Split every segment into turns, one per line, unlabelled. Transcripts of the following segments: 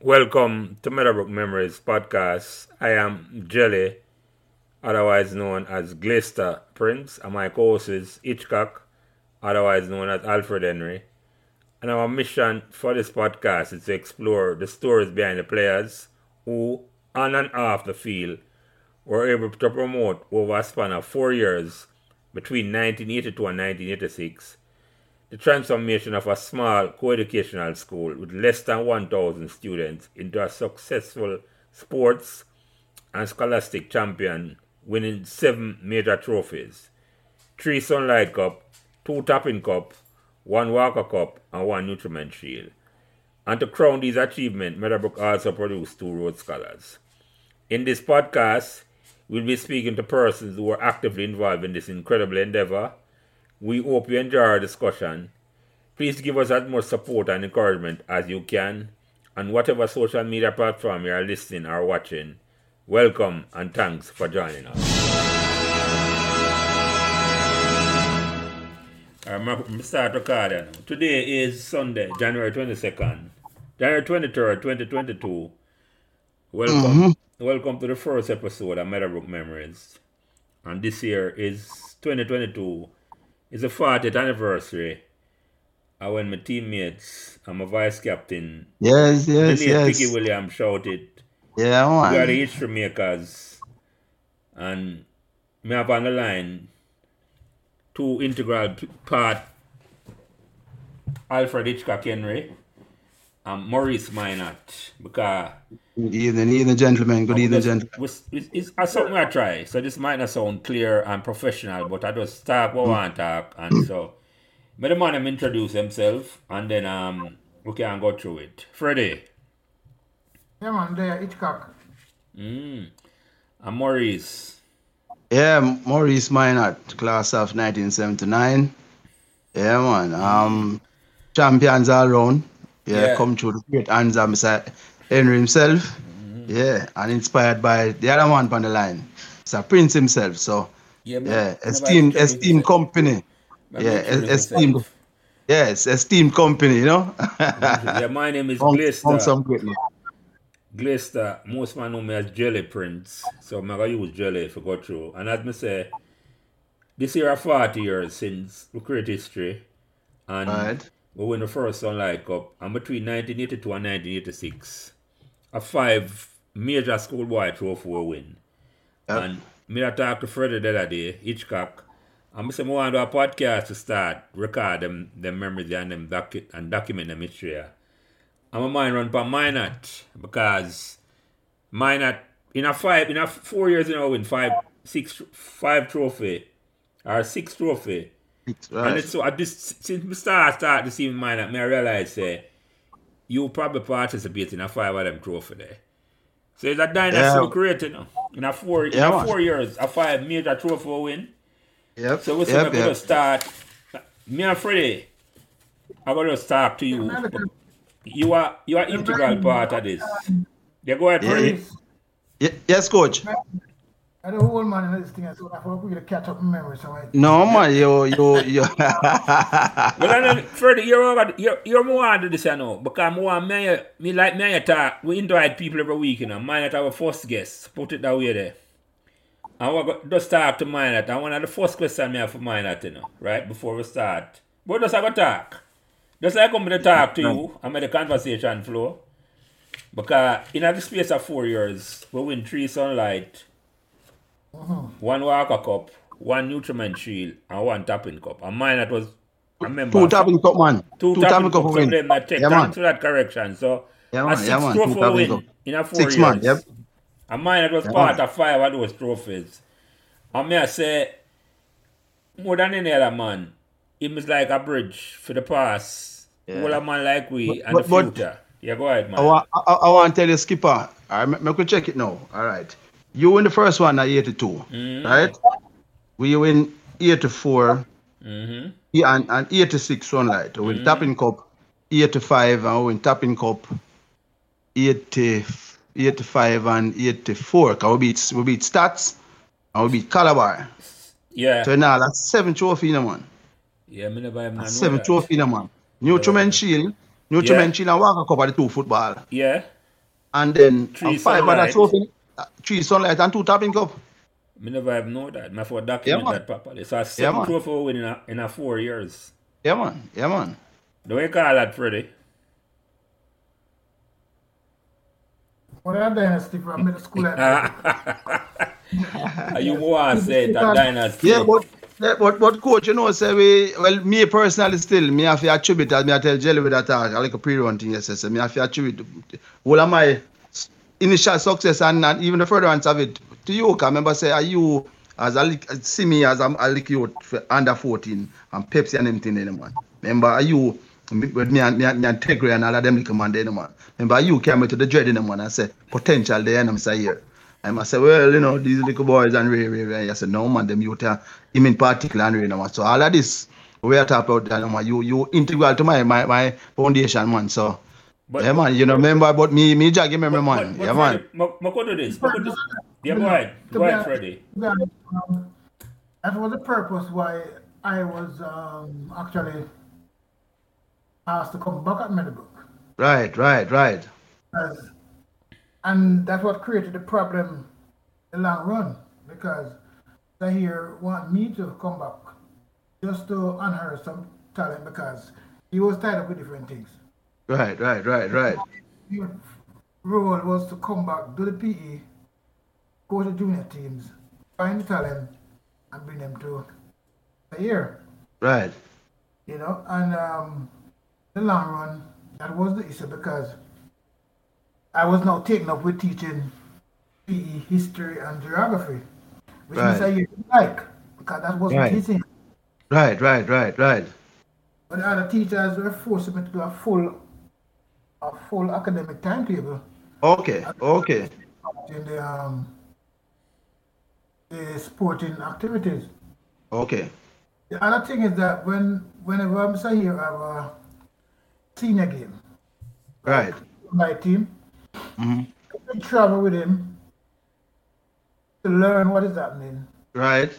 Welcome to Meadowbrook Memories podcast. I am Jelly, otherwise known as Glister Prince, and my co-host is Hitchcock, otherwise known as Alfred Henry. And our mission for this podcast is to explore the stories behind the players who, on and off the field, were able to promote over a span of four years between 1982 and 1986 the transformation of a small co-educational school with less than 1,000 students into a successful sports and scholastic champion, winning seven major trophies, three Sunlight Cup, two Tapping Cup, one Walker Cup, and one Nutriment Shield. And to crown these achievements, Meadowbrook also produced two Rhodes Scholars. In this podcast, we'll be speaking to persons who are actively involved in this incredible endeavor, we hope you enjoy our discussion. Please give us as much support and encouragement as you can on whatever social media platform you are listening or watching. Welcome and thanks for joining us. All right, Mr. Tokadia. Today is Sunday, January 22nd, January 23rd, 2022. Welcome. Welcome to the first episode of Meadowbrook Memories. And this year is 2022 it's the 40th anniversary of when my teammates and my vice captain,
Yes, yes,
Lillian
yes.
Picky Williams, shouted,
Yeah, man.
We are the history makers. And me have on the line two integral p- part Alfred Hitchcock Henry and Maurice Minot. Because
Good evening, evening, gentlemen. Good evening, gentlemen.
was- is- is- it's something I try. So this might not sound clear and professional, but I just talk what I want to talk. And so, may the man him introduce himself, and then um, we can go through it. Freddie
Yeah, man, there, Hitchcock.
and Maurice.
Yeah, Maurice Minot, class of 1979. Yeah, man. Um, champions all round. Yeah,
Yeah.
come through the great hands of Mr. Henry himself.
Mm-hmm.
Yeah, and inspired by the other one on the line, Sir Prince himself. So,
Yeah, man.
yeah,
Nobody
esteemed,
introduce
esteemed
himself.
company.
Nobody
yeah,
introduce
es- esteemed-
himself.
Yes, esteemed company, you know?
Yeah, my name is
Found- found
Glister.
some greatness.
Glister, most man know me as Jelly Prince, so I'm going to use Jelly for go through. And as me say, this year are 40 years since we create history. And
Right.
we win the first Sunlight Cup, and between 1982 and 1986, a five major schoolboy trophy we win.
Yep.
And me I talked to Freddie the other day, Hitchcock, and I said, I want to do a podcast to start, record them, them memories and them docu- and document them history. here." And my mind run by Minot, because Minot, in a five, in a four years in a row, win five, six, five trophy, or six trophy. And
Right.
it's so I just since we start start to see mine at me, I realize say you probably participate in a five of them trophy there. So it's a dynasty
Yeah.
we created now. In a four
Yeah,
in a
man.
four years, a five major trophy we win.
Yep.
So we're
yep,
gonna
yep.
start me and Freddie, I'm gonna just talk to you. You are you are integral part of this. Yeah, go ahead,
Yeah,
Freddie.
Ye- Yes, coach.
I the whole man in this thing, so I hope we to catch up my memory. So I,
No, man, you, you, you.
Well, I know, Freddie, you're over, you're, you're more on to this, I know, because I want me, and you- me like me and you talk. We invite people every week, you know. Mine at our first guest, put it that way there. And we go, just talk to mine at, and one of the first question me have for mine at, you know, right before we start. But just have a talk. Just like come to talk to you and make the conversation flow. Because in the space of four years, we win three sunlight,
Mm-hmm.
one Walker Cup, one Nutriment Shield, and one Tapping Cup. And mine that was, I remember.
Two tapping cup, man.
Two,
Two
tapping
tapping cup
cup
win.
problem that take
Yeah,
thanks
man.
to that correction. So
Yeah,
a
man.
six
Yeah, man. Two
trophy
tapping
win
cup.
in a four
Six,
years.
man. Yep.
And mine it was
Yeah,
part
man.
of five of those trophies. And me I say more than any other man, it was like a bridge for the past.
Yeah.
All a man like we and
but-
the
but- Oh,
future. yeah, go ahead, man.
I, wa- I, I want to tell you, skipper. All right, me, me could check it now. All right. You win the first one at 82. Right? We win 84
mm-hmm.
yeah, and, and 86 sunlight. We win tapping cup 85 and we win tapping cup 80, 85 and 84. 'Cause we beat, we beat stats and we beat Calabar.
Yeah.
So now that's seven trophy, you know, man.
yeah, me never even know
Seven
that.
trophy, you know, man. Nutriments Shield, Nutriments Shield and Walker Cup are the two football.
Yeah.
and then
Three
a five
sunlight.
other trophy, uh, three sunlight and two tapping cup.
Me never have know that. Me for document
man.
that properly. So I seven
man.
trophy win in a, in a four years.
Yeah man, yeah man.
The way you call that, Freddy?
What a dynasty from middle school. and-
Are you want to say that dynasty?
Yeah, but yeah, but but coach, you know, say we well me personally still me have to attribute as me I tell Jelly with that talk, I like a pre-run thing, yes, yes, me have to attribute all of my s- initial success and, and even the furtherance of it to you. 'cause I remember say are you as I lick- see me as I'm a lick youth for under 14 and Pepsi and them thing there, man. Remember are you me- with me and me and, me and Tigray and all of them little man there, man. Remember you came to the dread in them man and say potential there and I'm say here. And I say, well, you know, these little boys and Ray, Ray, Ray. I said, no, man, them youth, uh, him in particular and Ray, no, man. So all of this, we are talking about that, no, man. You, you integral to my, my, my foundation, man. So,
But-
yeah, man, you know, remember about me, me, Jack, remember,
But-
man.
but
yeah, man.
Freddy, ma- ma go do this. ma go do- Yeah, go ahead.
To
Go
be
ahead,
honest-
Freddy.
to be honest, um, That was the purpose why I was um, actually asked to come back at Meadowbrook.
Right, right, right.
Because- and that's what created the problem in the long run because they here want me to come back just to honor some talent because he was tied up with different things.
Right, right, right, right.
His role was to come back, do the PE, go to junior teams, find the talent, and bring them to the year.
Right.
You know, and um, the long run, that was the issue because I was now taken up with teaching PE, history, and geography, which
Right.
Mr. Year didn't like because that wasn't
Right.
his thing.
Right, right, right, right.
But the other teachers were forcing me to do a full, a full academic timetable
Okay, okay.
in the um, the sporting activities.
Okay.
The other thing is that when whenever I'm saying here I have a senior game,
Right.
my team. We travel with him to learn what is happening.
Right.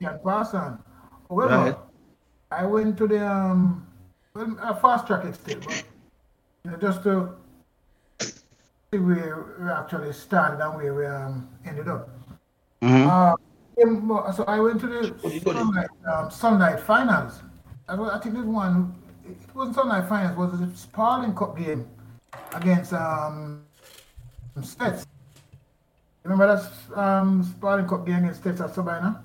Can pass on. However,
Right.
I went to the um, well, I fast track it still, but you know, just to see where we actually started and where we um, ended up.
Mhm.
Uh, in- so I went to the sunlight, um, sunlight finals. I, wa- I think this one, it wasn't sunlight finals, it was a Sparling Cup game against um, Stets. Remember that um, Sparling Cup game against Stets at Sabina?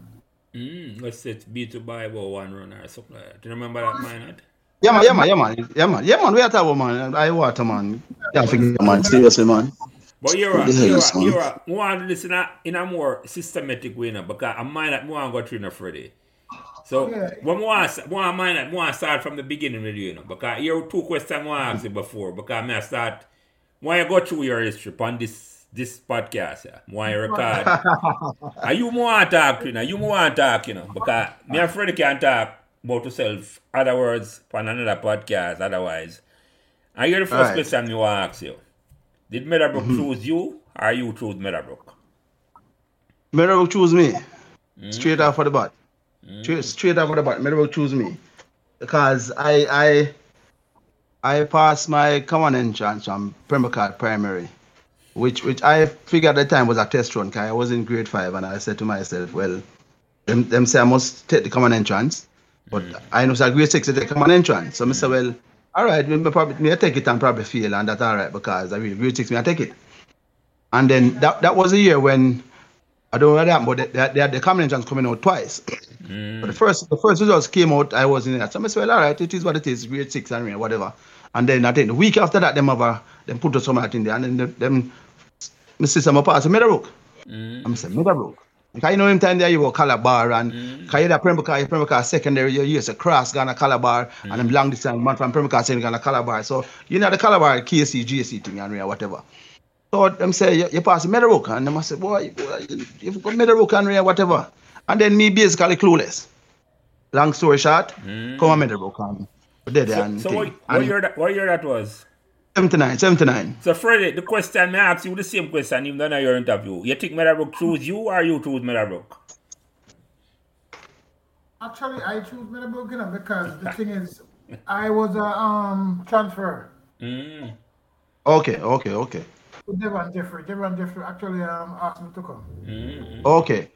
Mm, let's say it's beat to buy about one run or something like that. Do you remember that, Maynard?
Yeah, man, yeah, man, yeah, man. Yeah, man. Yeah, man, we are talking, man. I water, man. Yeah, forget, man. Seriously, man.
But you're a,
the hell
you're
is
a,
wrong?
you're a, we want to do this in a, in a more systematic way now because I might not want to go through now, Freddy. So,
Yeah.
when we want to mind want to start from the beginning with you, you know, because you have two questions I want to ask you before because me I start, when you go through your history on this this podcast, yeah, when you record, are you more talk, you know, you more talk, you know, because me and Freddy can talk about yourself, other words, on another podcast, otherwise. And you're the first
Right.
question me want to ask you. Did Meadowbrook choose you or you chose Meadowbrook?
Meadowbrook choose me. Straight off of the bat. Straight, straight off of the bat. Meadowbrook choose me. Because I I I passed my common entrance from Permacard Primary, which which I figured at the time was a test run because I was in grade five and I said to myself, well, them, them say I must take the common entrance. But I know it's a grade six to take common entrance. So I said, well, all right, me, me probably, me I take it and probably fail and that's all right because I really grade six me I take it. And then that, that was a year when I don't know that, but they, they, they had the common entrance coming out twice. But the first the first results came out, I was in that. So I said, well, all right, it is what it is, grade six and you know, whatever. And then I think the week after that, them have a, them put us something in there, and then them, them my sister my pass to Meadowbrook. I'm saying Meadowbrook. Because you know him time there you go Calabar and because you that Pembroke, you Pembroke secondary, you used to cross Ghana Calabar and them long distance man from Pembroke saying Ghana Calabar. So you know the Calabar KC, GC thing and you know, whatever. So them say you, you pass Meadowbrook and them I say, boy, boy, you- you've got Meadowbrook and you know, whatever. And then me basically clueless. Long story short, come on Meadowbrook and there there
So,
and,
so
thing.
what, what,
And
year that, what year that was?
79, 79.
So, Freddy, the question I ask you the same question even though your interview. You think Meadowbrook chose you or you chose Meadowbrook?
Actually, I choose Meadowbrook you know, because the thing is, I was a um, transfer.
Mm.
Okay, okay, okay.
with Devon Jeffrey. Devon Jeffrey actually um, asked me to come.
Okay.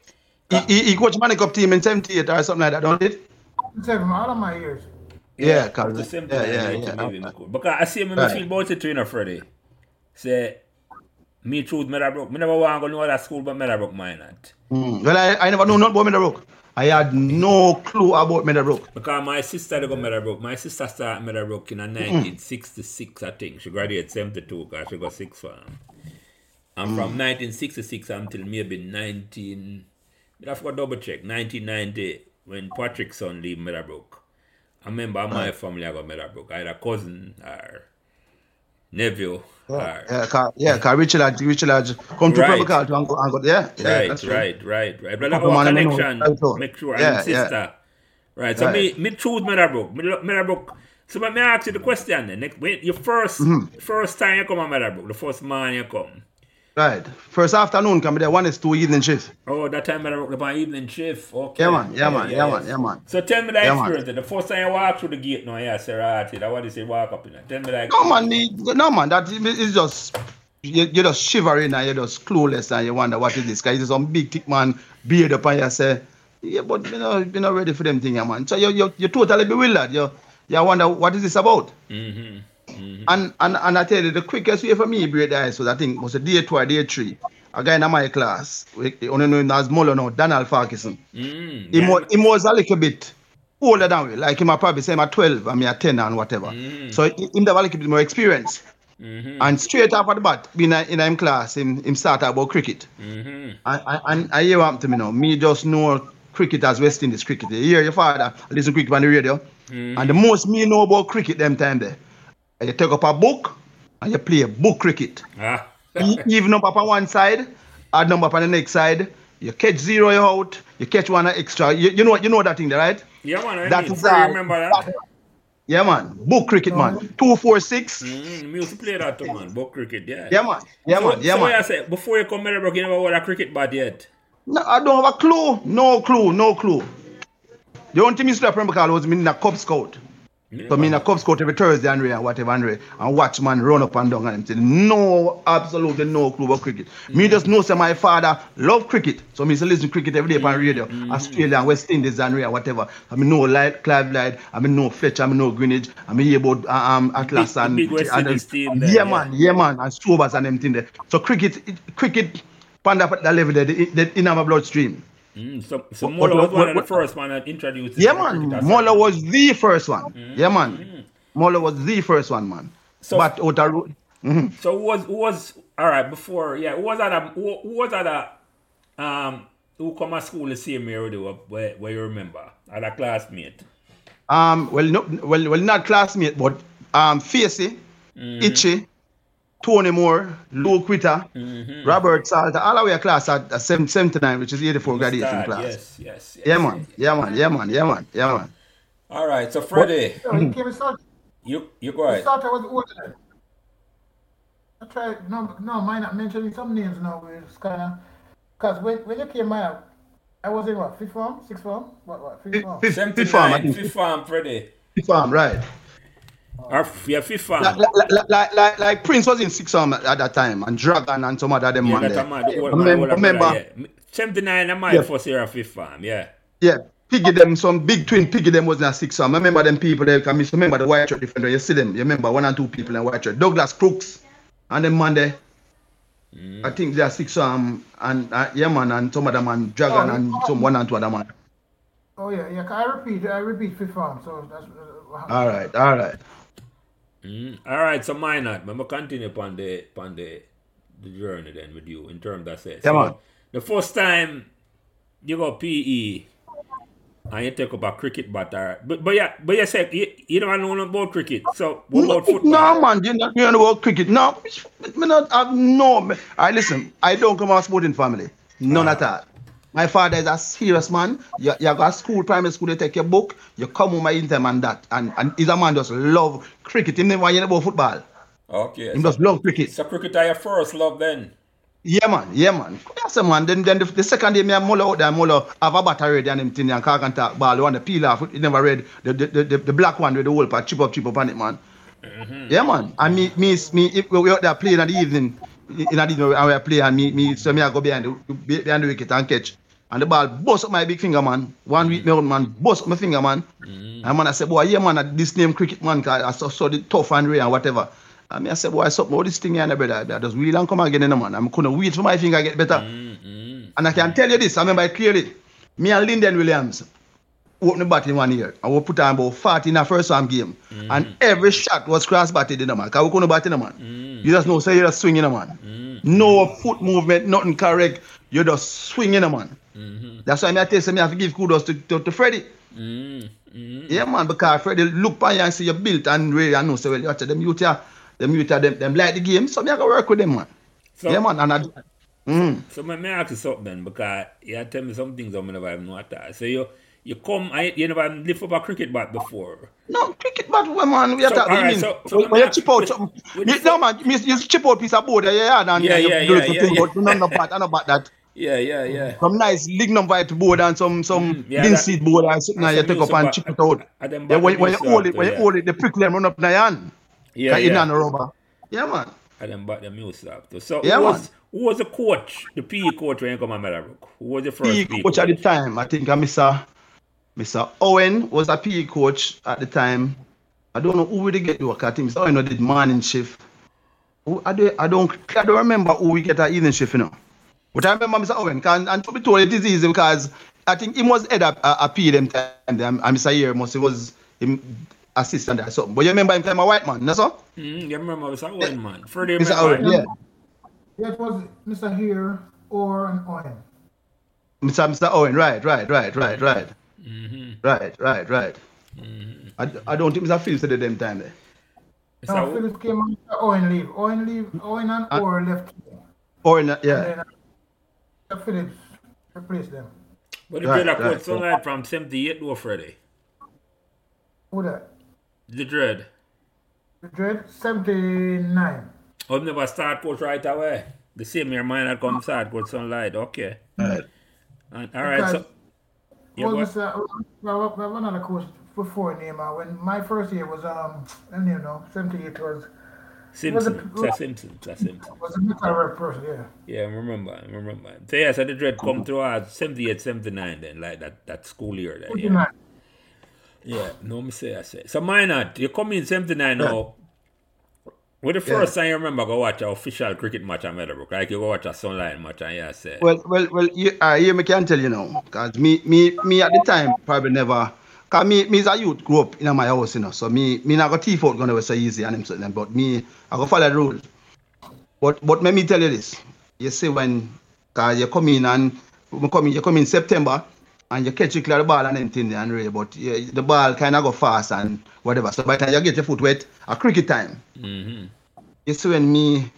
He, he, he coached Money Cup team in 78 or something like that, don't it?
Seven all of my years.
Yeah,
It's the
correct.
same
yeah,
thing.
yeah,
I need
yeah.
to maybe me could. Because I see me, me
Right.
feel about it, you know, Freddy. Say, me choose Meadowbrook. Me never want to go to that school, but Meadowbrook mine not.
Mm. Well, I, I never knew nothing about Meadowbrook. I had no clue about Meadowbrook.
Because my sister they go Meadowbrook. My sister started Meadowbrook in 1966, I think. She graduated 72 because she got six one. And from 1966 until maybe 19, I forgot double check, 1990, when Patrick's son leave Meadowbrook. I remember my family I got Meadowbrook. I had a cousin or nephew. Or,
Yeah, cause, yeah, 'cause Richard had, Richard had come to
Right.
Prabhupada and go, and go, yeah, yeah,
right,
that's
right, right, right. But
Couple
our
man, I know.
connection,
That's all.
make sure
Yeah,
I'm
yeah.
sister. Right. So
Right.
me, me choose Meadowbrook. Me lo- Meadowbrook. So me, me ask you the question then. Next, when your 1st
Mm-hmm.
first time you come on Meadowbrook, the first man you come.
Right. First afternoon can be there. One is two evening shift.
Oh, that time Meadowbrook the by evening shift. Okay.
Yeah, man. Yeah, man. Yeah, man. Yeah, man.
So tell me that
Yeah, man.
experience. then. The first time you walk through the gate now, yeah, Sarah, I want to say walk up in there. Tell me like
No, man. the- No, man. That is just you, you're just shivering and you're just clueless and you wonder what is this guy? He's some big thick man beard up and you say, yeah, but you know you're not ready for them thing, yeah, man. So you you you're totally bewildered. You you wonder what is this about?
hmm
And and and I tell you, the quickest way for me break the ice was I think was a day two or day three. A guy in my class, we we only know him as Muller now, Donald Farkison.
Mm,
He,
yeah.
was, he was a little bit older than we. Like him, I probably say I'm 12, I'm a 10 and whatever. So he- him have a little bit more experience.
Mhm.
And straight up at the bat, being in him class, him, him start about cricket.
Mhm.
And, and, and I hear what happened to me now. Me just know cricket as West Indies cricket. You hear your father I listen to cricket on the radio. And the most me know about cricket them time there. And you take up a book and you play book cricket.
Ah.
E- even number up on one side, odd number up on the next side. You catch zero you out, you catch one extra. You, you know you know that thing there, right?
Yeah, man. I
That
mean,
is
Freddy
all.
remember that.
Yeah, man. Book cricket, man. Two, four, six.
Mm, me used to play that too, man. Book cricket, yeah.
Yeah, man. Yeah,
so,
man. Yeah,
so
man.
I say, before you come Meadowbrook, you never wore a cricket bat yet.
No, I don't have a clue. No clue. No clue. The only thing I still remember Carl, was me in a Cub Scout. So me in a Cub Scout every Thursday, Andre, and whatever, Andre, and watch man run up and down and everything. No, absolutely no clue about cricket. Me just know say my father love cricket. So me used to listen to cricket every day on radio.
Mm-hmm.
Australia and West Indies, Andre, and whatever. I mean, no Light, Clive Light, I mean, no Fletcher, I mean, no Greenwich, I mean, hear about uh, um, Atlas
Big-
and.
big West
and-
Indies team there,
yeah,
yeah.
man, yeah, man, and Sobers and everything there. So cricket, it- cricket, panda at that level there, the- the- in our bloodstream.
Mm, so so
What-
Mola
what-
was one of
what-
the first man that introduced
Yeah,
the
man.
cricket as
Mola
such.
was the first one. Yeah, man. Mola was the first one, man.
Mm. So-
but out of road,
So who was who was all right before? Yeah, who was at a who, who was at a um who come at school the same year with you, where, where you remember at a classmate.
um, well, no, well, well, not classmate, but um, Facey,
Mm-hmm.
Itchy, Tony Moore, Luke Witter,
Mm-hmm.
Robert Salter, all our class at, at 7- 79, which is 84 graduation
Dad,
class.
Yes, yes, yes.
Yeah, man. Yeah, man. Yeah, man. Yeah, man. Yeah, man.
All right, so Freddie,
So he came in South.
you you go ahead.
South I was older than. I tried, no, no, mind not mentioning some names now. It's kind of, because when, when you came out, I was in what, fifth form, sixth form? What, what, fifth form?
Fifth, fifth farm, I
79,
think.
Oh, fifth farm, Freddie.
Fifth farm, right.
Or, yeah, fifth farm.
Like, like, like, like, like Prince was in six arm at that time, and Dragon and some other them
Yeah,
man
that's
there.
a man. the old man,
Remember,
older
remember
brother, yeah. 79, I might
Yeah.
first year of fifth farm, yeah.
yeah, Piggy them, some big twin Piggy them was in a six arm. I remember them people there, come remember the white church defender. You see them, you remember one and two people in white church. Douglas Crooks and them man there. I think they are six arm and uh, yeah man and some other man, Dragon
Oh,
and
oh.
some one and two other man.
Oh, yeah, yeah. 'cause I repeat, I repeat fifth form, so that's uh, what happened.
All right, all right.
Mm. All right, so why not? I'm continue upon the upon the, the journey then with you in terms that says.
Come on.
The first time you go PE and you take up a cricket bat, all right. but but yeah, but you said you, you don't know nothing about cricket. So what about
no,
football?
no, man, you know, you know about cricket. No, me not have no. me- I listen. I don't come out of sporting family. None at all. My father is a serious man. You, you go to school, primary school, you take your book, you come home by time and that. And, and he's a man just love cricket. He never hear about football.
Okay.
He
So,
just love cricket.
so cricket are your first love then.
Yeah, man. Yeah, man. Yes, man. Then, then the, the second day, me and Muller out there, Muller have a battery and him thing and can't talk ball. The one the peel off, he never read the, the, the, the, the black one with the whole part, chip up, chip up on it, man. Yeah, man. And me, me, me if we out there playing in the evening, in a dinner and we play and me, me so me I go behind the behind the wicket and catch. And the ball bust up my big finger, man. One week, my old man bust up my finger, man. And man, I said, boy, yeah, man, this name cricket, man, 'cause I saw, saw the tough and ray and whatever. And me, I said, boy, something about this thing here, and brother. I just wheel and come again, you know, man. I'm going to wait for my finger to get better. And I can tell you this, I remember it clearly. Me and Lyndon Williams opened the batting one year. And we put on about 40 in the first round game. And every shot was cross batted, you know, man. Because we couldn't bat, you know, man. You just know, say you're just swinging, you know, man. No foot movement, nothing correct. You're just swinging, you know, man. That's why me I tell you, say me have to give kudos to, to, to Freddie.
Mm.
Yeah, man, because Freddie look by you and see you built and really and know, say, well, you them youth here, them youth here, them, them like the game, so me I go work with them, man.
So,
yeah, man, and I, mm,
So may, may I ask you something then? Because you had tell me some things I'm never even know at all. So you you come I you never even lift up a cricket bat before.
no, cricket bat, well, man, we are
So,
talking,
alright,
mean,
so- so
when
let
you
me
chip
ask-
out
with-
something,
with
me-
the-
no, man, you, you chip out piece of board, yeah, yeah, yeah, and
Yeah,
you
yeah,
do
yeah,
it for
yeah,
thing,
yeah.
but none of bat, none of bat that.
Yeah, yeah, yeah.
Some nice lignum white board and some some
Mm, yeah,
linseed
that-
board and something,
that's
and you
some
take
use
up and
of
chip
a-
it out.
a- a- them
Yeah, when,
bad
when you
use
hold
of
it, when
to,
you
yeah.
hold it, the prickle them run up in your hand.
Yeah,
in
yeah.
and rubber. Yeah, man.
I done bought them used up. though. So
Yeah,
who was
man.
who was the coach, the PE coach when you come to Meadowbrook? Who was the first E
PE
PE
E coach at the time, I think uh, Mr. Mr. Owen was a PE coach at the time. I don't know who we did get the work. I think Mr. Owen did morning shift. Who- I don't, I don't, I don't remember who we get our evening shift, you know. But I remember Mr. Owen, and, and to be told, it is easy because I think him was head of uh, uh, PE them time, and Mr. Year must he was him assistant or something. But you remember him time a white man, that's all?
Mm, you remember Mr. Owen, man. Freddie
Mr.
remember
Owen,
him.
yeah.
That was Mr. Here or an Owen.
Mr. Mr. Owen, right, right, right, right, right. Right, right, right. I, I don't think Mr. Phil said it them time there.
Mr.
No,
Owen.
Phillips came on Owen leave. Owen leave. Owen and Orr left.
Owen, uh, yeah.
Then uh, Phillips replaced them.
But if you're
Right,
like
right,
coach some lad from 78 though, Freddie.
Who that?
The dread.
The Dread 79.
I never start coach right away. The same year mine had come start coach some lad. Okay.
Right.
And, all right, so
Because-
yeah,
well,
what-
Mr. Well, well, well, another coach before name. Uh, when my first year was um, I don't even know, 78 was
Simpson,
was a-
Sir Simpson, Sir Simpson.
was a metal person. Yeah.
Yeah, I remember, I remember. So yeah, so the dread come through at 78, 79 then, like that, that school year then. Yeah.
79.
Yeah, no me say I say. So Maynard, you come in seventy nine now. With the first time you remember go watch an official cricket match at Meadowbrook, like you go watch a sunlight match and yeah, I say.
Well, well, well, you, uh, you me can tell you now, because me, me, me at the time probably never, because me, me as a youth grew up in my house, you know, so me, me not got teeth out going to be so easy and them something, but me, I go follow the rule. But, but let me tell you this, you see when, because you come in and, you come in, you come in September, and you catch you clear the ball and anything and really, but you, the ball kind of go fast and whatever, so by the time you get your foot wet, a cricket time.
Mm-hmm.
You see when me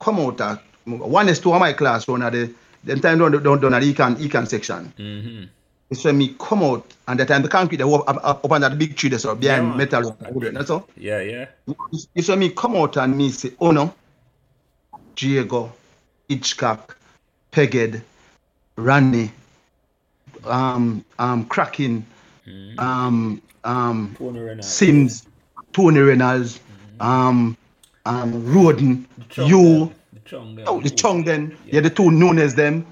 come out at one is two of my class one of the then time down down down at the econ econ section.
Mm-hmm.
It's when me come out and the time the concrete they up, up, up under the big tree that's up behind
Yeah.
metal wood, that's all.
Yeah, yeah.
It's when me come out and me say, Oh no, Diego, Hitchcock, Pegged, Randy, um um Kraken, um um
Tony Renard.
Sims, Tony Reynolds, um um Roden,
Chung
you
them, the Chung them.
Oh, the Chung then. Yeah, the two Nunes them.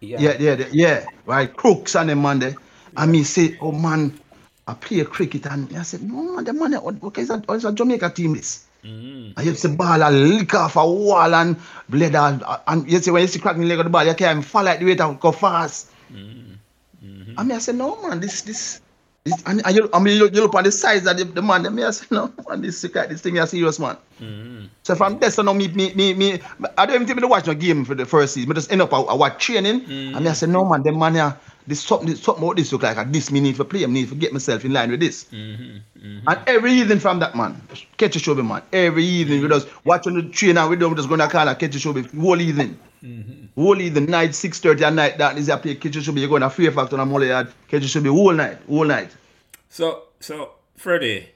Yeah, yeah, the, yeah. Right, Crooks and them man there. And me say, oh man, I play cricket and I said, no man, the man, oh, there, what, what is that? What is that Jamaica team this?
Mm-hmm.
And you see ball and lick off a wall and blade and, and you see when you see cracking leg of the ball, you can't fall like the way and go fast. I mean, I said, no man, this this. this and, and you, I mean, you, you look at the size of the, the man. I mean, I said, no man, this this thing is serious man.
Mm-hmm.
So from this, I know me, me, me, me, I don't even think me to watch no game for the first season. I just end up, I, I watch training,
Mm.
and me I say, no man, them man, yeah, this something, this, something about this look like, uh, this me need for play, I need to get myself in line with this.
Mm-hmm.
And every evening from that man, catch a show, man. Every evening,
Mm.
we just watch on the train, and we don't just go to corner, catch a show, whole evening.
Mm-hmm.
Whole evening, night, 6.30 at night, that is, I play catch a show, you're going to free factor on Molly, catch a show, whole night, whole night.
So so Freddie,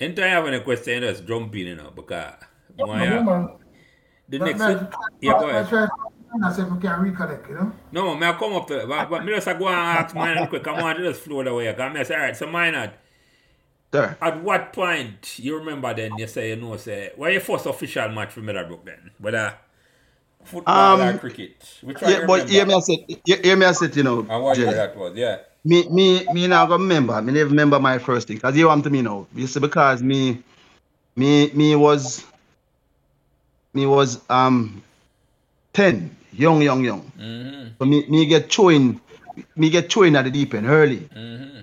anytime you have any question, just jump in, you know, because why, uh,
Remember,
the
that-
next
that-
yeah, go
I
ahead.
tried- I said we can recollect, you know.
No, may I come up to but, but me just a go and ask Maynard quick. I want to just flow the way. I say, all right, so Maynard,
There.
At what point you remember then you say you know say where your first official match for Meadowbrook then? Whether Football
Um,
or cricket? Which one
Yeah,
you
but hear me, I
remember?
said, hear hear me, I said, you know,
And what year
Jelly.
that was? Yeah.
me, me, me now go remember. Me never remember my first thing. Cause you want to me now. You see, because me, me, me was, me was um, ten, young, young, young.
Mm-hmm.
So me, me get chewing, me get chewing at the deep end early,
Mm-hmm.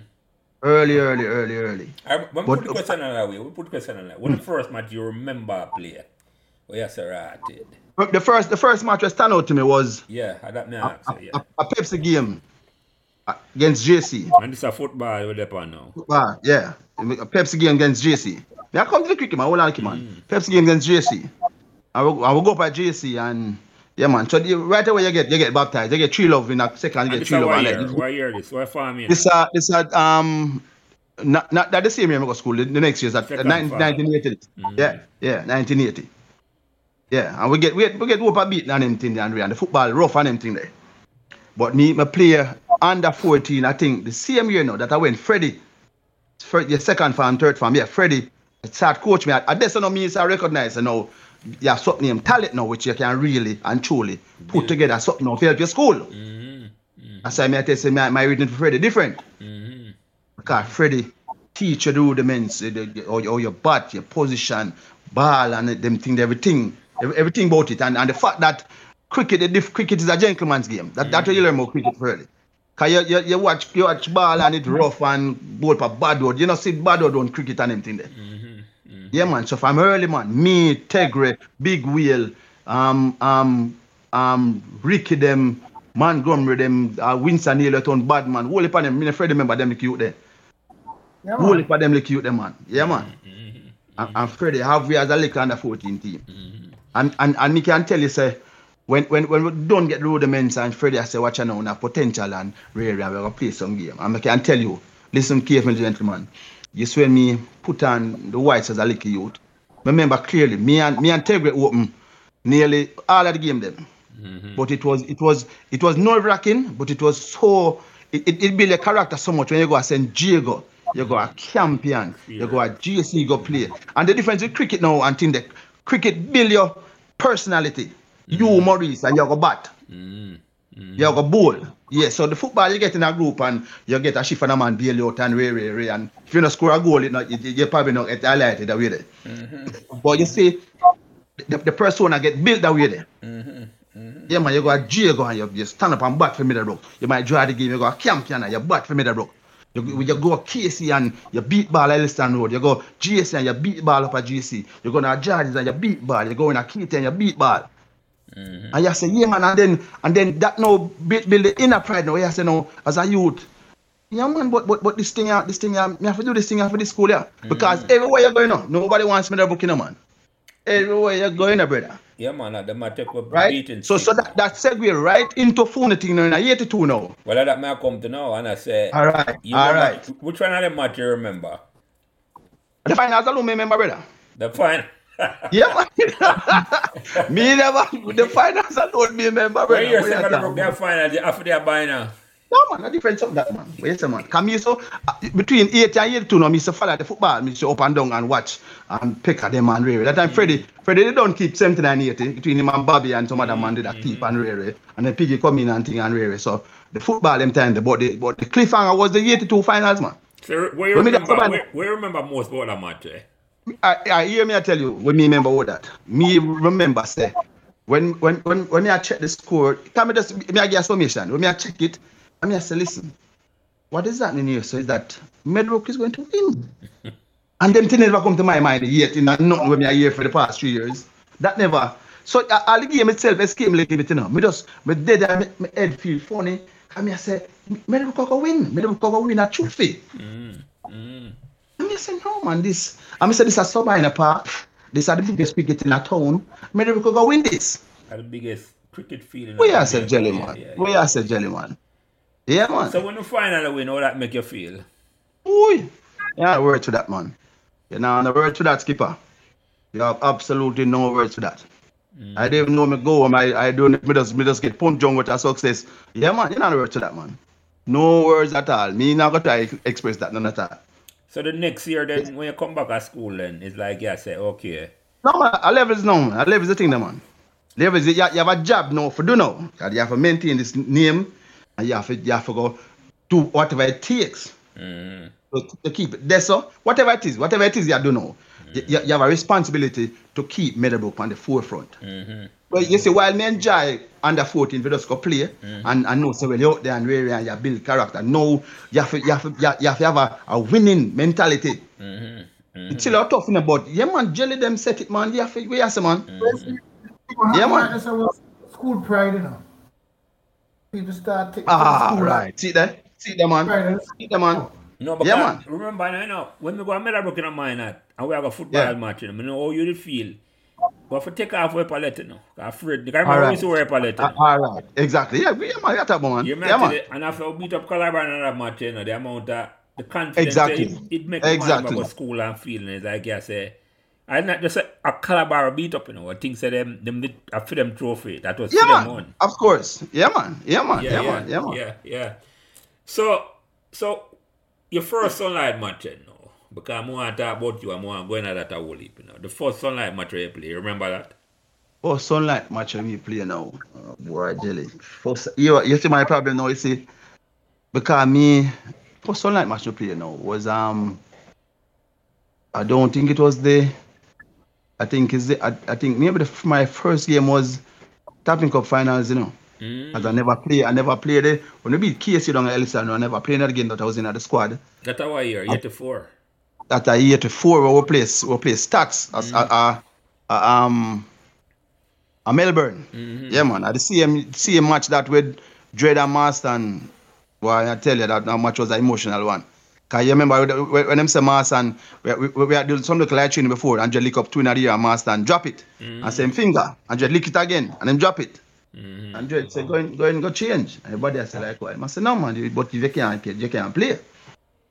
early, early, early, early.
I, when we
But-
put the question on that way, we put the question on that. What the first match you remember play? Oh, yes, sir, I did.
But the first, the first match that stand out to me was
Yeah, I don't know. So, yeah.
a, a Pepsi game uh, against JC.
And this a football with up on now.
Ah, yeah, a Pepsi game against JC. They come to the cricket man, hold on, man.
Mm.
Pepsi game against JC. I will, I will go up at JC and yeah, man. So the, right away you get you get baptized. You get three love in a second. You
And
get
this
three
a
love.
why
and
year?
like-
Why year this? Why farm year?
This uh, this uh, um, not not that the same year I go school. The, the next year is at
Second
nine-
part.
1980. Yeah, yeah, 1980. Yeah, and we get we get we get whoop a beaten and everything there, Andre, and the football rough and everything there. But me, my player under 14, I think the same year now that I went Freddie, Fred, your second farm, third farm, yeah, Freddie, start coach me. I, I just know me is I recognize you know you have something named talent now which you can really and truly put together something now to help your school. That's why me I tell you, say my, my reading for Freddie different. Because Freddie teach you do the men's uh, the, the, or, or your bat, your position, ball and them thing, everything, ev- everything about it. And and the fact that cricket, the diff, cricket is a gentleman's game. That that's why you learn more cricket Freddie. Cause you, you, you watch you watch ball and it rough and both a bad word. You know see bad word on cricket and everything there. Yeah man. So from early man, me, Tegre, Big Wheel, um um um Ricky them, Montgomery them, uh, Winston Hillerton, Badman, whole heap of them. Me and Freddie remember them the cute there.
Yeah,
Whole
man.
heap of them look cute, them man. Yeah, man. And, and Freddie have we as a liquor under 14 team. And, and and me can tell you, say, when when when we don't get through the men's and Freddie, I say, watch out now, now potential and rare, we're gonna play some game. And I can tell you, listen carefully, gentlemen. You see when me put on the whites as a liquor youth. Remember clearly, me and me and Tegre open nearly all of the game them but it was it was it was nerve wracking, but it was so it, it, it built a character so much when you go a St. Diego, you go a champion, you go a GSC, you go play. And the difference with cricket now and thing that cricket build your personality. You Maurice and you go bat. You go bowl. Yeah, so the football you get in a group and you get a shift and a man bail you out and ray ray ray and if you don't score a goal, it not, you, you probably not get highlighted that way there. But you see, the, the persona get built that way there. Yeah, man, you go a jail, go and you, you stand up and bat for me the rock. You might draw the game, you go a champion and you bat for me the rock. You, go- you go a KC and you beat ball at Elliston Road. You go GC and you beat ball up at GC. You go to a Jardins and you beat ball. You go in a Keith and you beat ball. And you say, yeah, man, and then and then that now build, build the inner pride now. You say, no, as a youth. Yeah, man, but but, but this thing, uh, this thing, uh, me have to do this thing uh, for this school, yeah. Because everywhere you're going, now, nobody wants me to book, you know, man. Everywhere you're going, uh, brother
yeah, man, uh, the might take a beating.
right? So, so
stick,
that,
man.
that segue right into phone thing now in 82 now.
Well, that may come to now, and I say,
All right,
you
all
remember-
right.
Which one of them match you remember?
The finals alone, me remember, brother.
The final.
Yeah, man. me never, the finals alone, me remember, brother.
Where you
What you
second
talking
broke
about?
their final the- after their buy now?
No, man, no difference of that, man. Wait a man. Come here, so uh, between 80 and 82 now, me used to follow the football, me used to up and down and watch and pick at them and Rere. That
Mm.
time, Freddie, Freddie, they don't keep 79 80 between him and Bobby and some other man did
Mm-hmm.
that keep and Rere. And then Piggy come in and thing and Rere. So the football, them time, the, but, the, but the cliffhanger was the 82 finals, man.
So where you
Let me just
remember,
go back.
where, where you remember most about that match? Eh?
I, I hear me. I tell you. When me remember all that, me remember say, when when when when me I check the score, can me just me I get a summation. When me I check it, I me I say, listen, what is that in here? So is that Medrock is going to win? and them thing never come to my mind yet. You know, nothing when me I hear for the past three years. That never. So I, I the game itself escape me little bit. You know, me just me dead and me, me head feel funny. And me I say, Medrock go win. Medrock go win a trophy. I mean, I say, no, man, this. I mean, say, this is summer in a park. This are the biggest cricket in a town. Maybe we could go win this.
Are the biggest cricket feeling.
We are
out
say
there.
jelly,
Yeah,
man.
yeah,
We
yeah.
are say jelly, man. Yeah, man.
So when you finally win, how that make you feel?
Oi. Yeah, word to that, man. You know, no word to that, skipper. You have absolutely no word to that.
Mm.
I didn't even know me go home. I, I don't me just me just get pumped down with a success. Yeah, man, you know no word to that, man. No words at all. Me not gonna try to express that none at all.
So the next year, then when you come back at school, then it's like yeah, I say okay.
No man, I levels now, man. I levels the thing there, man. There is, you, you have a job now for do now. And You have to maintain this name and you have to, you have to go do whatever it takes
Mm.
to, to keep it. That's all. Whatever it is, whatever it is you do now, you- you, you have a responsibility to keep Meadowbrook on the forefront. Well, you see, while me enjoy under 14, we just go play and, and know, say, well, you're out there and where and you build character. No, you have to, you have to, you have, to have a, a winning mentality. It's still out tough, you know, but yeah, man, jelly them set it, man. You have to, we have to, man.
Mm-hmm. People have
Yeah,
to
man.
like this, uh, well, school pride, you know. People start taking
Ah,
school
right. See that? See that, man?
pride.
See that, man?
No, but
Yeah, man.
remember now, you know, when we go to Meadowbrook in the mine at, and we have a football
Yeah.
match, you know, I know how you dey feel. But for take off your palette, you know, afraid. You can't remember
Alright.
we used to wear palette. You
Ah,
know.
All right. Exactly. Yeah, we- yeah, man. You talk about, man.
You
Yeah,
remember
man.
today, and I felt beat up Calabar in another match, you know, the amount of the confidence
Exactly.
it, it makes
Exactly.
man go to school and feeling is like I say. I not just a, a Calabar beat up, you know, I think say them them did a for them trophy. That was
Yeah,
for them
man.
on.
Of course. Yeah, man. Yeah, man.
Yeah,
Yeah, man. Yeah, man.
yeah, yeah. So so your first sunlight match, you know, because I want to talk about you, I want to go into that a whole heap, you know. The first sunlight match you play, you remember that?
Oh, sunlight match we play now. Oh, boy, jelly. First, you, you see my problem now, you see, because me, first sunlight match we play now was um, I don't think it was the, I think is the, I, I think maybe the, my first game was Tapping Cup finals, you know.
Mm.
As I never play, I never played it. When we beat KC down at Ellison, I never played that game that I was in at the squad.
That our year, year to four.
That I year to four, we play, we play Stacks as uh uh uh, um, a Melbourne. Yeah, man. At the same same match that with Dread and Master and well, I tell you that that match was an emotional one. Cause you remember when- when when them say Master and we, we, we had done some look like training before and just lick up two in a year and Master and drop it. And same finger and just lick it again and then drop it. And Dread said, go in, go in, go change. And everybody said like why? I said, no man, you- but you can't play- you can't play.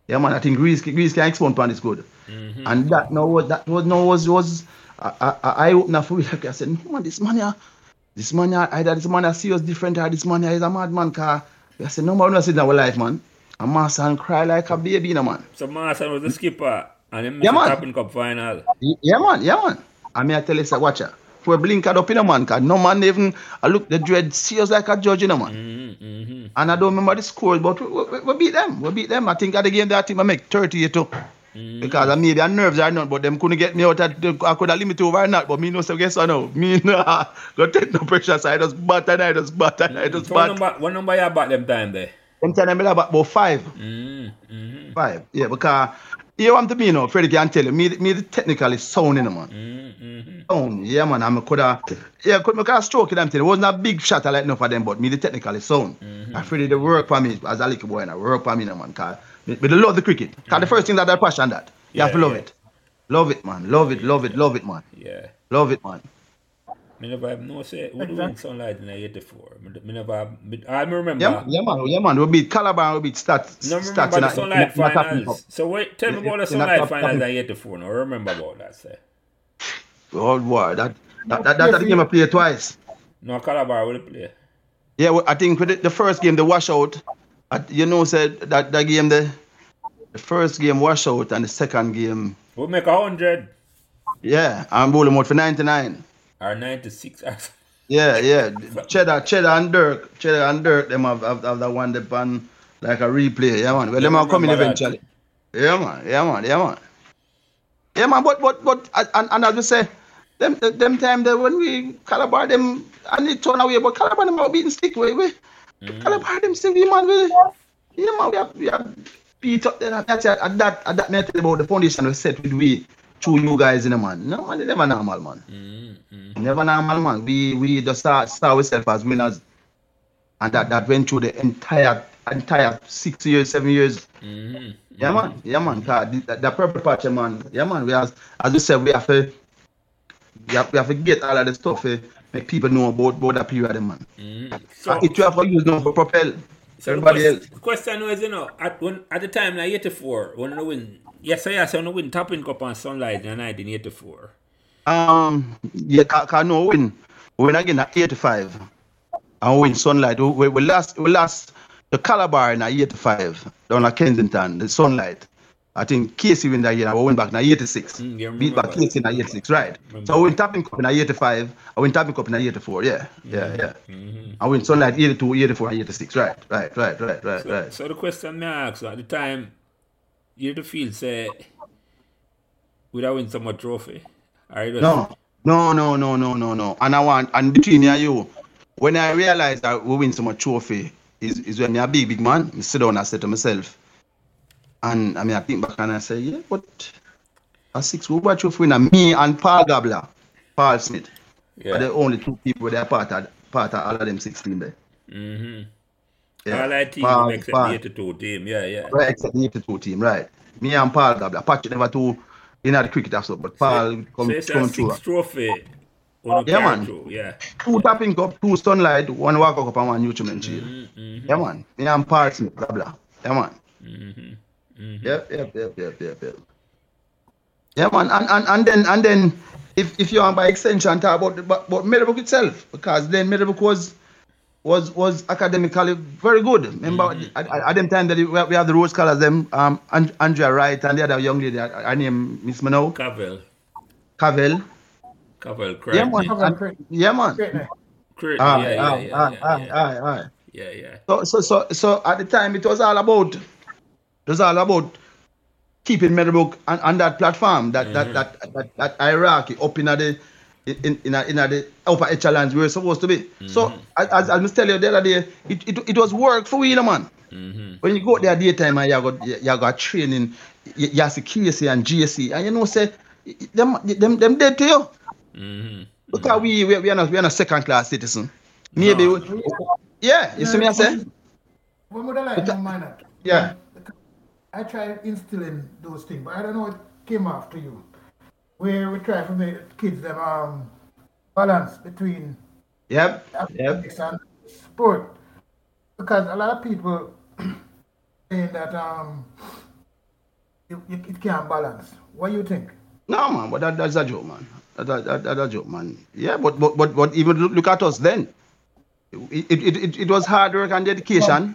Yeah man, I think Greece, Greece can expound on this good. And that no was that was no was was I I- I opener for me. I said, no man, this man here this man, here, either this man see us different, or this man here is a madman. Car, I said, no man, we not see in our life, man. A master and cry like a baby, you know, man.
So Marson was the skipper and then yeah,
Yeah, man.
Tapping Cup final.
Y- Yeah, man, yeah, man. I mean, I tell you, say, watch her. We blinkered up, you know, man. Cause no man even I look the dread serious like a judge, you know, man.
Mm-hmm, mm-hmm.
And I don't remember the score, but we, we, we beat them. We beat them. I think at the game that team I make 38 up.
Mm.
Because I maybe I nerves or not, but them couldn't get me out. At, the- I could have limit over or not, but me no say guess or no. Me no go take no pressure, so I just bat and I just bat and I just
So what
bat.
number, what number you back them time there?
Them time I made about about five.
Mm, mm,
Five, yeah, because you want to be, you know, Freddie can tell you, me, me the technically sound, you know, man.
mm, mm.
Sound, yeah, man, I'm coulda, yeah, could, me coulda stroke it, I'm telling you, it wasn't a big shot I like enough of them, but me the technically sound.
Mm-hmm.
And Freddie, the work for me, as a little boy, and I work for me, you know, man, cause, me, me love the cricket, because the first thing that I passion that, you have to
Yeah,
love
Mm-hmm. yeah.
it. Love it, man, love it, love it, love it, man,
Yeah.
love it, man.
Me never have no say. Who do win sunlight in 84? Me, me never have, me, I me remember.
Yeah, yeah, man, yeah, man, we beat Calabar, we beat Stats,
no, me remember
Stats, in
the
a- in
sunlight
a- in a Tapping Cup.
finals. So wait, tell me
In-
about
in
the
a
sunlight
cup-
finals
cup-
in 84. No, I remember about that. Say.
Oh, boy, that, that, that, that, that game I played twice.
No, Calabar will play.
Yeah, well, I think with the, the first game, the washout, I, you know, said that, that game, the, the first game washout and the second game,
We make 100
yeah, and bowling out for 99.
or 96 or something.
Yeah, yeah. Cheddar, Cheddar and Dirk, Cheddar and Dirk, them have, have, have that one, the pan, like a replay. Yeah, man. Well, them
Yeah,
are coming
remember that.
eventually. Yeah, man. Yeah, man. Yeah, man. Yeah, man. But, but, but, and- and, and as we say, them, them time that when we Calabar them and they turn away, but Calabar them are beating stick, we, we. Calabar them still, yeah, man, we, yeah, man, we have, we have beat up there. That's at at that, at that, me I tell you about the foundation we set with we, through you guys, in the man. No, man, they never normal, man.
Mm,
Never normal man. We we just start start ourselves as winners, and that that went through the entire entire six years, seven years.
Mm-hmm.
Yeah man, yeah man. Cause the, the, the purple patch, yeah, man. Yeah man. We as as you said, we have to we have, we have to get all of the stuff eh, make people know about about that period, eh, man.
Mm-hmm.
So, it we have to use now for propel.
So
everybody
the quest-
else.
question was, you know, at when at the time, like 84, when I win, yes, I yes, when I win Tapping Cup and Sunlight in 1984.
Um, yeah, can, can no win. Win again at 85. And win sunlight. We, we, we last we last the Calabar in a 85 down at Kensington, the sunlight. I think Casey win that year. I went back in 86.
Mm, yeah, I
Beat back
remember that.
Casey in 86, right? So I win Tapping Cup in 85. I win Tapping Cup in 84. Yeah, yeah, yeah.
Mm-hmm.
I win Sunlight 82, 84, and 86. Right, right, right, right, right, right.
So the question I asked at the time, you to feel say, would I win some more trophy? Or it was,
No, no, no, no, no, no, no. And I want, and between you and you, when I realized that we win so much trophy, is, is when me a big, big man, I sit down and I say to myself, and I mean, I think back and I say, yeah, but a six World War trophy winner, me and Paul Gabler, Paul Smith, are
Yeah.
the only two people that are part of, part of all of them 16 there. Mm-hmm.
All I er team
Paul,
makes it
Paul.
the 82 team. Yeah, yeah.
Right, except the 82 team, right. Me and Paul Gabler, Patrick never too, you know, the cricket also, but Paul
So
come,
it's a
come through.
six trophy. On a
Yeah,
yeah,
man.
Yeah.
two tapping cup, two sunlight, one walk cup and one nutriment shield.
Mm-hmm,
Yeah man. Yeah, I'm parts blah blah. Yeah man.
Mm-hmm,
Yep, yep, yep, yep, yep, yep. Yeah man, and, and, and then and then if if you want by extension talk about the- about, about Meadowbrook itself, because then Meadowbrook was was was academically very good. Remember
Mm-hmm.
at, at, at them time that we we have the Rose Scholars, them um and, Andrea Wright and the other young lady, her her name Miss Mano,
Cavell.
Cavell.
Cavell
Yeah
Craig.
man, and- yeah man. Ah,
Great night.
Craig.
Aye,
yeah, yeah,
aye,
yeah,
aye,
yeah, yeah.
aye, aye, aye.
Yeah, yeah.
So, so, so, so at the time, it was all about, it was all about keeping Meadowbrook on, on that platform, that, that, that, that, that hierarchy up in the, in, in, a, in a, the upper echelons we were supposed to be. So, as, as I must tell you the other day, it, it, it was work for we, you know, man.
Mhm,
When you go out there daytime and you got, you, you got training, you, you see KSC and GSC, and you know, say, them, them, them dead to you.
Mm-hmm.
Because we, we, we, are not, we are not second class citizen. Maybe,
No.
we, yeah, you see me, I say?
What would I like? Don't mind that.
Yeah.
I tried instilling those things, but I don't know what came after you. Where we try to make kids them um balance between
Yep. Yep.
athletics and sport. Because a lot of people saying that um it, it, it can't balance. What do you think?
No man, but that, that's a joke, man. That, that, that, that's a joke, man. Yeah, but but but, but even look, look at us then. It, it, it, it was hard work and dedication.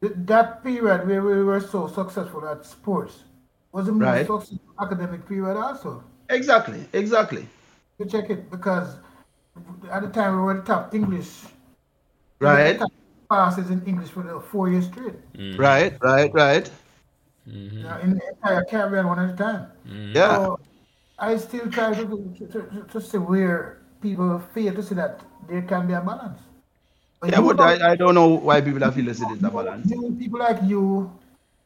Th- That period where we were so successful at sports was the most
Right.
successful academic period also.
Exactly, exactly.
to check it because at the time we were the top English. we were
Right,
the top Classes in English for the four years straight.
right, right, right.
You know, in the entire Caribbean one at a time.
Mm-hmm. Yeah,
So I still try to, to, to, to see where people fail to see that there can be a balance.
yeah.
you
But
know,
I, I don't know why people are feeling this is a balance.
you- people like you,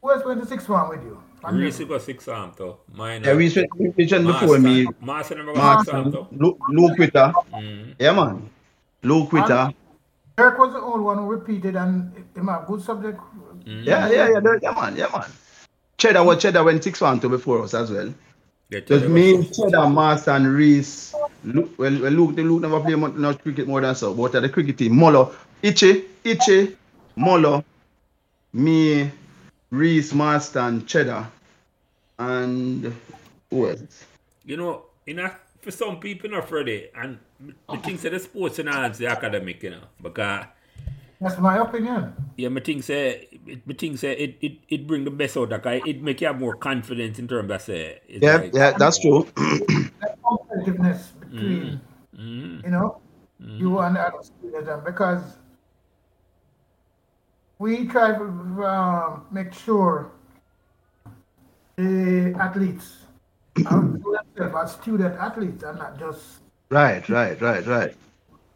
who else went to sixth form with you? And
Reese got six arm though. Mine.
Yeah, we said we mentioned before me,
Master number got six arm
Martin,
though.
Lu- Luke Witter. Yeah, man. Luke Witter.
Eric was the only one who repeated and him a good subject.
Yeah, yeah, yeah, yeah, man, yeah, man. Cheddar was Cheddar went six one to before us as well.
Yeah,
Just
Cheddar
me,
got six.
Cheddar, Master, and Reese. Luke, well, well, Luke, they- Luke never play much, much cricket more than so. But at the cricket team, Molo, Ichi, Ichi, Molo, me, Reese, Master, and Cheddar, and who else?
You know, you know, for some people not Freddie and the things that the sports enhance the academic, you know. Because
That's my opinion.
yeah, my thing say it my thing say it, it, it bring the best out of guy. It make you have more confidence in terms of say it's
Yeah,
like-
yeah, that's true.
that competitiveness between you know you and other students and because we try to um, make sure the athletes are themselves as student athletes and not just
right, right, right, right.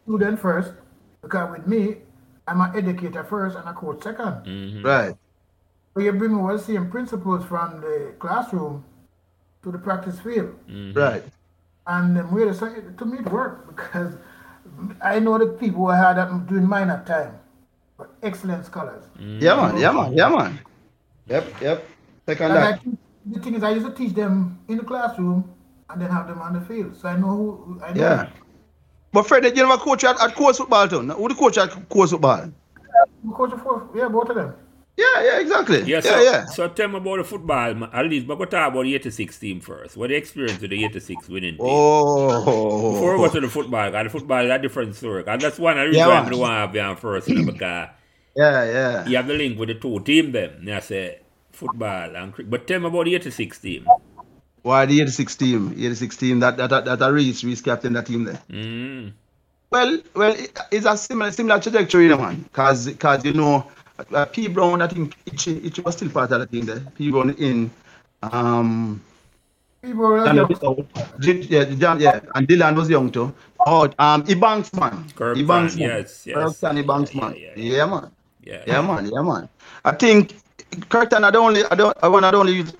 student first because with me I'm an educator first and a coach second.
Right,
So you bring all the same principles from the classroom to the practice field.
right.
And um, really, so it, to me, it worked because I know the people who I had at, during minor time were excellent scholars.
Yeah, man, yeah, man, yeah, man. Yep, yep. Second
And I,
that.
teach- the thing is, I used to teach them in the classroom and then have them on the field. So I know who I know.
Yeah. But Fred, you never coach at, at course football, too. Who the coach at course football?
who Coach for, yeah, both of them.
Yeah, yeah, exactly.
Yeah, so,
yeah, yeah.
so tell me about the football, man. At least, but we talk about the 86 team first. What the experience with the 86 winning team?
Oh.
Before we go to the football, 'cause the football is a different story. And that's one of the reasons
Yeah,
why I
man.
don't want to be on first, you know, because
Yeah, yeah.
you have the link with the two team, them. And I say, football and cricket. But tell me about the 86 team.
Why the 86 team? 86 team that that that, that Reese Reese captain that team there.
Mm.
Well, well, it- it's a similar similar trajectory, you know, man. Cause, cause you know, uh, P Brown, I think it, it was still part of the team there. P Brown in, um,
People were
Dylan
like,
was out. J- yeah, Jan- yeah, and Dylan was young too. Oh, um, Ebanks man,
Kirk
Ebanks
Pan,
man,
yes, yes.
Kirkton Ebanks
Yeah,
man,
yeah, yeah.
yeah man,
Yeah.
yeah man, yeah man. I think Kirkton, I don't only, I don't, I want, I don't only use.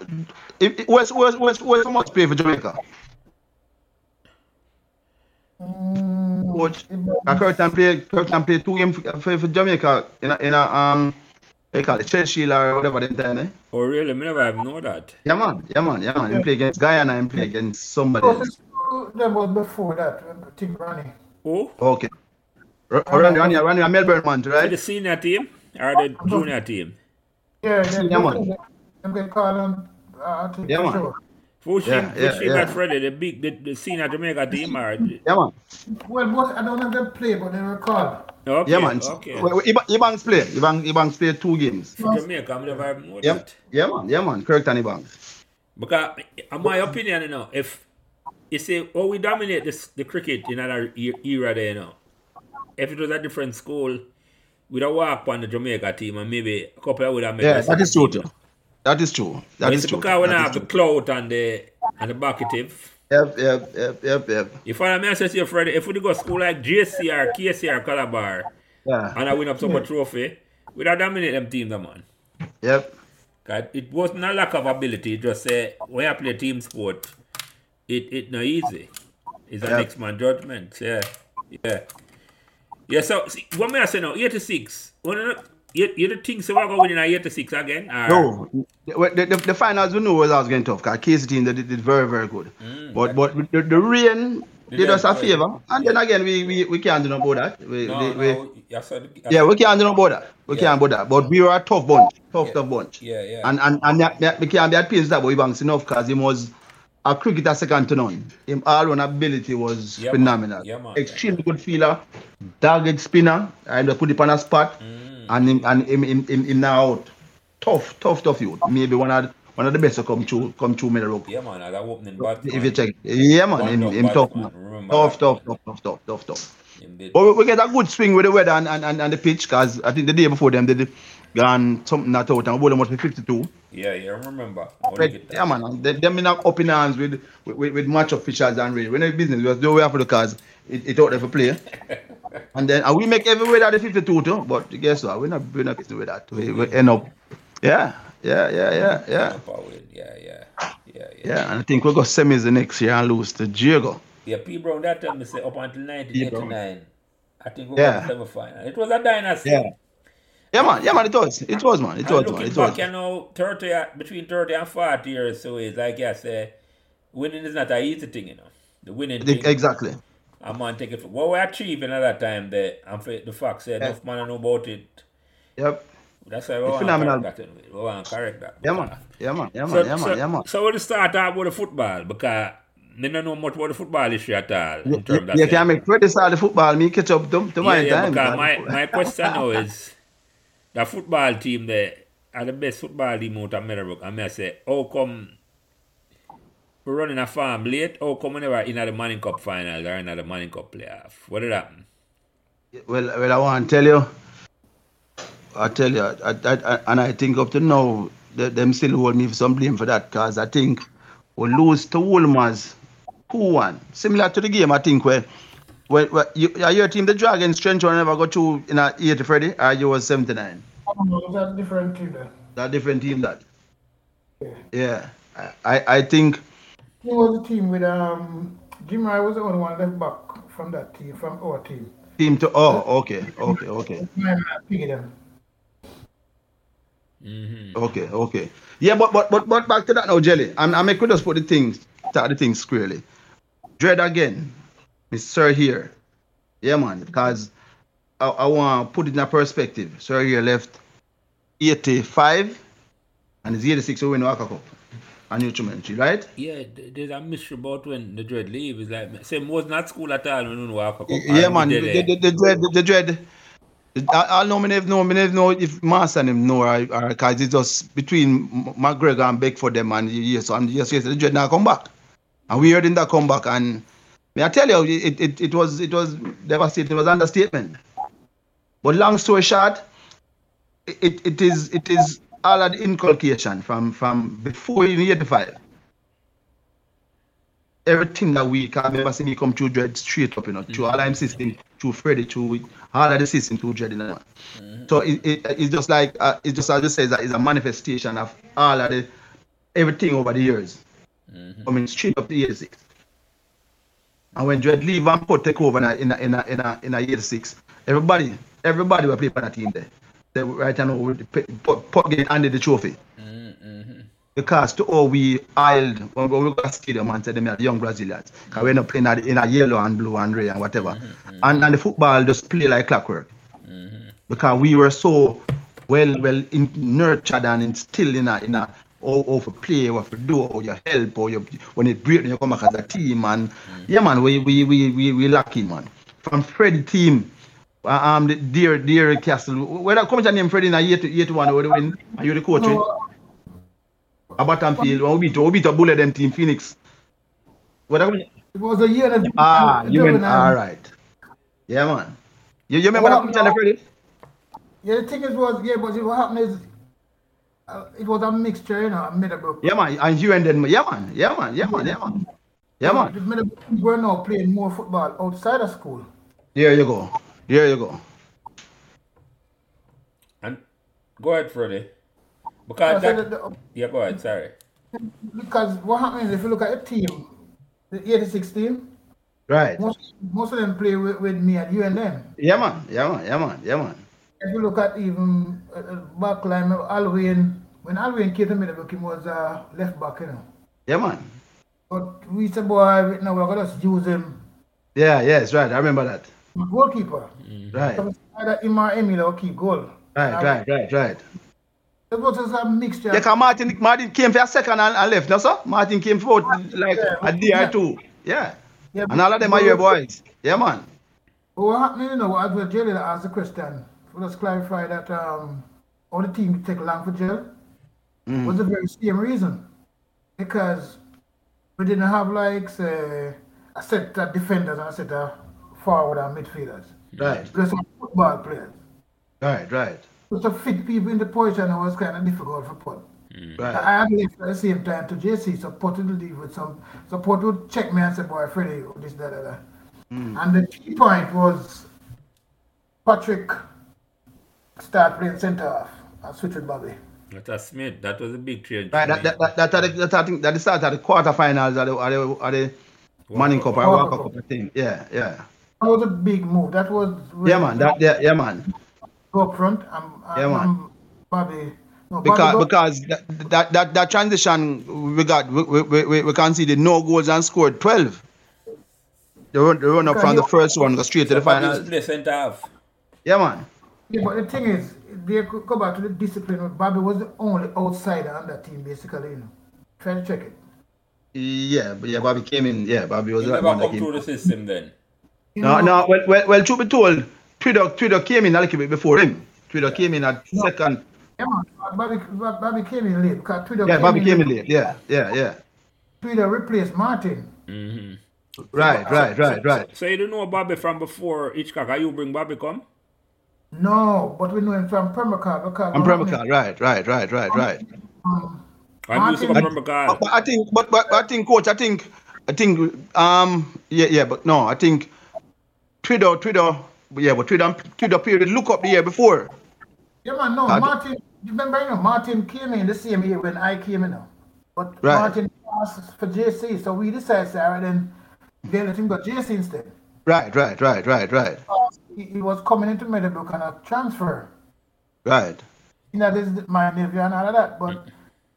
If, if, where's, where's, where's, where's how much pay for Jamaica?
mm,
Coach,
Ebanks.
and Kirkton play, Kirkton play two games for, for Jamaica in a, in a um, they call it Chelsea or whatever them time, eh?
Oh, really? I never have know that.
Yeah man, yeah man, yeah man. He play against Guyana, and play against somebody.
Because
Else.
it's true, them was before that, when Tim Ronnie.
Oh,
Okay. R- Randy, Randy, Randy, a Melbourne man,
so the
right?
senior team or the junior team?
Yeah, yeah,
Yeah, man.
Them get called on. Uh, to
Yeah, man.
sure.
Which
Yeah,
team?
yeah,
Which team
yeah.
got Freddy? The big, the, the senior Jamaica team or? The,
Yeah man.
Well, both, I don't know if they play, but they were called.
okay,
Yeah, man.
Okay.
Well, well, Iba- Ibangs play. Ibang, Ibangs play two games.
For Jamaica, I never have know
Yeah,
that.
yeah, man. Yeah, man. Correct, and Ibangs.
Because, in my opinion, you know, if you say, oh, we dominate this, the cricket in another e- era there, you know, if it was a different school, we'd have walked on the Jamaica team and maybe a couple of would have made
Yeah,
the
that is true.
team.
Too. That is true. That
But
is
it's
true.
because we don't
That
have
is
the
true.
clout and the, and the backative.
Yep, yep, yep, yep, yep.
You follow me? I said to you, Freddy, if we go school like JC or KC or Calabar
Yeah.
and I win up some a trophy, we'd have dominate them teams, man.
Yep.
'Cause It wasn't a lack of ability, it just say when you play team sport, it it not easy. It's a
Yeah.
next man judgment. Yeah. Yeah. Yeah, so see, what may I say now? 86. Well, no, no, You, you don't think so we're going to win in a 86 again? Or,
No, the, the, the, the finals we knew was always getting tough because KC team they did, did very, very good. But but the, the rain
Did
did us a
them, yeah.
favor. And then again, we, we, we can't do no about that. We,
no,
we,
no,
we,
you have to-
yeah, we can't do no about that. We
Yeah.
can't about that. But we were a tough bunch. Tough,
Yeah.
tough bunch.
Yeah, yeah.
And and and that, that, we can't be at pains that boy Banks enough because he was a cricketer second to none. Him all round ability was
Yeah, man.
phenomenal.
Yeah, man.
Extremely good feeler, dogged spinner, and they put it on a spot
Mm.
and him and him him, him, him now out. Tough, tough, tough youth. Maybe one of the- one of the best to come through come through middle rope.
yeah, man, I got opening bat.
If you check Yeah man,
One
him,
tough
him tough
batsman,
man.
remember
Tough,
that.
tough, tough, tough, tough, tough, tough.
Him did.
But we, we get a good swing with the weather and, and, and, and the pitch because I think the day before them they did gone something not out and we them must be 52.
Yeah, yeah, I remember.
But, yeah, man, and they, them in a- up in arms with, with, with match officials and really. When they business, we do we have to the cars, it, it out there for play. and then and we make every way that the 52 too, but guess what? We're not, we're not busy with that. We, we end up, yeah, yeah, yeah, yeah, yeah.
Yeah, yeah, yeah, yeah.
Yeah, and I think we'll go semis the next year and lose to Diego.
Yeah, P. Brown, that time me say up until
Brown.
1989. I think we
Yeah.
yeah. got the semifinal. It was a dynasty.
Yeah. Yeah, man, yeah, man, it was. It was, man. It
And
was, man.
looking
It
back,
was.
you know, 30, a- between 30 and 40 years, so it's like I say, winning is not an easy thing, you know. The winning thing,
Exactly.
I'm going to take it for what we achieving at that time there. And for the fact said,
Yeah.
enough man know about it.
Yep.
That's why we want to
phenomenal.
correct that. Anyway. We want to correct that.
Yeah, man. Yeah, man. Yeah, man.
So,
yeah, man.
so,
yeah, man.
so we'll start out with the football because I don't know much about the football issue at all. In
You,
terms
you,
of
you
that.
can make criticize the football, me catch up to, to
yeah,
my
yeah,
time.
because
man.
my, my question now is the football team there are the best football team out of Meadowbrook. And I say, how come we're running a farm late? How come we never in the Manning Cup final or in the Manning Cup playoff? What did happen?
Well, well, I want to tell you, I tell you, I, I, I, and I think up to now, they, them still hold me for some blame for that, because I think we lose to Wolmers 2-1. Similar to the game, I think, where, where, where you, are your team the Dragons, Trench, or never got you in a 80, Freddy, or you was 79?
I don't know, it was a different team then.
That different team, that.
Yeah.
Yeah. I, I, I think,
He was the team with um Jim Rye was the only one left back from that team, from our team.
team to, oh, okay, okay, okay.
My man, Piggy them.
Okay, okay. Yeah, but but but but back to that now, Jelly. I'm I'm could just put the things start the things squarely. Dread again, Miss Sir here. Yeah man, because I, I wanna put it in a perspective. Sir here left eighty five and it's eighty six who win the Waka Cup. And instrumentary, right?
Yeah, th- there's a mystery about when the dread leave. It's like, say, was not school at all when we walk up.
Yeah, man. The, the, the dread, the dread, I, I know me never know, me never know if Mass and him know, or, or cause it's just between M- McGregor and Beckford them, and yes, and yes, yes, the dreadnought come back, and we heard him that come back, and me I tell you, it, it, it was it was devastating, it was understatement. But long story short, it, it is it is all an inculcation from from before in '85. Everything that we can remember see me come through dread straight up, you know, through all I'm system, through Freddy, through all of the system, through dread. You know. So it, it, it's just like uh, it's just as it says that it's a manifestation of all of the everything over the years. I mean, straight up to year six. And when Dread leave and put take over in a, in a, in a, in a, in a year six, everybody everybody will play for that team there. They will right now will put getting under the trophy. Because to all we island when we go to the stadium and say them are young Brazilians. Because we're not playing at- in a yellow and blue and red and whatever. And and the football just play like clockwork. Because we were so well well in, nurtured and instilled in a in a how, how to play, what to do, how you help, how you when it break you come back as a team and yeah man, we we we we, we lucky man. From Freddy team uh, um, the dear, dear Castle. Whether come to name Freddy in a year to year to one, or win, are you the coach? eh?
So,
Abatam Field, when we beat, we beat a bullet them team Phoenix. Whether come
it was a year that.
ah, you win.
Dublin, um,
All right, yeah, man. You, you remember
Well,
that come to Freddy?
Yeah, the thing is, was yeah, but what happened is, uh, it was a mixture, you know, at Middlebrook.
Yeah, man. And you and then yeah, man, yeah, man, yeah, man, yeah, man, yeah,
The
man.
Middlebrook teams were now playing more football outside of school.
There you go. There you go.
And go ahead, Freddie. Because
So
that,
the- the-
yeah, go ahead. Sorry.
because what happened is, if you look at the team, the 86 team,
Right.
most, most of them play with, with me at UNM.
Yeah, man. Yeah, man. Yeah, man. Yeah, man.
If you look at even uh, uh, back line, uh, Alwyn, when Alwyn came to Middlebrook, he was uh, left back, you know.
Yeah, man.
But we said, boy, now we're going to use him,
Yeah. Yes. Right. I remember that.
goalkeeper.
Right.
So either him or Emil or keep goal.
Right. Right. Right. Right.
It was just a mixture.
Yeah, 'cause Martin, Martin came for a second and, and left, no sir? Martin came for about, like a day or two. Yeah.
Yeah,
And all of them are your boys. Yeah, man.
But what happened, you know, as well, Jelly asked the question, let's clarify that um, all the team take long for jail was the very same reason. Because we didn't have, like, say, a set of defenders and a set of forward and midfielders.
Right,
Just a football players.
right, right,
So to fit people in the position was kind of difficult for Pot.
Mm.
right.
I had left at the same time to JC, so Pot would leave with some, so Pot would check me and say, boy, Freddy, this, that, that, that.
Hmm.
And the key point was Patrick start playing centre half and switch with Bobby.
That's a Smith. That was a big change.
Right, that, that, that, that, are the- that, I think that the start of the quarterfinals of the, of the, of the Manning Cup or
Walker
Walker Cup,
Cup.
I think. Yeah, yeah.
That was a big move. That was
Yeah, man. That, yeah, yeah, man.
go up front and, and
Yeah, man.
um, Bobby. No,
Because,
Bobby go-
because that, that, that, that transition, we got, we, we, we, we- we conceded no goals and scored 12. The run, the run up from the first one, go straight to the final.
Play centre half.
Yeah, man.
Yeah, but the thing is, they could go back to the discipline. Bobby was the only outsider on that team, basically. You know, try to check it.
Yeah, but yeah, Bobby came in. Yeah, Bobby was
You
that
never
one that
come
came.
through the system then.
You
No,
know,
no. Well, well, well. Truth be told, Twitter, Twitter came in a little bit before him. Twitter came in at second.
Yeah, man, Bobby, Bobby came in late because Twitter
Yeah,
came
Bobby
in
came in late. Yeah, yeah, yeah.
Twitter replaced Martin.
Mm-hmm.
Right, right, right, right.
So you don't know Bobby from before Hitchcock. Are you bring Bobby come?
No, but we know him from Permacar because
And Premacar. Right, right, right, right, right.
Um,
I do some
Martin-
from Bacard.
But, but I think, but, but, but I think, coach. I think, I think. Um, yeah, yeah. But no, I think Twitter, Twitter. Yeah, but Twitter, Twitter period. Look up the year before.
yeah, man, no,
I-
Martin. You remember, you know, Martin came in the same year when I came in. Now. But
Right.
Martin asked for JC, so we decided, Sarah, then they let him go JC instead.
Right, right, right, right, right,
He, he was coming into Meadowbrook on a transfer.
right.
You know, this is my nephew and all of that. But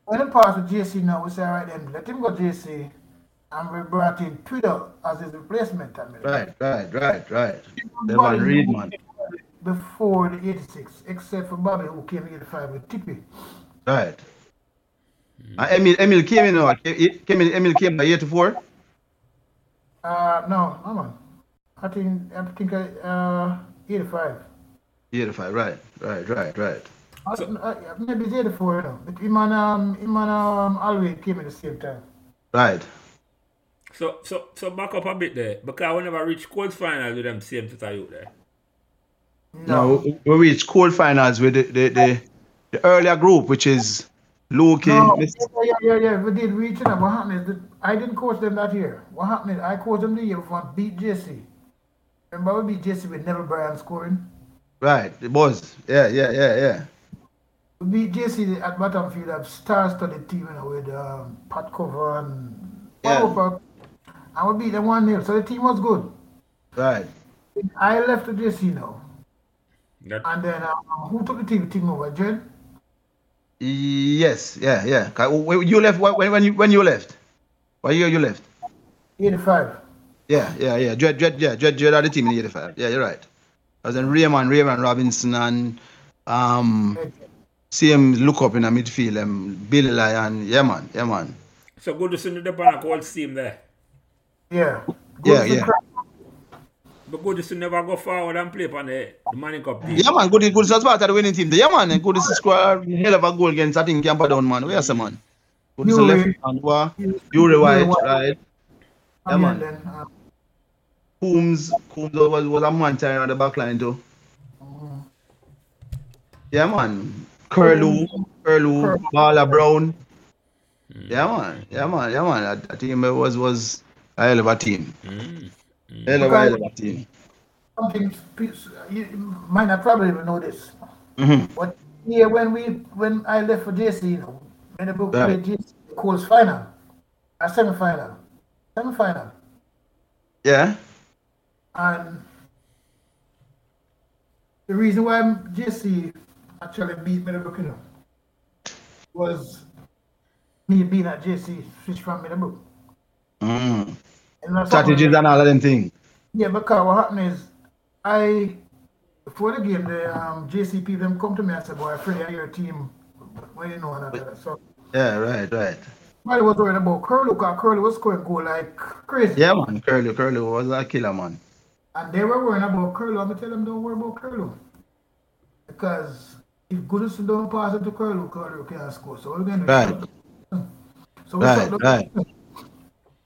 when it passed with JC now, we said, all right, then let him go JC. And we brought in Twitter as his replacement. I mean,
Right, right, right, right. Devon Reed, man.
Before the 86, except for Bobby, who came in 85 with Tippy.
Right. Uh, Emil, Emil came in, or he- he came in, Emil came by 84.
Uh, no, no, man. I think, I think I, uh, 85.
85, right, right, right, right.
Uh, uh, maybe it's 84, you know. But him and, um, him and um, Alway came at the same time.
Right.
So so so back up a bit there. Because whenever I reach codes final with them same to you there.
Now we- we reached quarterfinals with the, the, the, the earlier group, which is Luke,
No, yeah,
Mr.
yeah, yeah, yeah. We did reach it. up. What happened is that I didn't coach them that year. What happened is I coached them the year before I beat JC. Remember we beat JC with Neville Bryan scoring?
Right, it was. Yeah, yeah, yeah, yeah.
We beat JC at Battenfield, a star-studded team, you know, with um, Pat Cover and
Yeah.
Powerpuff. And we beat them 1-0, so the team was good.
Right.
I left to JC now.
That,
And then um, who took the team, team over? Jed?
Yes, yeah, yeah. 'Cause when You left when when you when you left? What year you left?
85.
Yeah, yeah, yeah. Dread, dread, yeah, dread, dread are the team in the 85. Yeah, you're right. I was in Raymond, Raymond Robinson and um same look up in the midfield, um, Billy Lyon. Yeah man, yeah man.
so good to see the Depana cold team there.
Yeah. Good
Yeah,
to
yeah.
crack.
But good to see never go forward and play on the, the Manning Cup team.
Yeah man, good good as part of the winning team. Yeah man, good is score hell of a goal against I think Camper down man. Where is the man? Good is the
Yuri.
left hand wa. Yuri White, right. Yeah,
And
man.
Then, um,
Coombs Coombs was, was a man tearing on the back line too. Yeah man. Curlew, Curlew, Bala Brown. Yeah man, yeah man, yeah man. I, I think it was was a hell of a team. Hell of a hell of a team.
something piece- you you might not probably even know this.
Mhm.
But yeah, when we when I left for JC, you know, when the book
Right.
played JC, the Colts final, a semi final, semi final,
Yeah.
and the reason why JC actually beat Middlebrook, you know, was me being at JC, switch from Middlebrook.
Mm.
And that's
Strategies
something-
and all of them things.
Yeah, because what happened is I before the game the um JCP them come to me and said, Boy, Freddie, are your team well you know and all that. So
Yeah, right, right.
somebody was worried about Curly because Curly was scoring goal like crazy.
Yeah man, Curlew, Curlew was a killer man.
And they were worrying about Curly. I'm gonna tell them don't worry about Curly. Because if Goodison don't pass it to Curly, Curly can't score. So we're gonna do
Right.
So we
Right,
shut down-
right.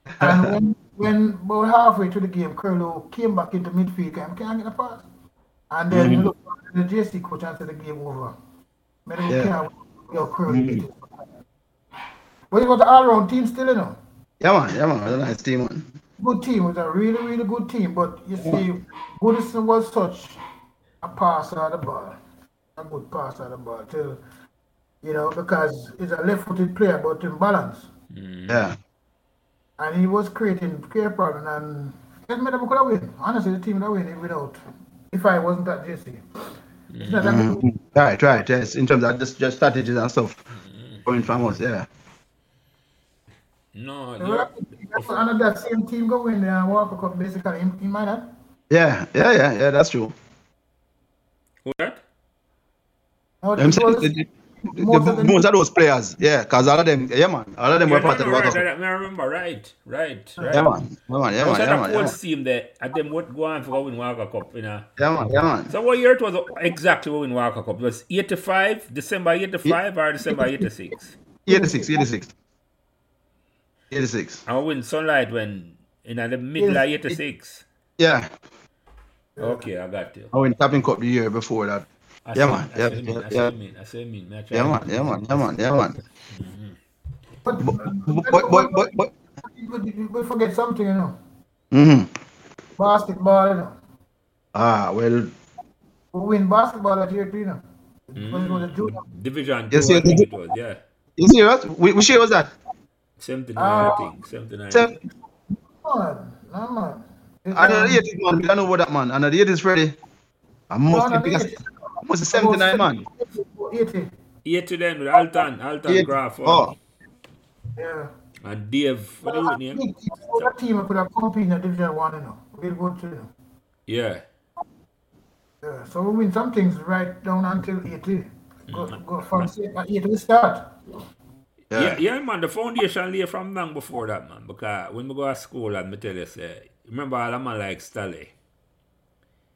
And when, when about halfway through the game, Curlo came back into midfield and can't get a pass. And then
Mm-hmm.
he looked at the JC coach and said the game over. Maybe
Yeah.
can't yo Curlo beat it. But it was an all round team still, you know.
Yeah man, yeah man, it was a nice team man.
Good team. It was a really, really good team. But you see, Goodison was such a passer of the ball. A good passer of the ball till you know, because he's a left footed player but in balance.
Mm.
Yeah.
And he was creating care problem and it made them could have win. Honestly, the team would have win without if I wasn't at JC. It's not that big.
Right, right, yes. In terms of just, just strategies and stuff.
Mm.
Coming from us, yeah.
No,
That's
you
what- And that same team go win the Walker Cup basically in, in my head.
Yeah, yeah, yeah, yeah, that's true.
who that?
No,
Them
it
say-
was-
the- the- the-
most of
the-
them-
most of those players, yeah, because all of them, yeah, man, all of them were
Yeah, no,
part of
no,
the
right,
World
right,
Cup.
I remember, right, right, right.
Yeah, man, yeah, man, yeah,
I was
man, yeah,
at
man,
a
yeah,
cold
man,
team there at them what go on for win Walker Cup, you know.
yeah, man, yeah, man.
So what year it was exactly when Walker Cup? It was 85, December 85 or December 86?
86, 86. 86.
I win Sunlight when in the middle of 86.
Yeah,
Okay, I got you.
I went tapping cup the year before that.
I
Yeah,
see-
man,
I
yeah,
see what you mean, I see
yeah,
what you mean, I see what you mean. Me, I try
Yeah,
to-
man, yeah, man, yeah, man, yeah, man. But,
But,
but, but, but, but
but you- we forget something, you know.
mm-hmm.
Basketball, you know.
ah, well,
We win basketball at year three, you know. When it was a junior.
Division
Yes,
two, I
yes,
think
yes.
it was, yeah.
you see us? We, we sure was that?
79, I
Uh,
Ah.
think. 79.
Seven,
No, man. No, man. It's,
I know
um,
the 80s, man, we don't know about that, man. I know the 80s, Freddy. I must,
No, no,
think
the
I
80s.
must be 79, man.
80.
80 then with Alton, Alton
Eight-
Crawford.
Oh,
Yeah.
And Dave, what
Well,
do
Uh,
I
you name?
think it's all that team could have compete in the Division One, you know. We'll go to, you know.
Yeah.
Yeah, so we win some things right down until 80. Go, go from say, uh, 80 we start.
Yeah. yeah,
yeah.
man, the foundation lay from long before that, man. Because when we go to school and me tell you, say, remember all the man like Stally?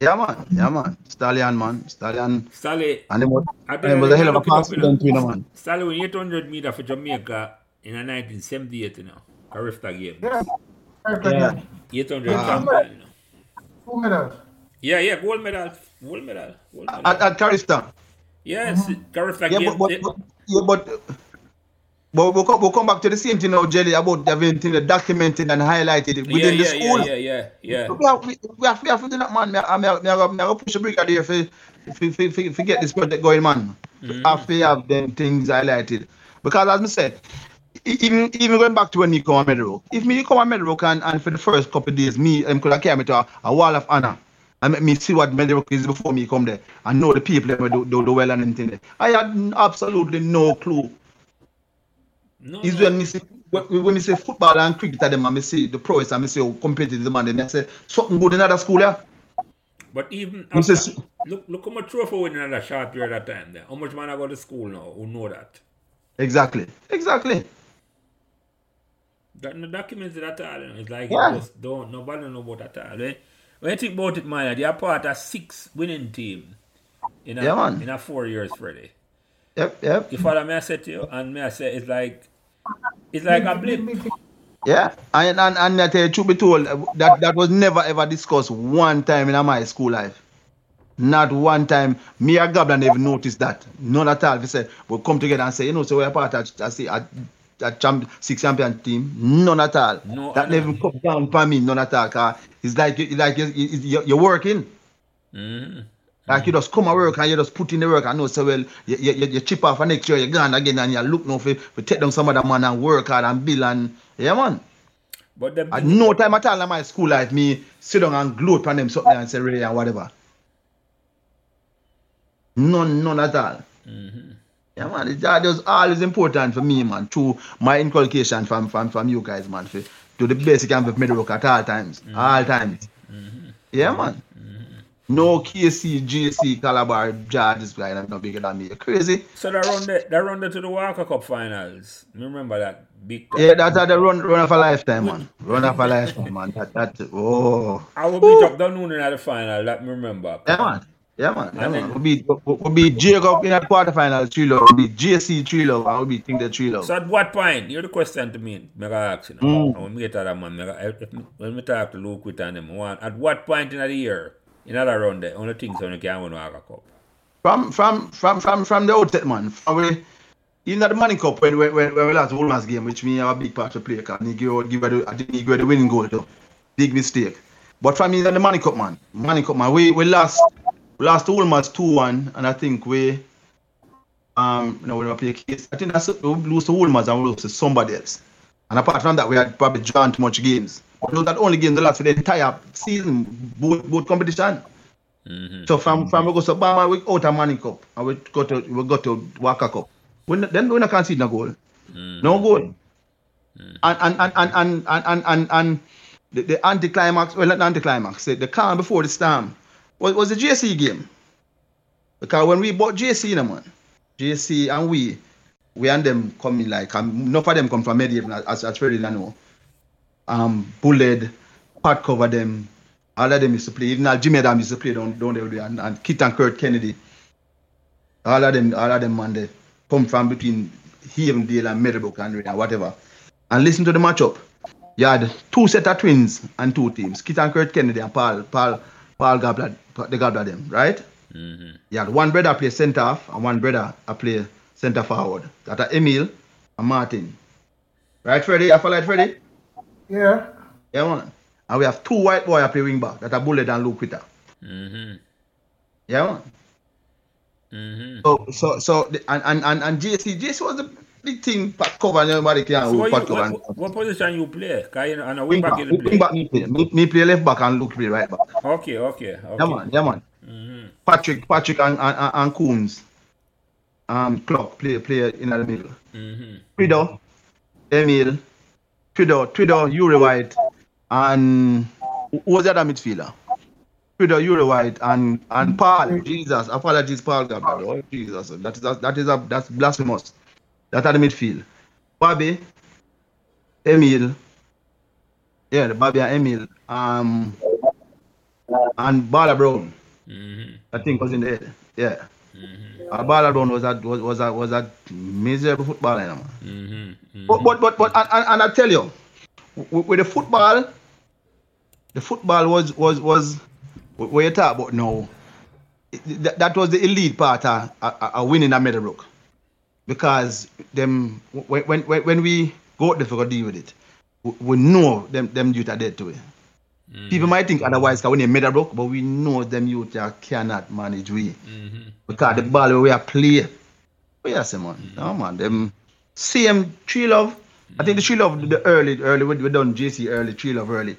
Yeah, man. Yeah, man. Stallion, man. Stallion.
Sally,
And him was,
I tell
and him
you,
was a hell of a
look it up, you know.
confident winner, man.
Sally win 800 meter for Jamaica in a 1978, you know. A Rifta game.
Yeah.
Yeah.
800
Ah.
champion, you know.
Two medals.
Yeah, yeah, gold medal. Gold medal. Gold medal.
At, at Carista.
yes, Karifta
Ah, Mm-hmm. Yeah,
game.
but, but, but, yeah, but, but we'll, come, we'll come back to the same thing now, Jelly, about everything that documented and highlighted within
yeah,
the
yeah,
school.
yeah, yeah, yeah, yeah.
We have, we, we have, we have to do that, man. Me, I, me, I, me, I, me, I go push a brigadier for, for, for, for, for get this project going, man. I have to have them things highlighted. Because as I said, e- even even going back to when me come on Medrock, if me come on Medrock and, and for the first couple of days, me um, could have carry me to a, a wall of honor. And make me see what Medrock is before me come there. I know the people that do, do, do well and anything there. I had n- absolutely no clue
No,
is
no.
when me say when, when me say football and cricket at them and me say the pros and me say how competitive the man then I say something good in other school yeah.
But even
Who
after,
says-
look, look how much trophy winning in a short period of time. There, how much man I go to school now? Who know that?
Exactly. Exactly.
That no documented at all. you know. It's like
Yeah.
you just don't nobody know about that at all. Eh? When you think about it, man, they are part of six winning team in a
Yeah, man.
in a four years Freddy.
Yep, yep.
You follow me I said to you and me I said it's like it's like a blip.
Me- me- me-
Yeah. And and, and I tell you truth be told, uh, that, that was never ever discussed one time in my school life. Not one time. Me and Gablan never noticed that. None at all. We said we'll come together and say, you know, so we're part of I say a, a champ, six champion team. None at all.
No,
that
I know.
never come down for me, none at all. 'cause It's like you- like you- you- you- you're working.
Mm.
Like you just come and work and you just put in the work and know say well you, you, you, you chip off and next year you're gone again and you look now for, for take down some other man and work hard and bill and yeah man.
But them
At no time at all in my school life me sit down and gloat on them something and say really and whatever. None none at all. Yeah man, it, that was always important for me man to my inculcation from from from you guys man for to the basic and for middle work at all times. All times. Yeah man. No KC, JC, Calabar, Jar, this guy not bigger than me. You're crazy.
so that round the that round to the Walker Cup finals. Me remember that big cup.
Yeah, that, that the run run of a lifetime, man. Run of a lifetime, man. That that oh
I will beat up Dunoon in the final, that me remember.
yeah man. Yeah man, yeah,
And
man.
then-
We'll be we'll we'll be Jacob in that quarterfinal three love. We'll be JC three love and we'll be think the three love.
So at what point? You're the question to me. Me go ask you know.
Mm.
And When me get to that man, me go- if- if- when me talk to Luke with and them, one, at what point in the year, in that round, there, only things only can win Walker Cup.
From from from from from the outset, man. From we in that money cup when when when, when we lost the Woolman's game, which me have a big part to play, cause he give out- give out the- I think he give out the winning goal though. Big mistake. But from in the money cup man, money cup man, we we lost we lost to Woolman's two one and I think we um no we don't play case. I think that's it. we lose to Woolman's and we lose to somebody else. And apart from that, we had probably drawn too much games. But not that only game the last for the entire season, both both competition. So from from we go to Bama, we out of Manning Cup and we go to we go to Waka Cup. We, no- then we not concede no goal. No goal. And and and and and and and, and, and the, the anticlimax, well not anticlimax, the, the calm before the storm was, was the JC game. Because when we bought JC you know, man, JC and we, we and them come in like um, enough of them come from medieval as as really I know. Um Bullet, Pat cover them, all of them used to play. Even Al Jimmy Adam used to play down, down there with you, and, and Kit and Kurt Kennedy. All of them, all of them man they come from between Havendale and Meadowbrook and, and whatever. And listen to the matchup. You had two set of twins and two teams, Kit and Kurt Kennedy and Paul Paul Paul Gablad, the Gablad them, right?
Mm-hmm.
You had one brother play centre half and one brother a play centre forward. That are Emil and Martin. Right, Freddie? You follow it, Freddie?
Yeah.
Yeah, man. And we have two white boy a play wing back that are Bullet and Luke Witter.
Mm-hmm.
Yeah, man.
Mm-hmm.
So, so, so, the, and, and, and, and JC, JC was the big thing, Pat cover, and everybody can
So
hold
what,
Pat
you,
cover. and-
what, what position you play? Cause you know, I know wing
Wing back,
back you
wing
play.
back, me play, me, me play left back and Luke play right back.
Okay, okay, okay.
Yeah, man, yeah, man.
Mm-hmm.
Patrick, Patrick and, and, and- and Coombs, um, Clock play, play in the middle.
Mm-hmm.
Twido, Emil, Twido, Twido, Uri White, and who was the other midfielder? Twido, Uri White, and and Paul. Jesus, apologies, Paul Gabriel. Oh, Jesus, that is a, that is a that's blasphemous. That are the midfield. Bobby, Emil, yeah, the Bobby and Emil, um, and Bala Brown.
Mhm.
I think was in the head. Yeah. mm Bala Brown was a was was a was a miserable footballer, you know, man.
Mhm. Mhm.
But but but but and, and, and I tell you, with, with the football, the football was was was wh- where you talk about now. it- That, that was the elite part of, of, of winning at Meadowbrook, because them when when when when we go out there to deal with it, we, we know them them youth are dead to it. People might think otherwise, can win in Meadowbrook, but we know them youth are cannot manage we
Mhm.
because the ball where we are play. We are say man, no man, them same tree love. I think the tree love the early early we, we done JC early tree love early,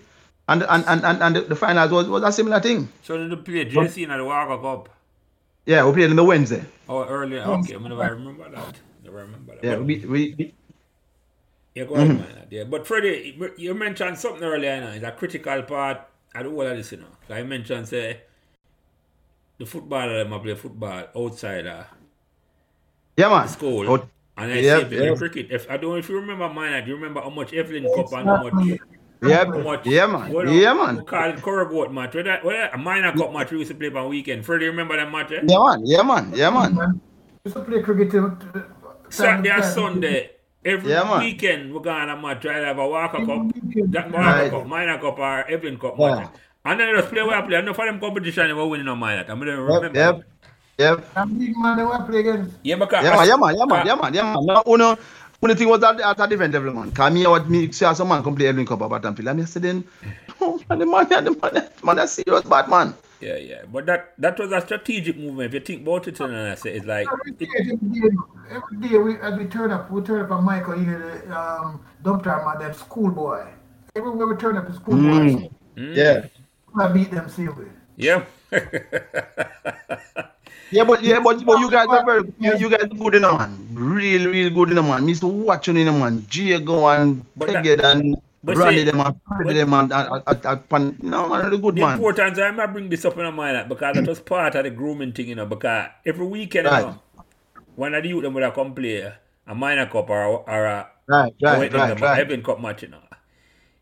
and and and and, and the, the finals was, was a similar thing.
So did you play JC in the Walker Cup?
Yeah, we played on the Wednesday.
Oh, earlier. Okay, I mean, if I remember that. I remember that.
Yeah,
But-
we, we, we
Yeah, go ahead,
Mm-hmm.
man. Yeah, but Freddie, you- you mentioned something earlier, you know, it's a critical part of the whole of this, you know. Like I mentioned, say, the footballer, them a play football outside of
yeah man. Oh,
school.
Out-
and I
Yep,
see play
yep.
cricket. If I don't, if you remember mine, do you remember how much Evelyn Cup and how much,
Exactly.
how
yeah,
much,
yeah man,
what-
yeah
We
man,
call it Corrugoat match. Where that, where that, a minor cup match we used to play on weekend. Freddie, you remember that match? Eh?
yeah man, yeah man, yeah man.
Used to play cricket till- uh, till-
Saturday
till-
and Sunday. Every
Yeah, man.
weekend we're going to match. Try to have a Walker Cup.
Weekend.
That Walker
Right.
Cup, Minor Cup or Evelyn Cup
Yeah.
match. And then just play where I play. I know for them competition they were winning on mine. I don't remember.
Yep, yep, yep.
That big man they want to play against.
Yeah, because
Yeah man, yeah man, yeah man, yeah man, yeah man. Now, you know, only thing was that at a different level, man. Cause me, what me see, some man come play Evelyn Cup about and feel, and I said, then, oh man, the man, the man, the man, that's serious bad man.
yeah, yeah. But that that was a strategic movement. If you think about it, and I say it's like
Every day, every day, every day we, as we turn up, we turn up on Michael here, the um, dump time on that schoolboy. Everywhere we turn up is
Hmm.
schoolboy.
Yeah.
I beat them silly.
yeah.
Yeah, but yeah, but, but you guys are very you, you guys are good in the man. Real, real good in the man. Mister watching in the man. Diego and
But that-
Peggy and
but
Brandy
see-
them and Freddy them and and- and- and- and- no man, the good
The
man.
importance, I might bring this up in my mind because that was part of the grooming thing, you know. Because every weekend,
Right.
you know, one of the youth them would have come play a minor cup or, a- or a
Right,
I
right,
went in
right,
the
right.
Evan Cup match, you know.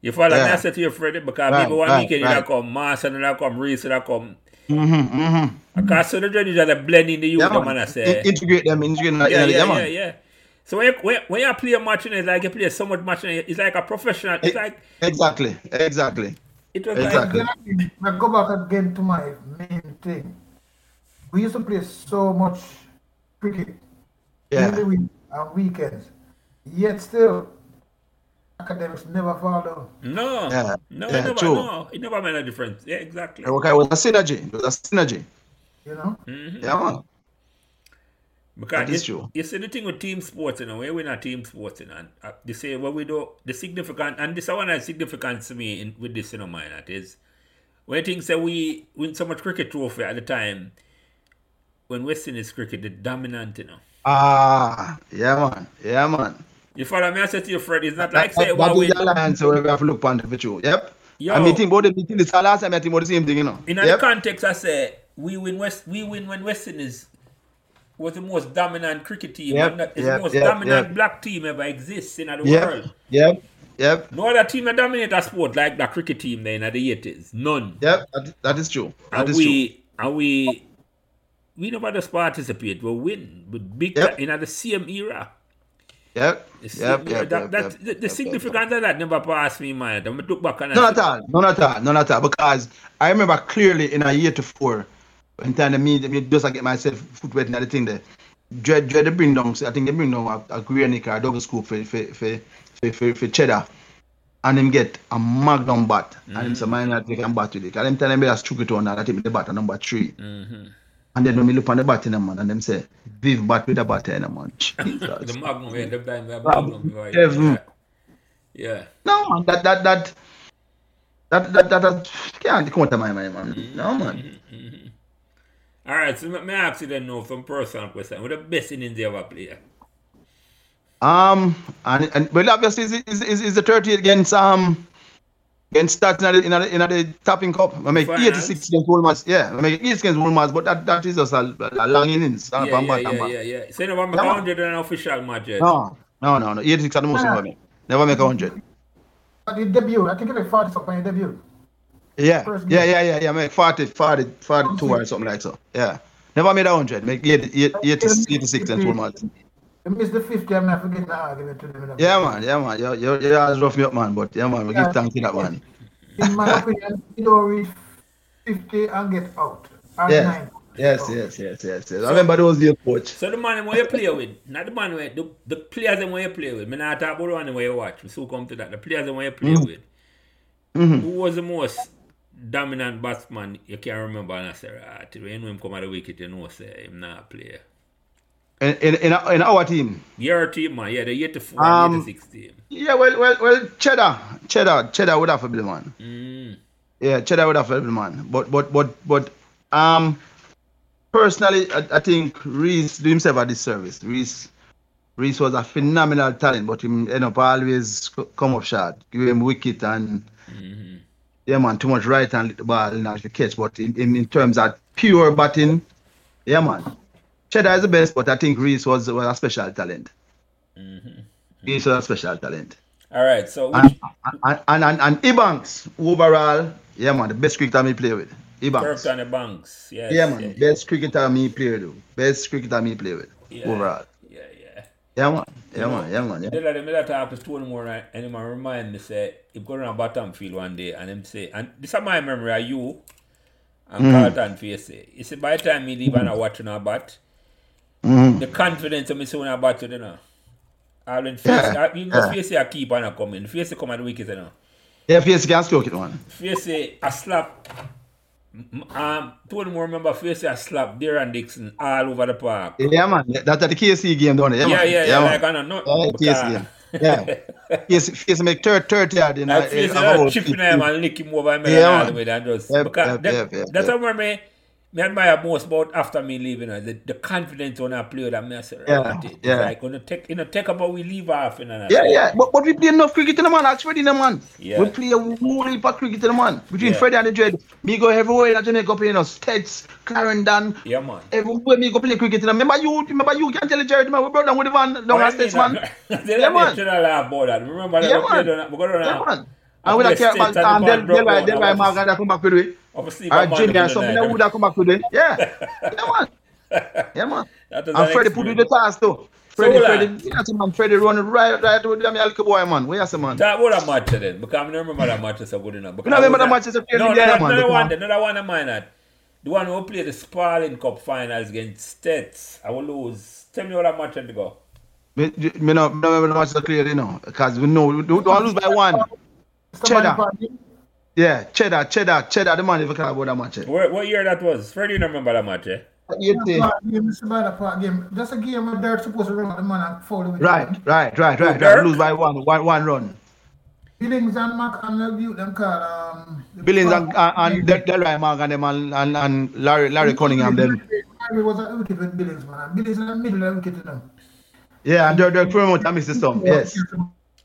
You follow me, I
Yeah.
said to your friend, eh? because
Right,
maybe one
right,
weekend
right.
you come Mars and you come Reese and you come.
Mm-hmm, mm-hmm.
Because so the journey is just blending the youth,
Yeah,
man.
man.
I say.
In- integrate them, integrate them.
yeah, yeah, yeah, yeah,
man.
So when you, when, when you play a match, you know, it's like you play so much match, you know, it's like a professional. It's like,
Exactly, exactly.
it was
Exactly.
like,
Then I I go back again to my main thing. We used to play so much cricket in the
Yeah,
week and weekends. Yet still, academics never follow.
no,
Yeah,
no,
yeah,
it never,
true.
no, it never made a difference. Yeah, exactly.
okay, it was a synergy. It was a synergy.
You know,
Mm-hmm.
Yeah, man.
Because
That is
you,
true.
you see the thing with team sports, you know, when we're not team sports, you know, and uh, they say what we do, the significant, and this is one of the significance to me in, with this, you know, mine, that is, when you think say we win so much cricket trophy at the time, when West Indies cricket, the dominant, you know.
Ah, yeah, man. Yeah, man.
You follow me? I said to you, Fred, it's not like
That-
say
that-
what
that
we
is the alliance where we have to look upon the picture. Yep.
Yo.
I mean, think about the meeting. This last time I think about the same thing, you know.
in
yep.
other context. I say we win West, we win when West Indies was the most dominant cricket team,
Yep,
and that is
yep,
the most
yep,
dominant
yep.
black team ever exists in the
Yep.
world.
Yep. Yep.
No other team that dominate a sport like the cricket team there in the eighties. None.
Yep. That, that is true. That
and
is
we and we we never just participate. We win with big
Yep.
in the same era.
true. Yep.
The same
Yep.
era.
Yep.
that,
yep,
that,
yep,
the, the
yep, yep,
significance
yep.
of that never passed me mind. I'm look back and I
None
say,
at all. None at all. None at all. Because I remember clearly in a year to four, when time to me, me just I get myself foot wet and the thing there. Dread, dread the bring down. I think they bring down a, a Guernica, a double scoop for for for for, for, for cheddar. and him get a magnum bat and him say mine not take him bat with it. And him tell him just chuck it on and I take me the bat at number 3 And then when me look on the bat in a man and them say, Viv bat with a bat in a man.
the
Jesus.
magnum yeah, the time the
Wow. hmm.
magnum right,
Heaven.
yeah.
no man, that that that that that that, that can't come out of my mind, man. No man.
All right, so let me ask you then now some personal question. What the best innings you ever play?
Um and and well obviously is is is, is the 30 against um against starting in the, in the, in the tapping cup. I make
Finals.
86 against Wolmars. Yeah, I make 86 against Wolmars, but that, that is just a, a long innings.
Yeah,
and
yeah,
bam, bam,
yeah,
bam,
yeah,
bam.
yeah, So you never make
Yeah, man.
100 in an official match yet?
No, no, no, no. 86 at the most for me. Never make a 100.
at the debut, I think it was 40 something on your debut.
Yeah,
First
yeah,
game.
yeah, yeah, yeah. Make 40, 40, 42 or something like so. Yeah. Never made a 100. Make 80, 80, 86 in two months.
I missed the 50, I'm not forgetting the argument to them.
Yeah, man. Yeah, man. You, you, you always rough me up, man. But yeah, man, we give thanks to that, man.
In my opinion, you don't reach 50 and get out. Or
Yeah.
90.
Yes, yes, yes, yes, yes. I remember those years, coach.
So the man where you play with, not the man where the, the players them where you play with. Me not talk about the one where you watch. We still come to that. The players them where you
Mm-hmm.
play with. Who was the most dominant batsman you can remember? And I said, ah, till when him come out of the wicket, you know, say him not a player.
In, in, in, our- in our team.
Your team, man, yeah, the 84
Um,
and 86 team.
Yeah, well, well, well, Cheddar. Cheddar. Cheddar would have a bit, man.
Mm.
Yeah, Cheddar would have helped man. But but but but um personally I, I think Reese do himself a disservice. Reese Reese was a phenomenal talent, but him end up always c- come up short. Give him wicket and yeah man, too much right hand little ball and actually catch. But in, in, in terms of pure batting, yeah man. Cheddar is the best, but I think Reese was, was a special talent. Reese was a special talent.
All right, so which,
And, and, and, and, and Ebanks, overall, yeah, man, the best cricketer me play with.
Turf
Ebanks.
on the banks. Yes,
Ah. Yeah, man,
Yeah,
best cricketer me play with. Best cricketer me play with,
yeah,
overall.
yeah. yeah.
Yeah, man. Yeah, man. Yeah, man. Yeah.
Then at the middle time, after Stone Moore, and and him a remind me, say, he go down bottom field one day, and him say, and this is my memory of you, and
Mm-hmm.
Carlton face say, he said, by the time he leave and I watch a bat,
Mm-hmm.
the confidence of me see when I bat, you know, I'll in face,
Yeah,
I, you know,
yeah.
face say I keep and I come in, face say come at the wicket, you know,
Yeah, face can stroke it, man.
face say I slap, m- m- um, Stone Moore remember face say I slap Darren Dixon all over the park.
Yeah, man. That's the KC game down there. Yeah,
Yeah,
man.
yeah, yeah,
man.
like I don't know. uh,
Yeah,
because-
KC game. Yeah. face, face make 30, 30 yard in
I feel
in-
uh,
about
chipping
15.
him and lick him over my
Yeah,
yeah, all the
man.
way down just
Yep,
because
yep,
that,
yep, yep,
that's
yep.
what me me admire most about after me leaving uh, the, the confidence on our player that me I say,
Yeah,
right, it's
yeah.
like gonna take you know take about we leave off and all that.
Yeah, yeah. But, but we play enough cricket in the man, actually in the man.
Yeah.
We play a whole heap of cricket in the man. Between
Yeah.
Freddie and the Dread, me go everywhere in Jamaica playing us. Teds, Clarendon,
yeah man.
everywhere me go play cricket in the Remember you, remember you can't tell Jared, man, we brought down with the van down at States, man.
yeah, man.
man.
Laugh about that. Remember that
Yeah,
we played
man.
on, we got on
Yeah,
a-
man.
a
And with a ah,
West
care
State
about
and
time,
the
then
man broke
Delay,
down,
Delay,
I was-
Margaret, I come back with it.
I was sleep
All
on
right,
man
Ah, Jimmy,
the
and something
other
that
night.
would have come back with it. Yeah. Yeah, man. Yeah, man.
That was
And
an
Freddie put in the
experience.
task, though. Freddie,
hold on.
Freddie, yeah, man, Freddie run right, right with them, Yalka boy, man. Where you say, man?
That would have mattered then, because I don't remember that match so good enough. Because
don't remember
I was
that match as a
at-
player
No, no,
in the
no,
air, man,
another
because-
one, then, another one of mine had. The one who played the Sparling Cup finals against States. I will lose. Tell me what that match had to go.
Me, me no, me no remember the match is clear, you know, because we know we don't don't lose by one.
Somebody
Cheddar.
bought me.
Yeah, cheddar, cheddar, cheddar. The man never care about that match. eh.
Where, what year that was? Freddie, you don't remember that match, eh?
Eighty.
Park game, Mr. Bada Park game. That's a game where they're supposed to run out the man and foul with
Right, right, right, right, right.
Dirk?
Lose by one, one, one run.
Billings and Mac and the view them call um the
Billings and uh,
Park-
and, and Del- Delroy Morgan them and, and and Larry Larry Cunningham them.
Harry was a wicket with Billings man and Billings in the middle of the wicket to them.
Yeah, and Dirk Dirk Fremont and Mr. Stump. Yes,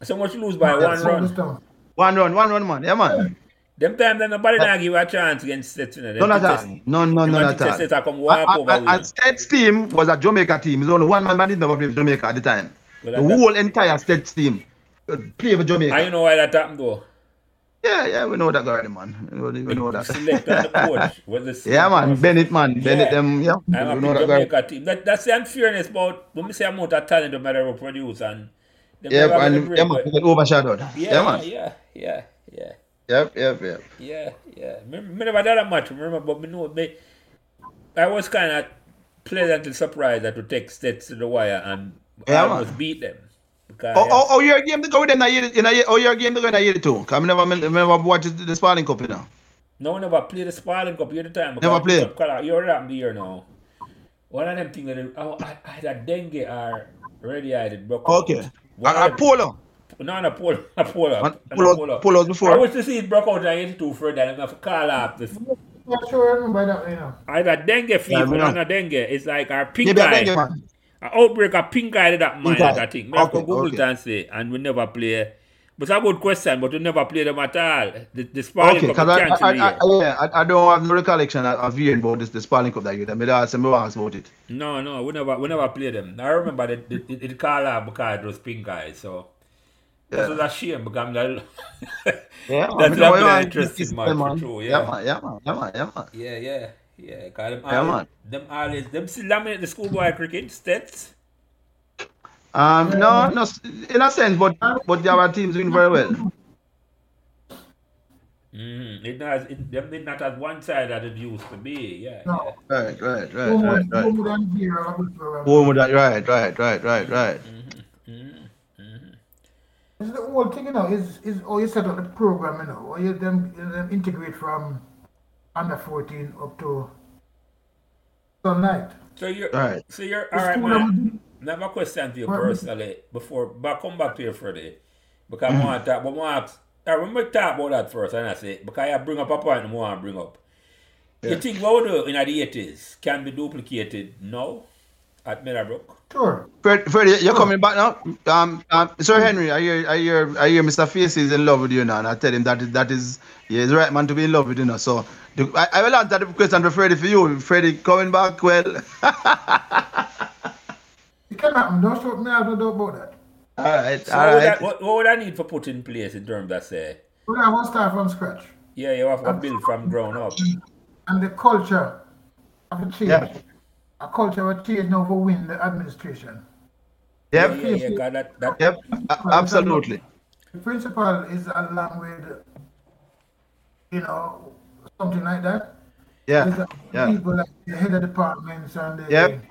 So much lose by one
That's all
run.
this town.
one run, one run, man. Yeah, man.
Them time, then nobody not give a chance against States. You know, them
None at
teachers-
all. None,
them
none, none at
teachers
all.
States are come walk
And,
over
and,
with.
and Stead's team was a Jamaica team. It's only one man that didn't ever play for Jamaica at the time.
Well,
the
that-
whole entire Stead's team uh, play for Jamaica.
And you know why that happened, though?
Yeah, yeah, we know that already, man. We know, we know
The
that.
selector and the coach. was the same
yeah, man,
person.
Bennett, man, Bennett, them, yeah, we
I'm
know
a
that guy.
Jamaica team. That, that's the unfairness about when we say amount of talent the matter of produce and them never
Yeah,
gonna
and
break,
yeah, man,
but-
we get overshadowed.
yeah,
Yeah, man.
yeah, yeah, yeah,
Yep, yep, yep.
yeah, yeah. Me, me never done that much, remember, but me know me. I was kind of pleasantly surprised that we take steps to the wire and
Yeah,
I almost
man.
beat them. Because,
Oh, oh, oh, your game to go with them in a year, in a year, oh, your game to go in a year too. Cause I never, me never watch the, the Sparling Cup, you know.
No one ever played the Sparling Cup here the time.
Never play.
You already happened here now. One of them things that I, I, I had a dengue or radiated broke. out.
Okay.
One of
I, I
them-
polo.
No, no, pull, no, pull up.
And
No,
pull out- pull out before.
I wish to see it broke out in 82 Fred and I have to call off this.
Yeah, sure, I remember that, you know.
Either dengue fever
me know.
or not dengue. It's like our pink
Maybe I
eye.
think, man.
An outbreak of pink eye did that man
Pink eye.
that I think. Me have to
Okay,
Google
okay.
it and say, and we never play. But it's a good question, but we never play them at all. The, the Sparling
Okay,
Cup,
cause
we
I,
cancel
I, I,
it.
I, yeah, I, I don't have no recollection of, of hearing about this, the Sparling Cup that year. I mean, I said, me ask about it.
No, no, we never, we never play them. I remember the, the, it, it call up because it was pink eye, so This is a shame because I'm that,
Yeah,
that's
man.
a
Why
very
not?
interesting
Yeah,
match for true, yeah.
man. Yeah, man. Yeah, man. Yeah, man.
yeah, yeah, yeah. Cause them
Yeah,
always,
man.
them always, them still laminate the schoolboy cricket stats.
Um, no, no, s- in a sense, but but there are teams doing very well.
Mm, it not, as- it, them did not as one side as it used to be. Yeah,
No.
Right, right, right,
Home
right,
would-
right.
home would and here, I would- uh,
Home with that, right, right, right, right, right.
It's the whole thing, you know, is is or you set up the program, you know, or you them, you them integrate from under fourteen up to sunlight.
So you're,
Right.
so you're,
The
all right,
school
man.
I'm-
Now, my question to you
Well,
personally, before, but I come back to you, Freddie, because
Mm-hmm.
I want to talk, but I want to- I remember talk about that first, and I say, because I bring up a point I want to bring up. You think what we do in the 80s can be duplicated now at Meadowbrook?
Sure.
Fred, Freddie, you're coming back now. Um, um, Sir Henry, I hear, I hear, I hear, Mr. Face is in love with you now, and I tell him that is that is, yeah, he's the right man to be in love with you now. So the, I, I will answer the question for Freddie for you. Freddie coming back, well,
It can happen. Don't show me I don't know about that.
all right,
So
all
what, would I,
right.
what, what would I need for put in place in terms of say,
But I won't start from scratch.
yeah, you have to build from ground up.
And the culture of a change.
Yeah.
A culture of change now for win the administration.
Yeah,
Yep,
yeah, yeah, 'cause that, that,
yep, a- absolutely.
The principal is along with you know, something like that. Is
Yeah,
that
yeah,
People like the head of departments and the
Yep.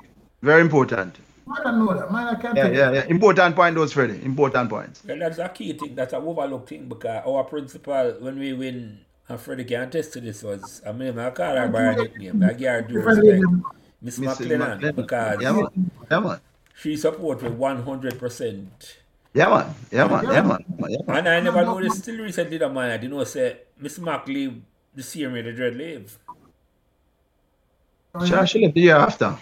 very important.
I don't know that. Man, I can't
Yeah,
tell you.
yeah, yeah. Important point, those Freddie. Important points.
Well, that's a key thing. That's a overlooked thing because our principal, when we win, and Freddie can attest to this, was, I mean, I call her by her nickname. I give her due respect. Miss
Mrs.
McLennan,
McLennan.
because
Yeah, man. Yeah, man.
she supported 100%.
Yeah, man. Yeah, man. Yeah, man. Yeah, man. Yeah, man.
And I never know this till recently, the man, I didn't know, say, Miss Mackley, the same way the dread live.
Oh, yeah.
She, she left the year after.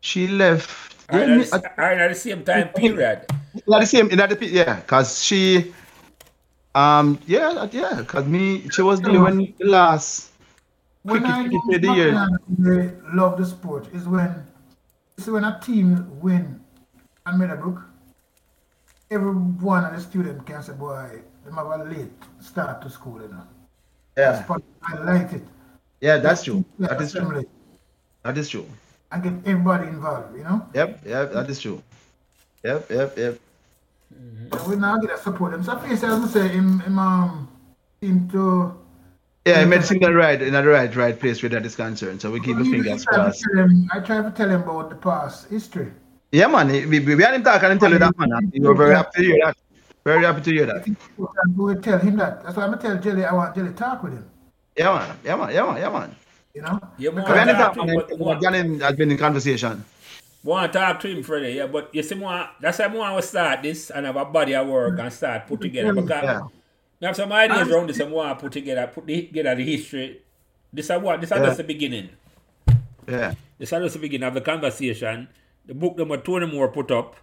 She left. Yeah,
And
me-
at the- and at the same time period.
Yeah, the same. In the yeah, cause she, um, yeah, yeah, cause me, she was there when the last.
When
Cricket,
I
cricket
know
play the year.
Scotland, they love the sport is when it's when a team win at Meadowbrook, every one of the students can say, boy, they have a late start to school, you know.
Yeah,
But I like it.
yeah, that's true.
Yeah,
That is true.
assembly.
That is true.
And get everybody involved, you know.
Yep, yep, that is true. Yep, yep, yep.
We now get that support them. So I feel as I say, him, him um, him to
Yeah, I met him in the right, in the right, right place where that is concerned. So we keep the fingers
I try to
crossed.
tell him- I try to tell him about the past history.
Yeah, man, we, we, we had him talk and tell you that, man. We were very happy to hear that. Very happy to hear that.
And we will tell him that. That's why I'm gonna tell Jelly I want Jelly to talk with him.
Yeah, man. Yeah, man. Yeah, man. Yeah, man.
You know?
You want
We had him talk,
to
man.
talk to him, but-
We had him- had been in conversation.
want to talk to him, Freddie, yeah, but you see, more, that's why I want to start this and have a body of work and start put together. Because
Yeah.
We have some ideas around this and want to put together, put the, together the history. This is what this is
Yeah.
just the beginning.
Yeah.
This is just the beginning of the conversation. The book number Tony Moore put up.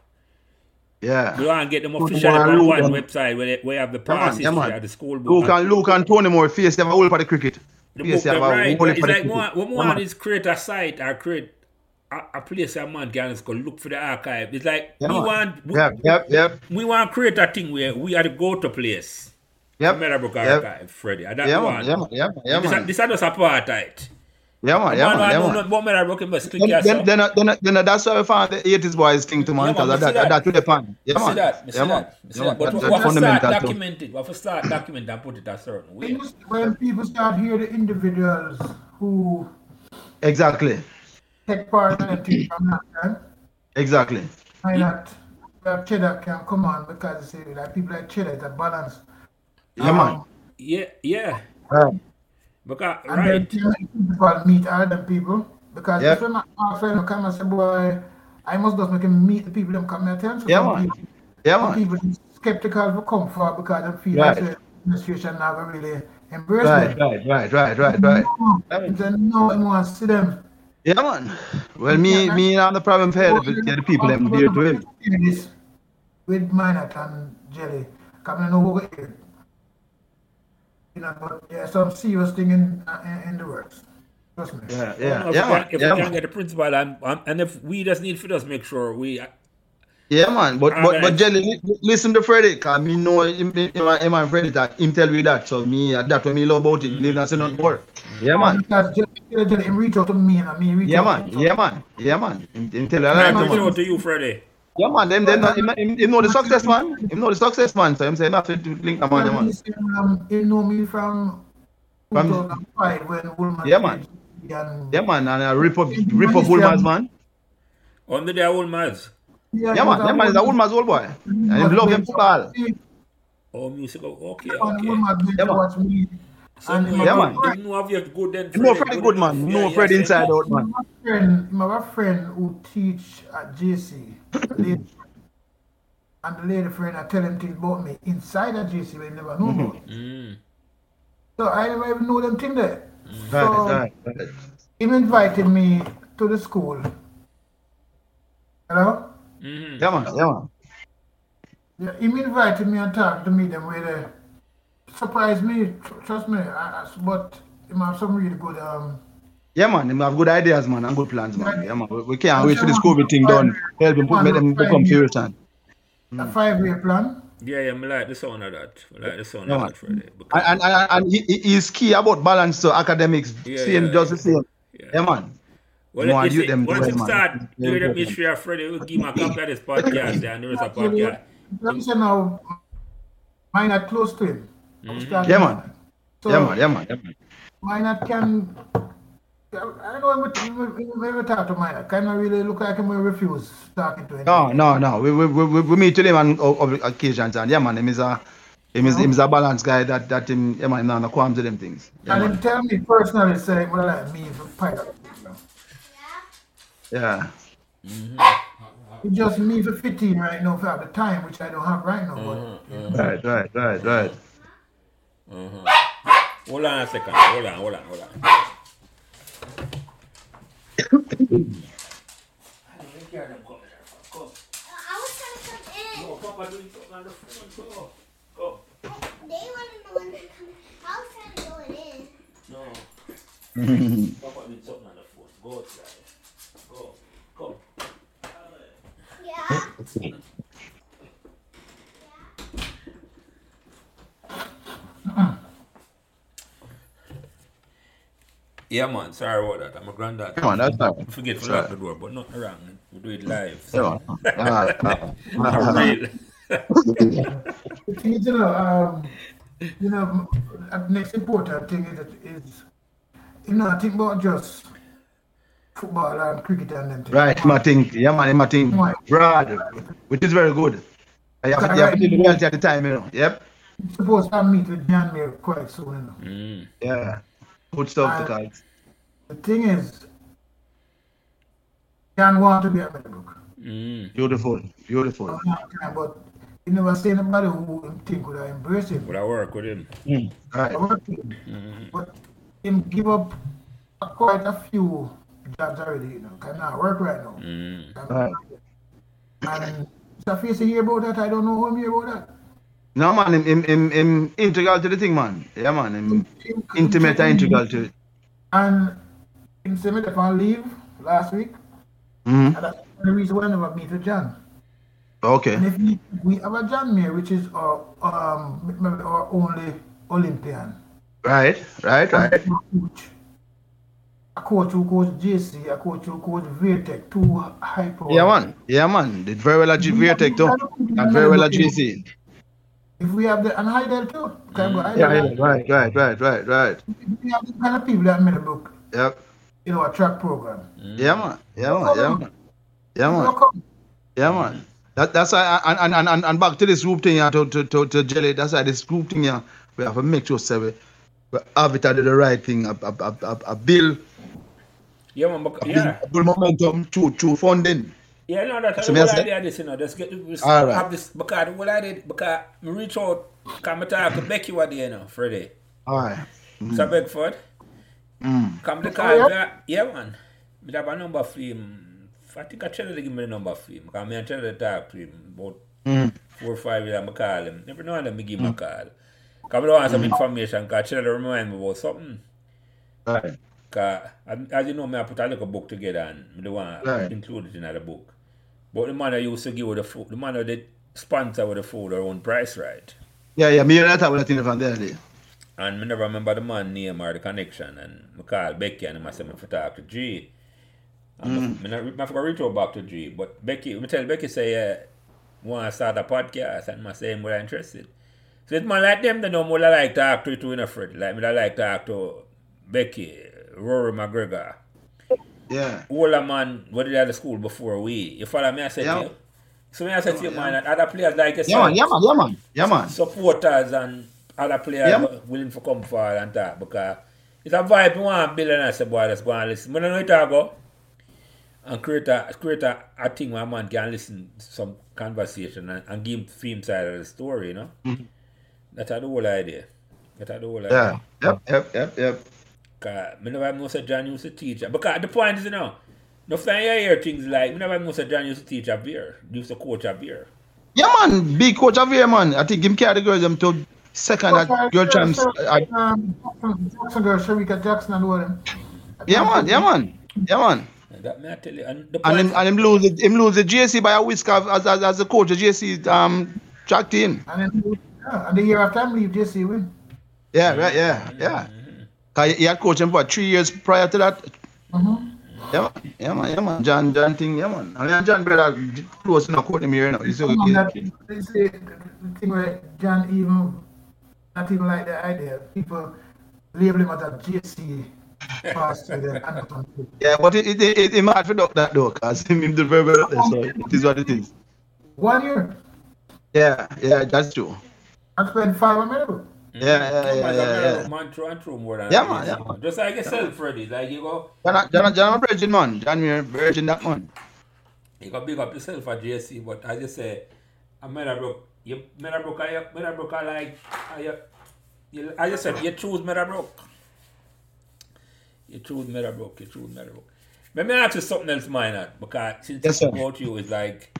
Yeah.
You want to get them officially
Moore
on
wrote
one
them.
website where they, where you have the
Come on,
past
come
history
on.
of the school book.
Luke and Luke and Tony Moore face them all for the cricket.
the
Face
book
them
them
all
right.
for the
But It's like
cricket.
more, what
Yeah,
more
man.
is create a site or create a, a place a man can just go look for the archive. It's like
Yeah,
we
man.
want we,
Yep, yep, yep,
we want to create a thing where we are the go to place.
yep.
Meadowbrook
Yep.
Archive, Freddie. And that
Yeah,
one.
man. Yeah, man. Yeah, man. Yeah,
this, are,
man.
this are just apartheid.
Yeah,
Yeah,
man. Yeah,
man, I
man. Yeah,
don't
man.
know what man I reckon, but speak
Then,
yourself.
then, then, then, then, that's why we found the 80s boys thing to man,
Yeah, man,
because
we
yeah,
see
that,
that.
that, that to the pan. Yeah,
Me see
man.
that, me see
yeah, man.
that, me see
Yeah,
that.
man.
But
That's
we have
that's
to start
fundamental too.
documenting. We have to start documenting and put it a certain
When
way.
you- When people start hearing the individuals who
Exactly.
take part in it from that time,
Exactly.
why not have Cheddar can come on because they say that people like Cheddar is a balance.
Yeah, man.
Yeah, yeah.
Yeah.
Because,
And then
right.
people meet other people because
Yep.
if my friend come and say, boy, I must just make him meet the people them come at him. So
Yeah,
some
man.
people-
Yeah,
some
man.
people skeptical for comfort because they feel
Right.
that the administration never really embrace
Right,
them.
right, right, right, right, right.
No,
Right.
They know them want to see them.
Yeah, man. Well, me, me, and the problem here, the people, them dear to him.
This With Minot and Jelly coming over here. You know, but there's some serious thing in, uh, in, in the works. Trust me.
Yeah,
I don't know
yeah,
if we can,
yeah, man.
um, if
Yeah,
we can
man.
get the principal, and, and if we just need to just make sure we
Yeah, man. But but, but
Alright.
Jelly, li- listen to Freddy. Cause me know him, him, him and Freddy that him tell me that. So me uh, that what me love about it. Believe not say nothing more. Yeah, man.
Because Jelly, Jelly, Jelly, him reach out to me and I mean reach
Yeah,
out
man.
to him.
Yeah, man. Yeah, man. Him, him tell you that,
I'm
man.
reaching out to you, Freddie.
Yeah, man. Them them not- him, him, him know the success man. Him know the success man. So him say him have to link them on them man.
Um, he know me from
From-
2005 when Woolman.
Yeah, man.
And,
Yeah, man. And uh, rip up rip up Woolman's man.
On the day I will Maz.
Yeah, man. Yeah, man. Is a Woolman's old boy. And him love him style.
Oh, music. Okay,
Okay.
okay.
Woolman
Yeah,
yeah,
man.
watch me.
So you
Yeah,
know-
man.
you know if you're good then.
Him know Freddy good man. Him
Yeah,
know
yeah,
Freddy
yeah.
inside out
I
man.
have a friend, I have a friend who teach at JC. Lady-
Mm-hmm.
and the lady friend, I tell him things about me inside at JC, but he never know about
Mm-hmm.
it.
Mm.
So I never even know them thing there.
Mm-hmm. Right,
So
right, right.
he invited me to the school. Hello?
Mhm.
Yeah, man. Yeah, man.
Yeah, he invited me and talked to me them way there. Surprised me, tr- trust me, I, I, but he have some really good um
Yeah, man, they have good ideas, man, and good plans, man. Yeah, man. We, we can't wait for this
Yeah, man.
COVID thing done. Help them put make them become furious. Mm.
a five-year plan.
Yeah, yeah, I like the sound of that. I like the sound
Yeah,
of
man.
that, Freddie. because-
And and, and, and he, he- he's key about balance to academics.
Yeah,
same,
yeah,
just the same.
yeah.
Yeah, man.
Well,
More
you
you
see,
them
once you
do it, man.
start
Yeah,
doing the
yeah.
mystery of Freddy, we'll give him a copy of this podcast yeah, and there is a podcast.
Let me say now, mine are close to him.
Yeah, man.
So
yeah, man. Yeah, man. Yeah, man.
Minot can. I I don't know if we ever talk to Minot. Can I really look like him will refuse talking to him?
No, no, no. We, we, we, we- we meet with him on o- o- occasions, and yeah, man, him is a, him is, him is a balanced guy that, that him, yeah, man, him not no qualms with them things. Yeah,
and
man.
him tell me personally, say, well, like me, for pirate.
Yeah.
It's just me for 15 right now, for the time, which I don't have right now. But
Right, right, right, right.
Hold on a second. Hold on, hold on, hold on.
I was trying to come in. They wanted the one to come in. I was trying to go it in. Yeah.
Yeah, man. Sorry about that. I'm a granddad.
Come on, that's Mm. fine.
Forget to
Sorry.
lock the door, but not around. We do it live.
Yeah,
So.
man. Ah, ah, ah,
Not
ah.
real.
the thing is, you know, um, you know, m- next important thing is, is you know, I think about just football and cricket and them things.
Right, my thing. Yeah, man, my thing. Broad, which is very good. I have, you have to do the reality at the time, you know. Yep.
Supposed to meet with Jan Mayer quite soon, you know.
Mm.
Yeah. Good stuff to cards.
The thing is, Jan want to be a medical.
Mm.
Beautiful. Beautiful.
But you never see anybody who him think would have embraced him.
Would I work with him?
Mm. Right.
But him give up quite a few jobs already, you know, cannot work right now.
Mm.
Right.
And Safi say hear about that, I don't know who him hear about that.
No man, him, him, him, him integral to the thing, man. Yeah man, him
Him-
intimate and integral to it.
And him sent me up on leave last week.
hmm
And that's the reason why I never meet with John.
Okay.
And if we, we have a John Mayer, which is our um maybe our only Olympian.
Right. Right.
A
Right.
coach. A coach who coach JC, a coach who coach VTech, two high power.
Yeah man. Yeah man. Did very well at G- VTech too. And very well at GC.
If we have the and Heidel too. Can go Heidel.
Mm. Yeah, yeah. Right. Right. Right. Right. Right.
If we have the kind of people that made a book,
Yep.
you know, a track program.
Yeah man. Yeah man. Yeah man. Yeah man.
How come?
Yeah, man. That, that's why, and, and- and, and, and back to this group thing, yeah, to, to, to, to Jelly, that's why this group thing, yeah, we have to make sure say, we, we have it at the right thing, a, a, a, a, a bill,
Yeah, man. But,
a
yeah.
build momentum to, to funding.
Yeah, no, that's
So
the
me
whole
say-
idea of this, you know. Just get this,
All right.
have this because the whole idea because me reach out come me talk to Becky what day, you know, Friday.
All right.
So Beckford.
Mm.
Come to
Oh, yeah?
call yeah? yeah man. Me have a number for him. I think I tried to give me the number for him. Because me I tried to talk to him about
Mm.
four or five years I call him. Every now and then I give him a call. Because I don't want some information because I try to remind me about something.
All right.
Because as you know, me I put a little book together and I don't want
Right.
include it in the book. But the man that used to give with the food, the man that did sponsor with the food around price right.
Yeah, yeah, me hear that about that thing from the other day.
And me never remember the man name or the connection. And I call Becky and I say, I talk to G. And mm. I, I, I forgot reach out back to G. But Becky, I tell Becky, say, yeah, want to start a podcast. And I say, I'm really interested. So it's man like them, they know more like talk to to Winifred. Like me that like talk to Becky, Rory McGregor.
Yeah.
Older man, what did I at the school before we? You follow me? I said,
Yeah.
yeah. So me I said to you, man, and other players like yourself,
Yeah, man, yeah, man, yeah, man, yeah, man.
supporters and other players
Yeah, man.
willing to come forward and talk because it's a vibe you want to build and I say, boy, let's go and listen. But I know it all go and create a, create a, a thing where a man can listen to some conversation and, and give him theme side of the story, you know? That's the whole idea. That's the whole idea.
Mm-hmm. Yeah, yep, yep, yep, yep.
Because I never know say John used to teach. Because the point is, you know, no time you hear things like, I never know say John used to teach a beer, used to coach a beer.
Yeah, man, big coach of here, man. I think him carry the girls them to second at girl champs. at-
Um, Jackson, Jackson girl, Sharika Jackson and all them.
Yeah, man, yeah, man, yeah, man.
And that may I tell you. And the
And
point,
him, and him lose the, him lose the JC by a whisker as, as, as the coach. The JC um jacked in.
And then, yeah, and the year after I leave, JC win.
Yeah, right, yeah, yeah. 'Cause he had coached him for three years prior to that.
Mhm.
Yeah, man, yeah, man, yeah, man. John, John thing, yeah, man. And then John brother close enough coach him here now. He's
Come on,
okay.
that- they say the thing where John even not even like the idea. People label him as a JC pastor then and something.
Yeah, but it, it, it, it him hard for duck that though, cause him, him do very well up there, so it is what it is.
One year,
Yeah, yeah, that's true.
I spent five on Meadow.
Yeah, yeah,
Oh,
yeah,
man,
yeah,
that
yeah.
Man, true and true more than
Yeah,
that,
man,
you
yeah,
know.
man.
Just like yourself, Freddy. Like, you go,
John, John, John, a virgin man. John, me a virgin that man.
you go big up yourself at JC, but as you say, I mean, I broke. You, Meadowbrook, I, Meadowbrook, I like, I, you, you, I just said, you choose Meadowbrook. You choose Meadowbrook, you choose Meadowbrook. Let me ask you something else, minor, because since
Yes,
it's
sir.
about you, it's like,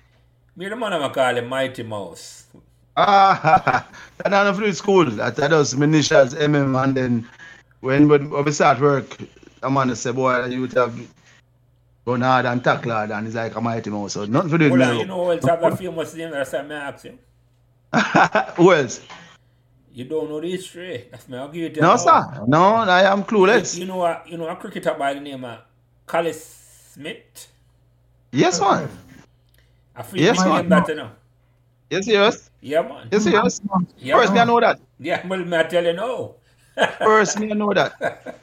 me the man I'm call him Mighty Mouse.
Ah, that I know through school. That that was Minisha's MM, and then when when when we start work, a man say, boy, you would have gone hard and tackle hard, and he's like a mighty mouse. So nothing for doing
Hold on, you
now.
know who else have a famous name that's I may ask you?
Who else?
You don't know the history. That's me, I'll give you the
No,
hour.
sir. No, I am clueless.
You know a you know a cricketer by the name of Collis Smith.
Yes, man.
I feel
Yes,
my
man.
name that you know.
Yes, yes.
Yeah man.
Yes, yes.
Mm-hmm. yeah,
First, me I know that.
yeah, well may I tell you no.
First, me I know that.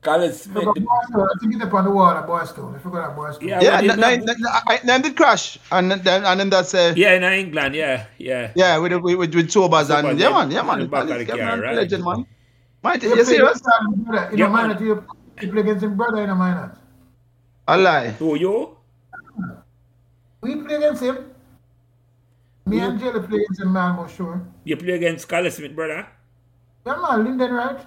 Collis
I
Smith
forgot Boystown. I think it's up on the wall at Boystown. I forgot at Boystown.
Yeah,
Yeah,
but
n-
he's
n-
not-
n- I- I- then did crash, and then and then that's uh,
yeah, in England, yeah, yeah.
Yeah, with with with, with Tobas
Tobas,
and yeah,
yeah.
man, yeah, man,
And back
yeah,
at the car,
man,
right?
legend, man. Mighty,
You
you
play
serious?
against him, brother. In
Yeah,
a
man.
minor, you you play against him brother in a minor.
A lie.
Who you?
We play against him. Me and Jelly play against him, man, for sure.
You play against Collis Smith, brother?
Yeah, man, Linden, right?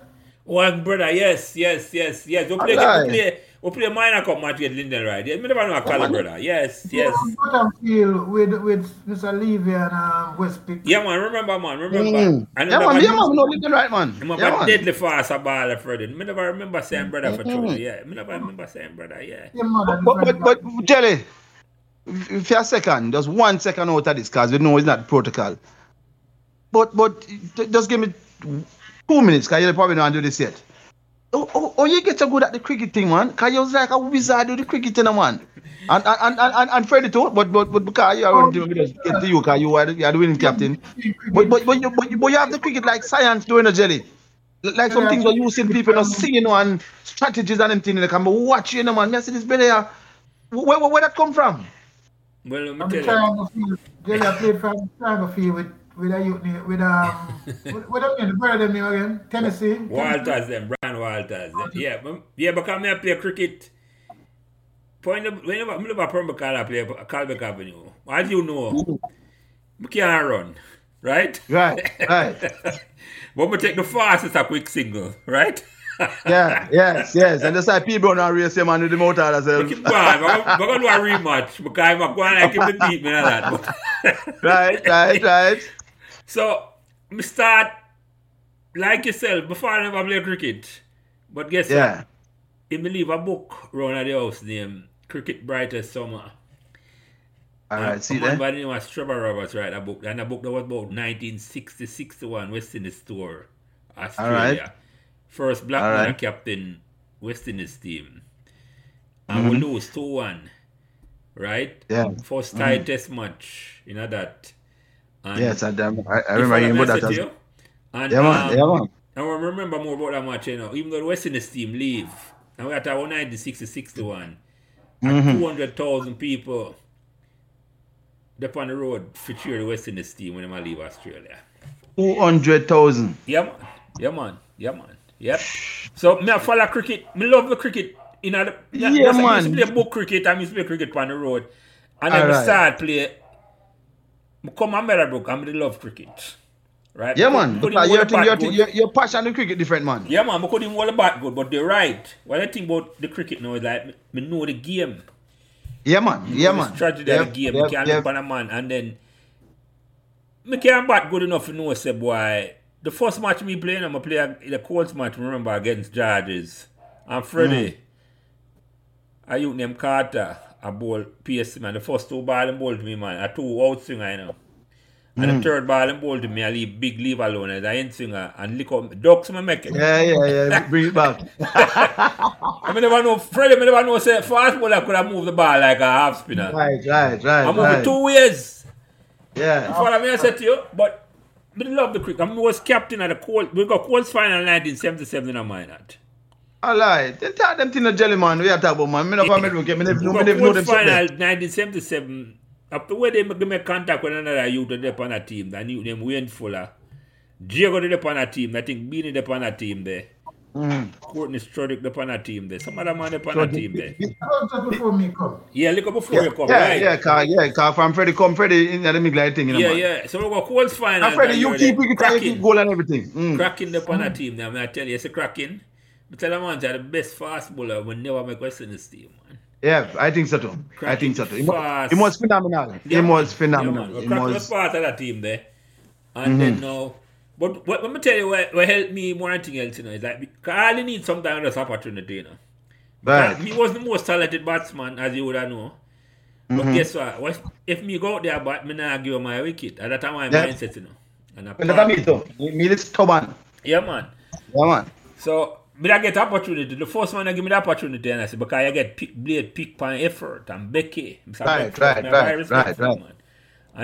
One brother, yes, yes, yes, yes. We play,
Aye.
we play, we play minor cup match with Linden, right? Yeah, me never know a Collis brother. Yes, yes.
Butterfield with with Mr. Levy and um, Westpick.
Yeah, man. Remember, man. Remember.
Mm. Yeah,
And
man,
remember-
yeah, man, no, living right, man.
I'm a
Yeah, man.
deadly fast a baller for them. I never remember saying brother for
Mhm.
truly, yeah. I never remember saying brother, yeah.
Your mother,
But, but, but, but Jelly, if you're second, just one second out of this, because we know it's not protocol. But, but, j- just give me two minutes, because you probably don't do this yet. Oh, oh, oh, you get so good at the cricket thing, man. Because you was like a wizard with the cricket thing, man. And, and, and, and, and Freddy too, but, but, but because you are, we just get to you, because you are, the- you are the winning captain. But, but, but, you, but, you, but you have the cricket like science doing a jelly. Like some things are using people you know, singing on strategies and them things like I'm watching you know, man. Me I see this brother here. Where, where, where that come from?
Well, let
I'm
me tell you.
trying to feel. Jelly, I played for trying to feel with with a youth name- with um with, with them name, the brother them name again, Tennessee.
Walters, them, Brian Walters. Them. Yeah, but- yeah, because I play cricket. Point of, whenever I'm never from Bacala, I play Calbeck Avenue. As you know, I can't run, right?
Right, right.
but I take the fastest a quick single, right?
Yeah, yes, yes. And just like P Brown and race him and with the motor as well.
Keep going. I'm going to do a rematch because I'm going to keep the beat me and that. But
Right, right, right.
So, me start like yourself before I never play cricket. But guess
Yeah.
what? If me leave a book round at the house named Cricket Brightest Summer.
All
And
right, see
a man
there?
by the name of Trevor Roberts write a book, and a book that was about 1960, 61, West Indies tour, Australia. First black
All
man
right.
captain West Indies team,
Mm-hmm.
and we lose two one, right?
Yeah.
First tie test match, you know that. And
Mm-hmm. Yes, I, I I
you
remember
follow
you
me,
about
I said
that.
to
As,
you? And,
yeah, man.
um,
Yeah, man.
and we remember more about that match, you know. Even though the West Indies team leave, and we had our 96 to 61,
Mm-hmm.
and 200,000 people up on the road for cheer the West Indies team when they leave Australia.
200,000.
Yeah, man. Yeah, man. Yeah, man. Yep. So, me I follow cricket. Me love the cricket. You know, the,
Yeah,
that's- I used
man.
to play book cricket. I used to play cricket on the road. And then I
Alright.
start play. I come on Meadowbrook and I love cricket. Right?
Yeah, man.
Couldn't
Because
hold
your,
the
thing,
bat
your,
good.
thing, your, your passion in cricket different, man.
Yeah, man, I couldn't even hold the bat good, but they're right. What I think about the cricket now is like, me, me know the game.
Yeah, man. Yeah,
It's
man.
tragedy
yeah,
of the game.
yeah,
me can't
yeah.
look on a man and then, me can't bat good enough to know, say, boy. The first match me playing, I'm going to play a- in a Colts match, remember, against Chargers. And
Mm.
Freddie, I used name Carter, a ball, PS, man. The first two ball and ball to me, man. A two out swinger, you know. And
Mm.
the third ball and ball to me, I leave big leave alone as an end swinger and lick up. Ducks, me make it.
Yeah, yeah, yeah. Bring it back.
I mean, never know, Freddie, I never know, say, fastballer could have moved the ball like a half spinner.
right, right, right.
I moved it
right.
two ways.
Yeah.
Follow me, I said to you, but I love the cricket. I was captain at the Cold. We got Colts final in 1977 in a minor.
All right. Then tell them thing of jelly, man. We are talking about, man. Me never met them. Me never
We
know
got
me never know them.
Colts final
something.
1977. After where they make me contact with another youth that on a team, that youth named Wayne Fuller. Diego did on a team, I think Beanie did on a team there.
Mm.
Courtney Strodick did on a team there. Some other man did on a
Strodick.
team there.
That was just before me come.
Yeah, look up before
Yeah,
you come,
yeah,
right?
yeah, car, yeah, car from Freddy come Freddy in the middle like thing, you know,
yeah,
man.
yeah. So we got Colts final.
And Freddy,
that
you
year
keep
there.
you
Cracking.
keep goal and everything. Mm.
Cracking up on a team now, man. I tell you, it's a cracking. I tell you, man, they're the best fast bowler will never make West Indies team, man.
Yeah, I think so too. I think so too. It was,
Fast.
it was phenomenal. it was phenomenal.
Yeah,
it
man. Cracking
was Mm-hmm.
part of that team there. And then now, but what, let me tell you what, what helped me more than anything else, you know, is like, 'cause I only need sometimes this opportunity, you know.
bad.
Me was the most talented batsman, as you would have known. But
Mm-hmm.
guess what? What- If me go out there, bat, me nah give up my wicket. At that time, my
Yeah.
mindset, you know. And I
Well, that's me
part-
too. Me, me is stubborn.
Yeah, man.
Yeah, man.
So, but I get opportunity. The first man that give me the opportunity, and I say, because I get pick, blade, pick, pan, effort, and Becky. I'm sorry,
Right,
but
right,
I
right,
very respectful,
right, right.
man.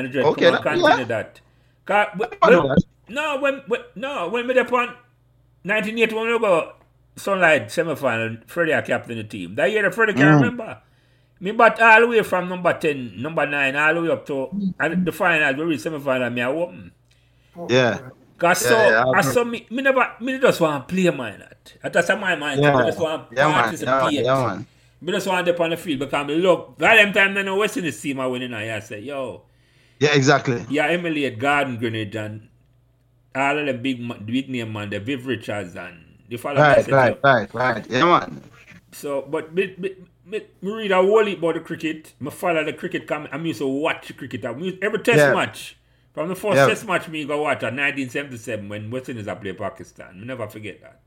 And just
Okay,
come and
that-
continue
yeah.
that. 'Cause we-
I know
we-
that.
no, when, when, no, when we upon 1981 we go Sunlight semifinal, Freddie I captain the team. That year, Freddie can't
Mm.
remember. Me bat all the way from number 10, number 9, all the way up to and the final, we reach semifinal, me I open.
Yeah.
Cause
Yeah,
so,
yeah,
I
I've
saw me, me never, me just want to play man. At that's my mind.
Yeah,
I just want to
yeah, man. Yeah,
participate.
man. Yeah, man.
Me just want to dip on the field because me look. By them time, I know West Indies team are winning. I say, yo,
Yeah, exactly.
yeah, Emily at Garden Grenade and all of them big, ma- big name man, the Viv Richards and the follow me, I
Right,
said,
right,
yo.
right, right. Yeah, man.
So, but me, me, me, me read a whole heap about the cricket. Me follow the cricket. Come, I'm used to watch the cricket. I'm used, every test
Yeah.
match. From the first
Yeah.
test match me go watch at 1977 when West Indies I play Pakistan. Me never forget that.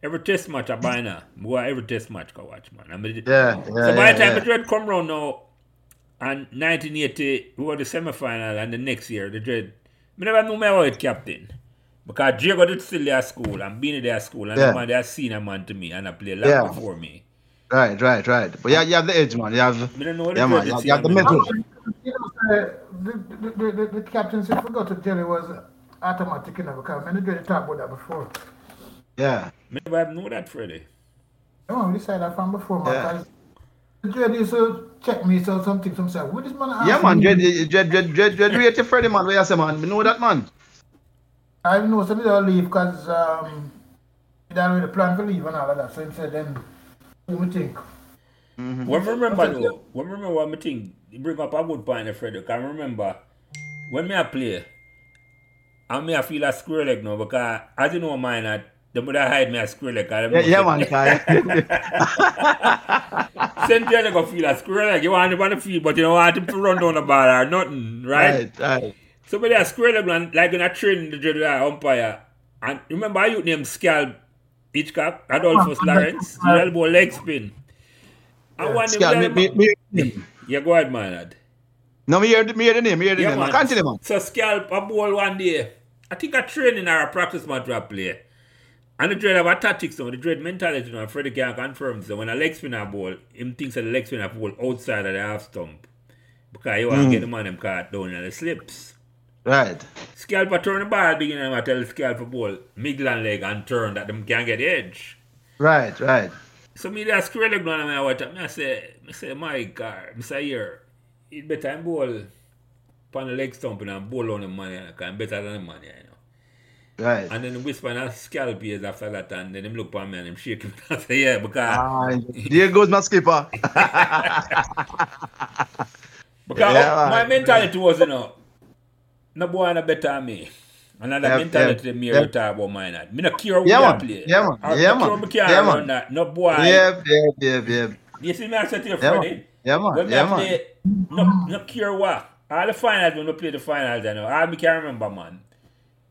Every test match I buy now. Me go every test match go watch, man. I'm yeah,
Yeah, yeah.
so by the time
yeah,
the dread come round now, and 1980, we were the semi-final, and the next year, the dread, I never knew my old captain. Because Diego did still there at school, and being there at school, and
Yeah.
the man they senior man to me, and I play a lot
Yeah.
before me.
yeah. Right, right, right. But yeah, you have the edge, man. You have,
Me don't know what
yeah,
the
man.
dread
You have,
is
you have the
in my
method.
mind.
You know, uh, the, the, the, the, the captain said, forgot to tell you was automatic, you know, because I'm going to talk about that before.
Yeah,
Me never even know that, Freddie.
No, we decided that from before, man.
Yeah.
'cause The dread used to check me, so something, some say, what this man ask
yeah, man.
me?"
Dread, dread, dread, dread, dread. Rate your Freddy, man. Where you say, man? Me know that, man.
I know, so they all leave because um, they already plan to leave and all of that. So he said, then, what do you think?
When I remember though, when I remember what my thing you bring up a good point, Frederick. I remember when me I play, I me I feel a square leg now because as you know mine at the mother hide me a square leg. 'cause
Yeah,
them
yeah
know
man.
say,
Kai.
Send Jenny go feel a square leg. You want him on the field, but you don't want him to run down the ball or nothing, right?
right, right.
Somebody a square leg man, like in a train the dreaded umpire. And remember a youth named Scalp Hitchcock, Adolphus Lawrence, he had about leg spin. I want
Scal, me, me, me.
Mm. Yeah, go ahead, man. lad.
No, me hear, the- me hear the name, me hear the
Yeah,
name.
man.
Continue, man.
So scalp a ball one day. I think a training or a practice match we play. And the dread about tactics now, the dread mentality now, Freddie can confirm so when a leg spinner ball, him thinks that the leg spinner ball outside of the half stump. Because you want to get the man them caught down and the slips.
Right.
Scalper turn the ball beginning and I tell scalper ball, middle and leg and turn that them can get the edge.
Right, right.
So me that square leg down and I watch and I say, I say, my God, I say here, it better than ball upon the leg stump and bowl on the money because better than the money, you know.
Right.
And then whisper and I scalp ears after that and then him look at me and him shake him and say, yeah, because,
Ah, there goes my skipper.
because
yeah,
oh, my
man.
mentality was, you know, no boy no better than me. Another
Yep,
mentality
yep,
me
yep.
yep. talk about mine. Me no care who
Yeah,
I
man.
play.
Yeah, man.
I,
Yeah,
no
man.
Care
Yeah,
yeah,
man.
That. No boy.
Yep, yep, yep, yep.
You see me I said to you,
Yeah,
Freddie?
man. Yeah, man.
When
Yeah,
I
man.
play, no, no care what. All the finals when we play the finals, I know. I me can't remember, man.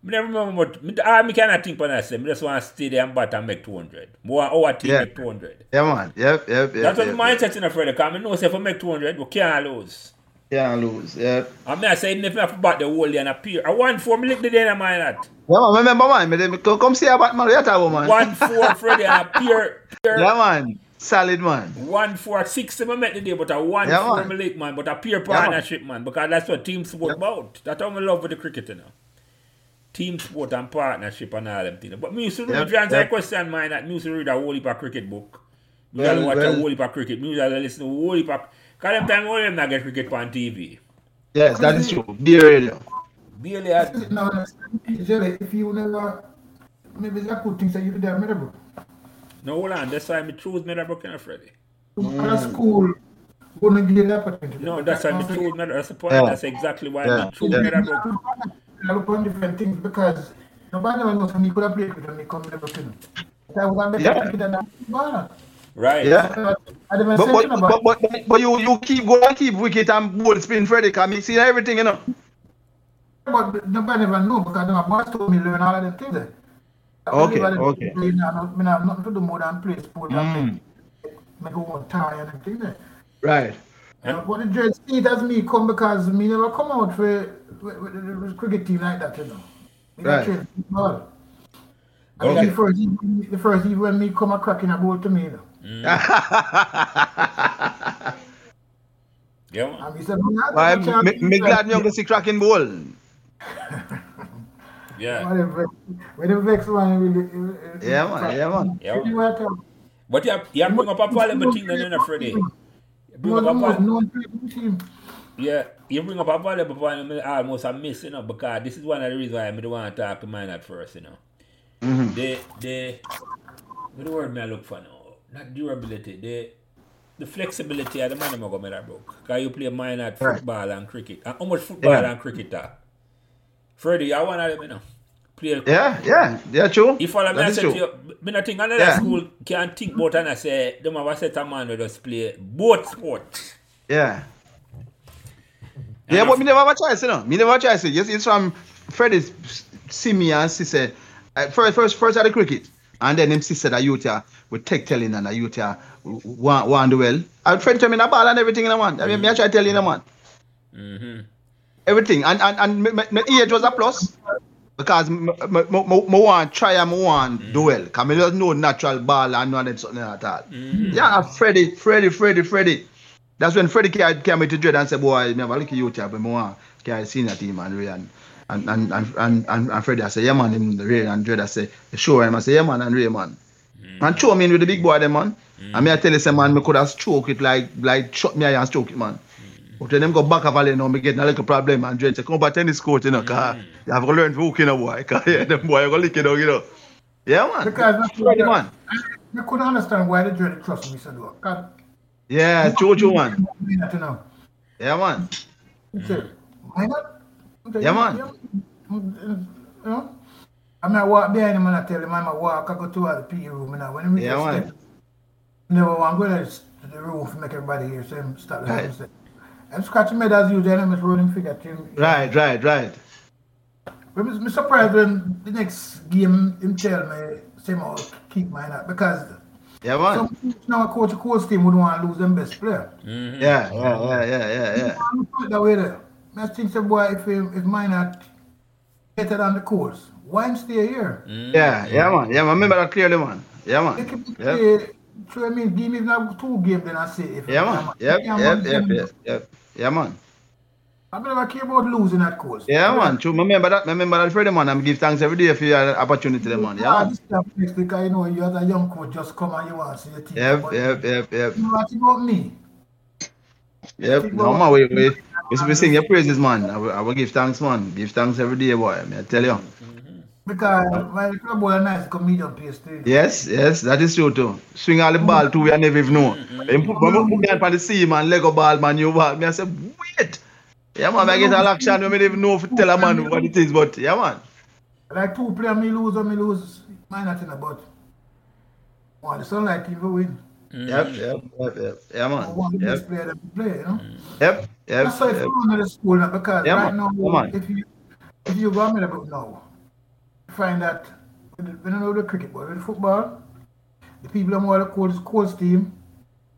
Me never remember what. Me, I me cannot think when I say. Me just want to stay there and bat and make two hundred. More our team
Yeah.
make two hundred.
Yeah, man. Yep, yep, yep.
That's what
yep,
my
yep.
mindset in a friend. Cause I know say if I make two hundred, we can't lose.
Can't lose. Yep.
I mean, I say even if I have to bat the whole day and appear, I won four. Me lick the day in my that.
Yeah, man. Remember, man. Me, dem- Come, come see about man. What you talk about, man?
One four Freddie and appear. appear
Yeah, man. Solid, man.
One four six seven met the day, but I one
Yeah,
four
man.
me lick man, but a peer
man.
partnership man, because that's what team sport about. That's how I love with the cricket you know. Team sport and partnership and all them things. But me used to read
Yep,
to answer
yep.
your question mine that me used to read a whole heap of cricket book. Me
Well,
used to watch
well.
a whole heap of cricket, me used to listen to a whole heap of cause them time all them not get cricket on TV.
Yes, that is true. Be radio.
Barely had
No, no, Jerry, if you never, maybe that good things that you did at Middlebrook.
no hold on, that's why me choose Meadowbrook and Freddy.
Other
Mm.
school wouldn't give you the opportunity.
No, that's why me choose Meadowbrook that's the point.
Yeah.
That's exactly why
Yeah,
me choose
yeah.
Meadowbrook.
I look on different things because nobody knows when you could have played with them, they come never to know. That was a better
Yeah.
kid than I was.
Right.
Yeah.
I never
But
said
but,
about
but,
it.
but but you you keep going, keep wicket and ball spin, Freddy. Cause me see everything, you know.
But nobody ever know because my boss told me learn all of them things. eh.
Okay,
Everybody
okay. Hmm.
Play now, no- me now have nothing to do more than play sport and play. Make own time and everything there.
Right.
But what the dread see it as me come because me never come out for with, with, the- with cricket team like that, you know. Me not
Right.
train football. And
Okay.
then the first evening, the first evening when me come a cracking a ball to me, you know.
Yeah, man.
And he said, "Man, I
I'm
don't care
me,
if
me
you
glad me
like
uncle see cracking ball.
Yeah.
When the vex- when the vex one really,
Yeah, man. Yeah, man.
Yeah, man. But you have, you have bring up a valuable thing then, you know, Freddie.
No,
Bring up
no,
a
no,
val-
no, team.
yeah, you bring up a valuable point and me almost a miss, you know, because this is one of the reasons why I don't want to talk to mine at first, you know.
Mm-hmm.
The, the, what the word me I look for now? Not durability, the, the flexibility of the man I'm going to make broke. Because you play mine at
Right.
football and cricket. And how much football
Yeah.
and cricket are? Freddie, I want to let me know. Play
Yeah, yeah, yeah. True.
If all of me
That
I
is
said
true.
to you, me not think another
Yeah.
school can think about and I say, them have a set of man who just play both sports.
Yeah. Yeah, but me never have a choice, you know. Me never have a choice. Yes, it's from Freddie see me and she said uh, first first first at the cricket. And then him sister that youth here would take telling and that youth here w- w- want want do well. And Freddie tell me the ball and everything in a man. I mean me I try tell you in a man. Mm-hmm. Everything. And and, and me, me, me age was a plus. Because me, me, me, me want try and me want do well. Because me just know natural ball and none of them something like that. Yeah, Freddie, Freddie, Freddie, Freddie. That's when Freddie came, came into dread and said, Boy, I never look at you, chap, but more can see that team and Ray and and and and, and, and, and Freddie I say, Yeah man, him Ray and Dread I say, show him I say, Yeah man and Ray man. And show me in with the big boy them man. And me I tell you say man, me could have stroke it like like shot me eye and stroke it man. But then them go back a valley now, me getting a little problem and Dread say, Come back tennis court, you know, car you have to learn to hook in a boy, cause yeah, them boy go lick it out, you know. Yeah man.
Because that's what-
Freddie man.
I couldn't understand why they dreaded trust me, said, "Look, God,
Yeah, Jojo man.
why not, you know?"
Yeah man.
He said, "Why not?" He said,
Mm-hmm. Yeah, man.
You know? I mean, I walk behind him and I tell him, I'm a walk, I go to the PE room and I when we
Yeah, man.
No, I'm going to the room to make everybody hear, so I'm starting
Right.
to say, I'm scratching my dad's usual and I'm just rolling figure team.
Right, right, right.
But I'm surprised when the next game him tell me say "Oh, keep mine up because
Yeah, man.
Some coach now a coach a coach team would want to lose them best player.
yeah, yeah, yeah, yeah, yeah, yeah.
I'm put it that way there. I think say boy if him, if mine are better than the coach, why him stay here?
Mm. Yeah, yeah, man. Yeah, man. Remember that clearly, man. Yeah,
They
man.
can
Yeah,
play three minutes game if not two game then I say if
yeah, man. Yep,
Yeah,
yep,
man.
yep, yep, yep. Yeah, man.
I never care about losing that course.
Yeah, man. True. Remember that. Remember that, Freddie, man. I'm give thanks every day for your opportunity, there, man. Yeah,
Ah,
man.
this stuff next because you know you as a young coach just come and you want to see the team.
Yep,
But
yep, yep, yep,
You know what about me?
yep. No, man. We we we, we sing your praises, man. I will, I will give thanks, man. Give thanks every day, boy. Me, I tell you.
Because my club was a nice comedian place too.
Yes, yes, that is true too. Swing all the
Mm.
ball too, we I never even know. Him put- When we put down on the sea, man, Lego ball, man, you ball, me I say, wait. Yeah, man, I get all
Mm.
action, we never even know if tell a man what it is, but yeah, man.
Like two player me lose or me lose, mine nothing about. Well, the sunlight team will win.
Yep, yep, yep, yep, yeah,
I want
man.
the best
Yep,
player that we play, you know.
yep, yep.
That's why it's
yep.
fun in the school now because
Yeah,
right
man.
now
Yeah, man.
if you if you go me about now, you find that we don't- we don't know the cricket but with the football, the people them all the coach coach team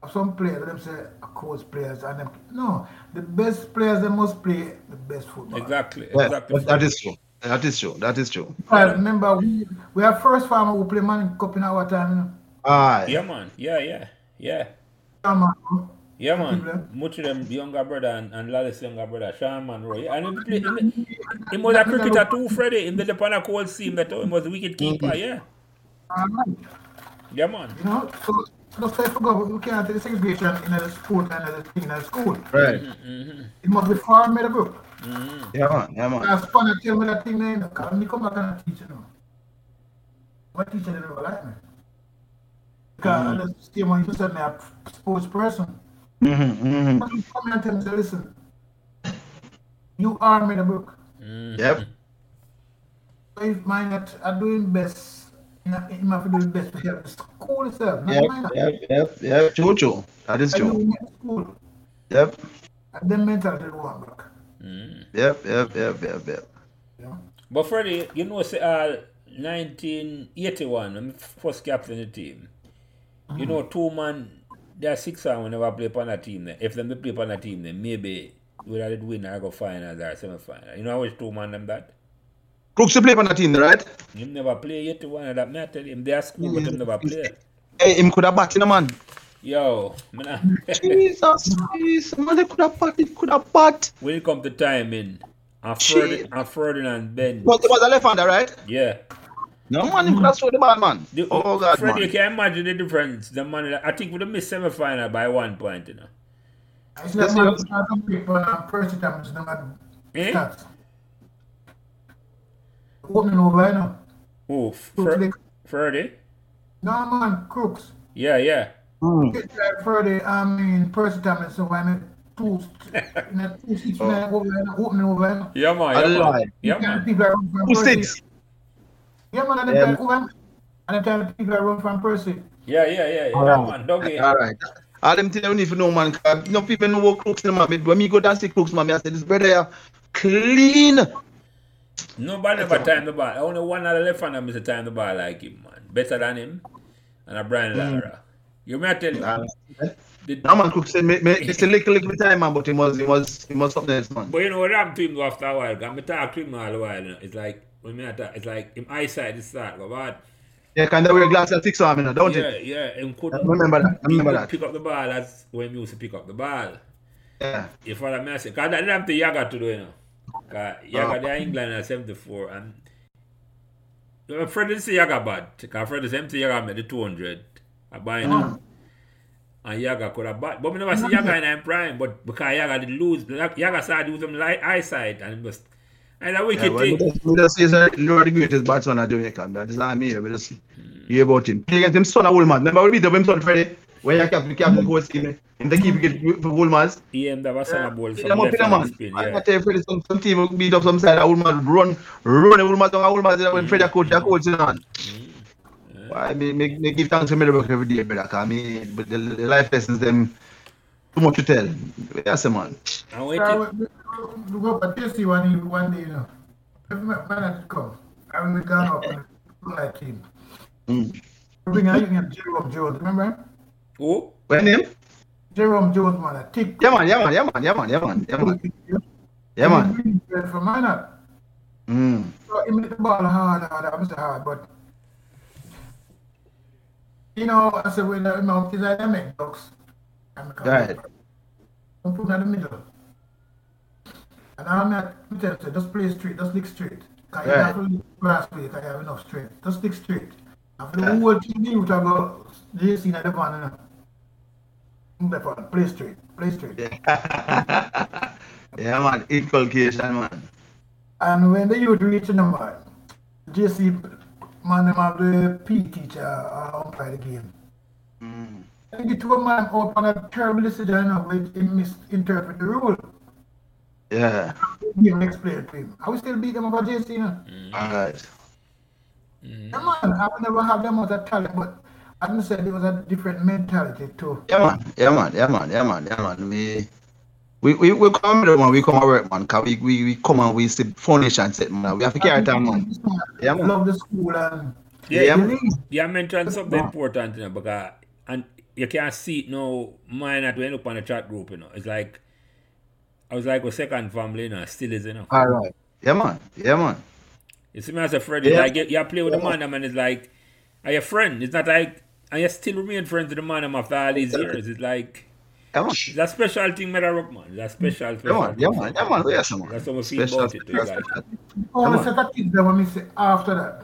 have some players them say "Ah, coach players and them no, the best players they must play the best football.
Exactly.
Yeah,
Exactly.
that is true. That is true. That is true.
Because remember we we are first farmer who play man cup in our time, you know.
Ah,
Yeah, man. Yeah, yeah, yeah.
Some man,
Yeah, man.
Problem.
Much of them younger brother and, and Lali's younger brother, Sean Monroe. Yeah, And he, play, he, he was a cricketer too, Freddie. In the Japan cold team, that time he was a wicket
Mm-hmm.
keeper. Yeah,
all right.
yeah, man.
You know, so that's why I forgot we can't take segregation in a sport and a thing in a school.
right.
It must be far made up.
Yeah, man. Yeah, man.
I spun and tell me that thing there, because me come back and teach you know. My teacher didn't even like me. Because
Mm.
I just see when you said me a sports person.
Mm-hmm, mm-hmm.
But you come and tell me, say, listen, you are made a book. Mm-hmm.
Yep.
So if mine at are doing best, you know, you must be doing best to help the school itself, not
Yep.
mine.
Yep. Yep. Yep. True. True. That is
I do
true.
make school.
Yep.
And then mental they want back.
Yep. Yep. Yep. Yep. Yep.
You know?
But Freddie, you know, say all 1981, when I first captain the team. You know, two man, there are six and we never play upon a team. There. If them they play upon a team, then maybe we had win or go finals or semi final. You know how much two man them that?
Crooks you play on the team, right?
Him never play 81 and that matter. Him they are school, but him never play.
Hey, him could have batted, man.
Yo, man, I-
Jesus, Jesus, man, they could have batted, could have bat.
when it come to timing, and Ferdinand, and Ferdinand Ben,
But it was a left hander, right?
yeah.
No, man, him could have thrown the ball, man.
The,
oh, God,
Freddie, you
man.
can imagine the difference. The man, I think we missed semi final by one point, you know.
It's not
Yes,
man,
yes.
it's not some people and first time it's not
Eh?
stats. Woman over, you know.
Who? Fer- Freddie?
No man, crooks.
Yeah, yeah.
Mm.
Get that Friday, I mean first time it's over and two in a two six man over and opening over. you know.
Yeah, man.
I
Yeah, man.
lied.
Oh. Yeah,
And
man.
people are run from
Two
Percy.
sticks.
Yeah man and the
Yeah.
time over and the time people are run from Percy.
Yeah, yeah, yeah. yeah.
All
man. Doggy.
right. All right. All them things you don't even know, man. 'cause No people know what crooks, man. But When me go down see crooks, man, me I say this brother here clean.
Nobody ever time the ball. Only one other left hander miss a time the ball like him, man. Better than him. And a Brian Lara. You may I tell you. the-
No Mm. man, crooks. me- me- It's a little, little bit time, man. But it was, it was, it was something else, man.
But you know what happened to him after a while? Because I talk to him all the while. You know? It's like, when me I talk, it's like him eyesight is start go bad.
Yeah, kind of wear glasses, six arm, you know, don't
Yeah,
it?
yeah. Him
I
couldn't
remember that. I
he
remember
could
that.
pick up the ball as when he used to pick up the ball.
Yeah.
You follow me? I say, because that didn't have to Yaga to do, you know. 'Cause Yaga, they're England at 74. And you know, Fred didn't say Yaga bad. Because Fred is empty Yaga made the 200. I buy him. And Yaga could have bad. But we never see Yaga in him prime. But because Yaga did lose, Yaga started losing light eyesight. And it was, and that
Yeah,
wicked
well,
thing.
we just- we just say that Lord the greatest batsman of Jamaica. That is not me. We just hear about him. Play against him son of old man. Remember we beat up him son Friday? When you kept the captain coach team. In the keep get for old man's.
He aimed at E a ball
Beat
from
them up
left
in a
hand
man.
e spin.
I
Yeah.
tell you Friday some, some team will beat up some side old man run run the old man down old man down, when Friday a coach a coach you know. Why me, me, me give thanks to Middlebrook every day, brother. 'cause me, but the, the life lessons them too much to tell. Yes, man.
And
We
wait till-
go but Percy one day- one day, you know. Every man man had to come. I will go up and my team.
Mm.
Bring out him, Jerome Jones, remember?
Who?
When him?
Jerome Jones, man, a tick.
Yeah man, yeah man, yeah man, yeah man, yeah man, yeah man. Yeah man.
For mine, not.
Mm.
So he made the ball hard, hard, hard, Mr. hard, but you know, I said, well, you know, it's like I make dogs. I'm
Right.
Don't put them in the middle. And I'm not, I tell you, just play straight, just lick straight. Because you
Right.
have to lick grass play, because you have enough straight. Just lick straight. And for the
Yeah.
whole team, you would have got, they seen at the van, you know. Mm, the van, Play straight, play straight.
yeah man, inculcation man.
And when the youth reach number, JC, man, them have the P teacher uh, umpire the game.
Mm.
And the two of them out on a terrible decision of which he misinterpreted the rule.
Yeah.
He explained to him. I will still beat them over JC. You know?
Mm. Alright.
Yeah, man, I will never have them as a talent, but I must say there was a different mentality too.
Yeah man, yeah man, yeah man, yeah man, yeah man. We we we, we come here man, we come and work man, cause we, we, we come and we see foundation set man. We have to carry it on man. Yeah, man.
Love the school and
Yeah, yeah man.
believe.
Yeah, mental something important, you know, because and you can't see it now. Mine at when you look on the chat group, you know, it's like I was like a second family, you know, still is, you know.
Alright. Yeah man, yeah man.
You see me as a friend, it's
Yeah.
like you, you play with the man, and it's like, are you friend? It's not like, and you still remain friends with the man um, after all these years. It's like,
Yeah man.
it's a special thing, matter rock man. It's a special
Mm. Yeah
special
man, yeah
thing.
man, yeah man, yes man.
That's how we feel about it, too, like.
All
Come
the
on.
set of kids that were missing after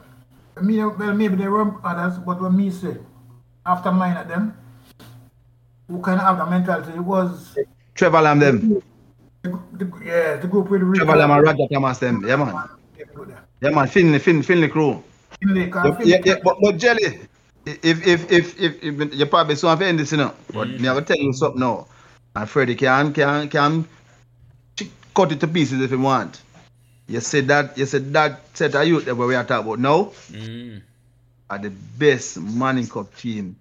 that. Me, well, maybe there were others, but what me say, after mine at them, who kind of have the mentality, it was,
Trevor Lamb them.
the, the, yeah, the group with the
Trevor Lamb and Roger Thomas them. Yeah man. Yeah man, Finley, Finley, Finley crew.
Finley,
Yeah, yeah, yeah, but, but Jelly, if if if if, if you probably so I'm this, you know.
Mm.
But me I will tell you something now. And Freddie can can can ch- cut it to pieces if you want. You said that you said that set of youth that we are talking about now
Mm.
are the best Manning Cup team.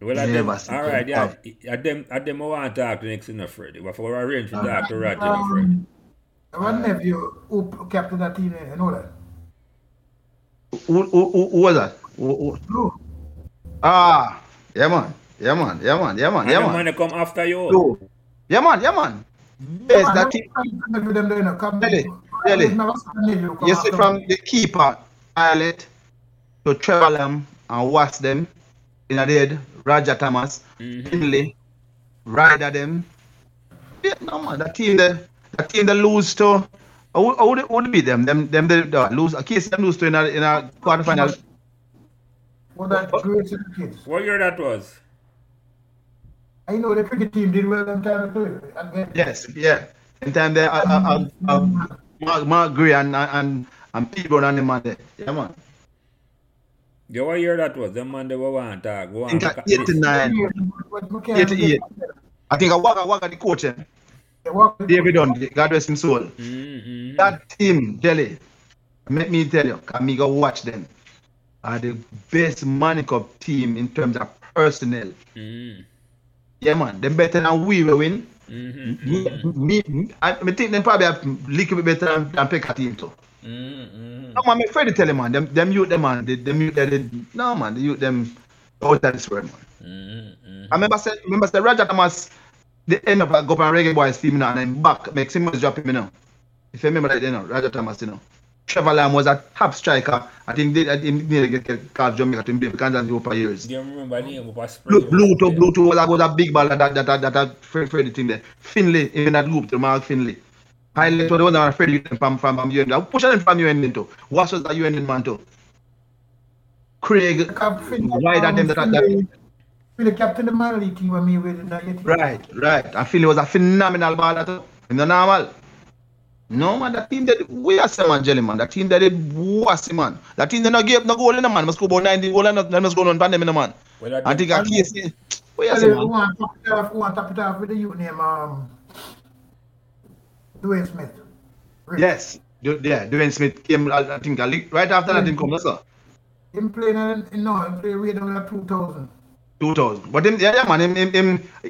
Well, I them,
Never
all
seen
right,
them.
yeah. I them, I them, I want to talk to next in a Freddy. But for arrange to talk to Roger, my friend.
um, my nephew who captain that team, you know that.
Who who, who, who was that? Who, who?
Blue.
Ah, yeah man, yeah man, yeah man, yeah man,
And
yeah
the
man.
man that come after you.
Blue. Yeah man, yeah man. Best
Man,
that team.
I don't them there, you know, come-
Really?
I
Really?
never saw nephew come
You see
after
from
me.
the keeper, Islet, to Trevor Lamb and Watts them, in a dead, Roger Thomas, Finley, Ryder them. Yeah, no man, that team there, that team that lose to, who who would would be them? Them them they uh, lose. In case them lose to in a in a quarterfinal.
What that great set of kids.
What year that was?
I know the cricket team did well them time too. And then-
Yes, yeah. In time there, uh, uh, uh, uh, Mark Mark Gray and and and Pete Brown and them man there. Yeah man.
Yeah, what year that was? The man that we want to talk. Go
I
on.
think at eighty nine.
But we can't
Eighty eight.
get-
I think I wagga wagga the coach. eh,
they walk the-
David Dundee. God rest him soul.
Mm-hmm.
That team, Delhi, let me tell you, can me go watch them. Are the best Money Cup team in terms of personnel.
Mm-hmm.
Yeah, man, them better than we will win. Me, me, I, me think them probably have little bit better than, than Pekka team too.
Mm-hmm.
No man, me afraid to tell you, man. Them, them youth, them man, they, them youth, they, they, no man, the youth, them out of this world, man.
mm-hmm.
I remember say, remember say, Roger Thomas, the end of a go up and reggae boys team now, and then back, make Simmons drop him, you know. If you remember that, you know, Roger Thomas, you know. Trevor Lamb was a top striker. I think they, I think they get get called Jamaica to him because of the over years.
Do you remember the name of a
Blue,
spring?
blue to blue to was a, was a big ball that that that that, that Fred, Freddy team there. Finley, even that group to Mark Finley. Highlight was the one that Freddy from from from UN. I push them from UN into. What was that UN man to? Craig,
Cap- Finley-
Ryder, them that, that, that
Finley- Finley captain the minor league team when me with in the 80s.
Right, right. And Philly was a phenomenal baller too. In the normal. No man, that team that we are some man, jelly man. That team that was man. That team that no give up no goal in a man. Must go about 90 goal and no- must go on pandemic in a man.
Well, that
I think I
And-
case. eh, We are
Tell
some
you who
man.
want top it off, who want top it off with the youth name, um, Dwayne Smith. Rick.
Yes. Du- Yeah, Dwayne Smith came, I I think, a li- right after that, him come, that's all.
Him playing in, in no, him play way down at 2000.
2000. But him, yeah, yeah, man, him, him, him,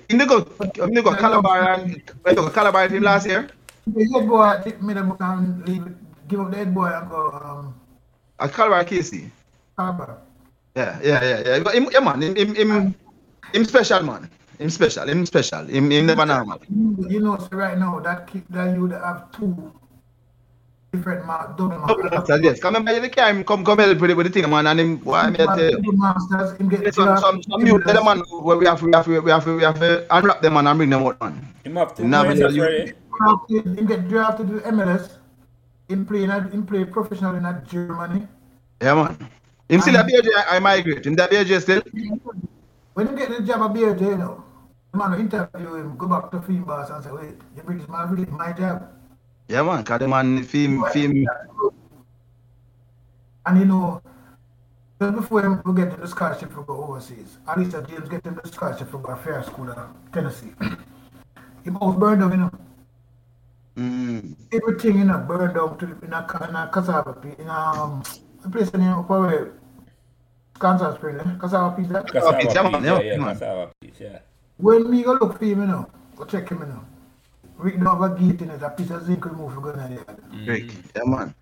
him, they go, him, they go Calabar and, they go Calabar with him last year.
The head boy did- made him come leave, give up the head boy and go, um,
At Calabar, Casey.
Harbour.
Yeah, yeah, yeah, yeah. But him, yeah, man, him, him, him, him special, man. Him special, him special. Him, him never normal.
You you know, so right now that kid that you would have two different ma- double
So,
masters.
yes, come remember every time come come help with, the- with the thing, man, and him, why me I tell you.
Double masters. Him get
Some, some, some youth, them, man, where we have, we have, we have, we have to unwrap them man, and bring them out, man.
Him have two
Nah,
points
but you-
already.
drafted. Him get drafted to MLS. Him play in a, him play professional in a Germany.
Yeah, man. Him still a BJ, I migrate. Him that BJ still.
When you get the job of BLJ, you know, the man will interview him, go back to Fiend Boss and say, wait, you bring this man really my job.
Yeah, man, because the man, if him, if him,
And you know, just before him go get the scholarship for go overseas, Alicia James get him the scholarship for go to fair school in Tennessee. he almost burned down, you know.
mm,
Everything in a burned down to in a ca- in a cassava pit in a, um, a place in up where Kansas Spring, eh? cassava pit that.
Cassava
Okay, yeah, man,
peach,
yeah,
yeah,
man.
cassava peach, yeah.
When me go look for him, you know, go check him, you know. We don't have a gate in it, a piece of zinc remove for going there.
Rick. Yeah, man.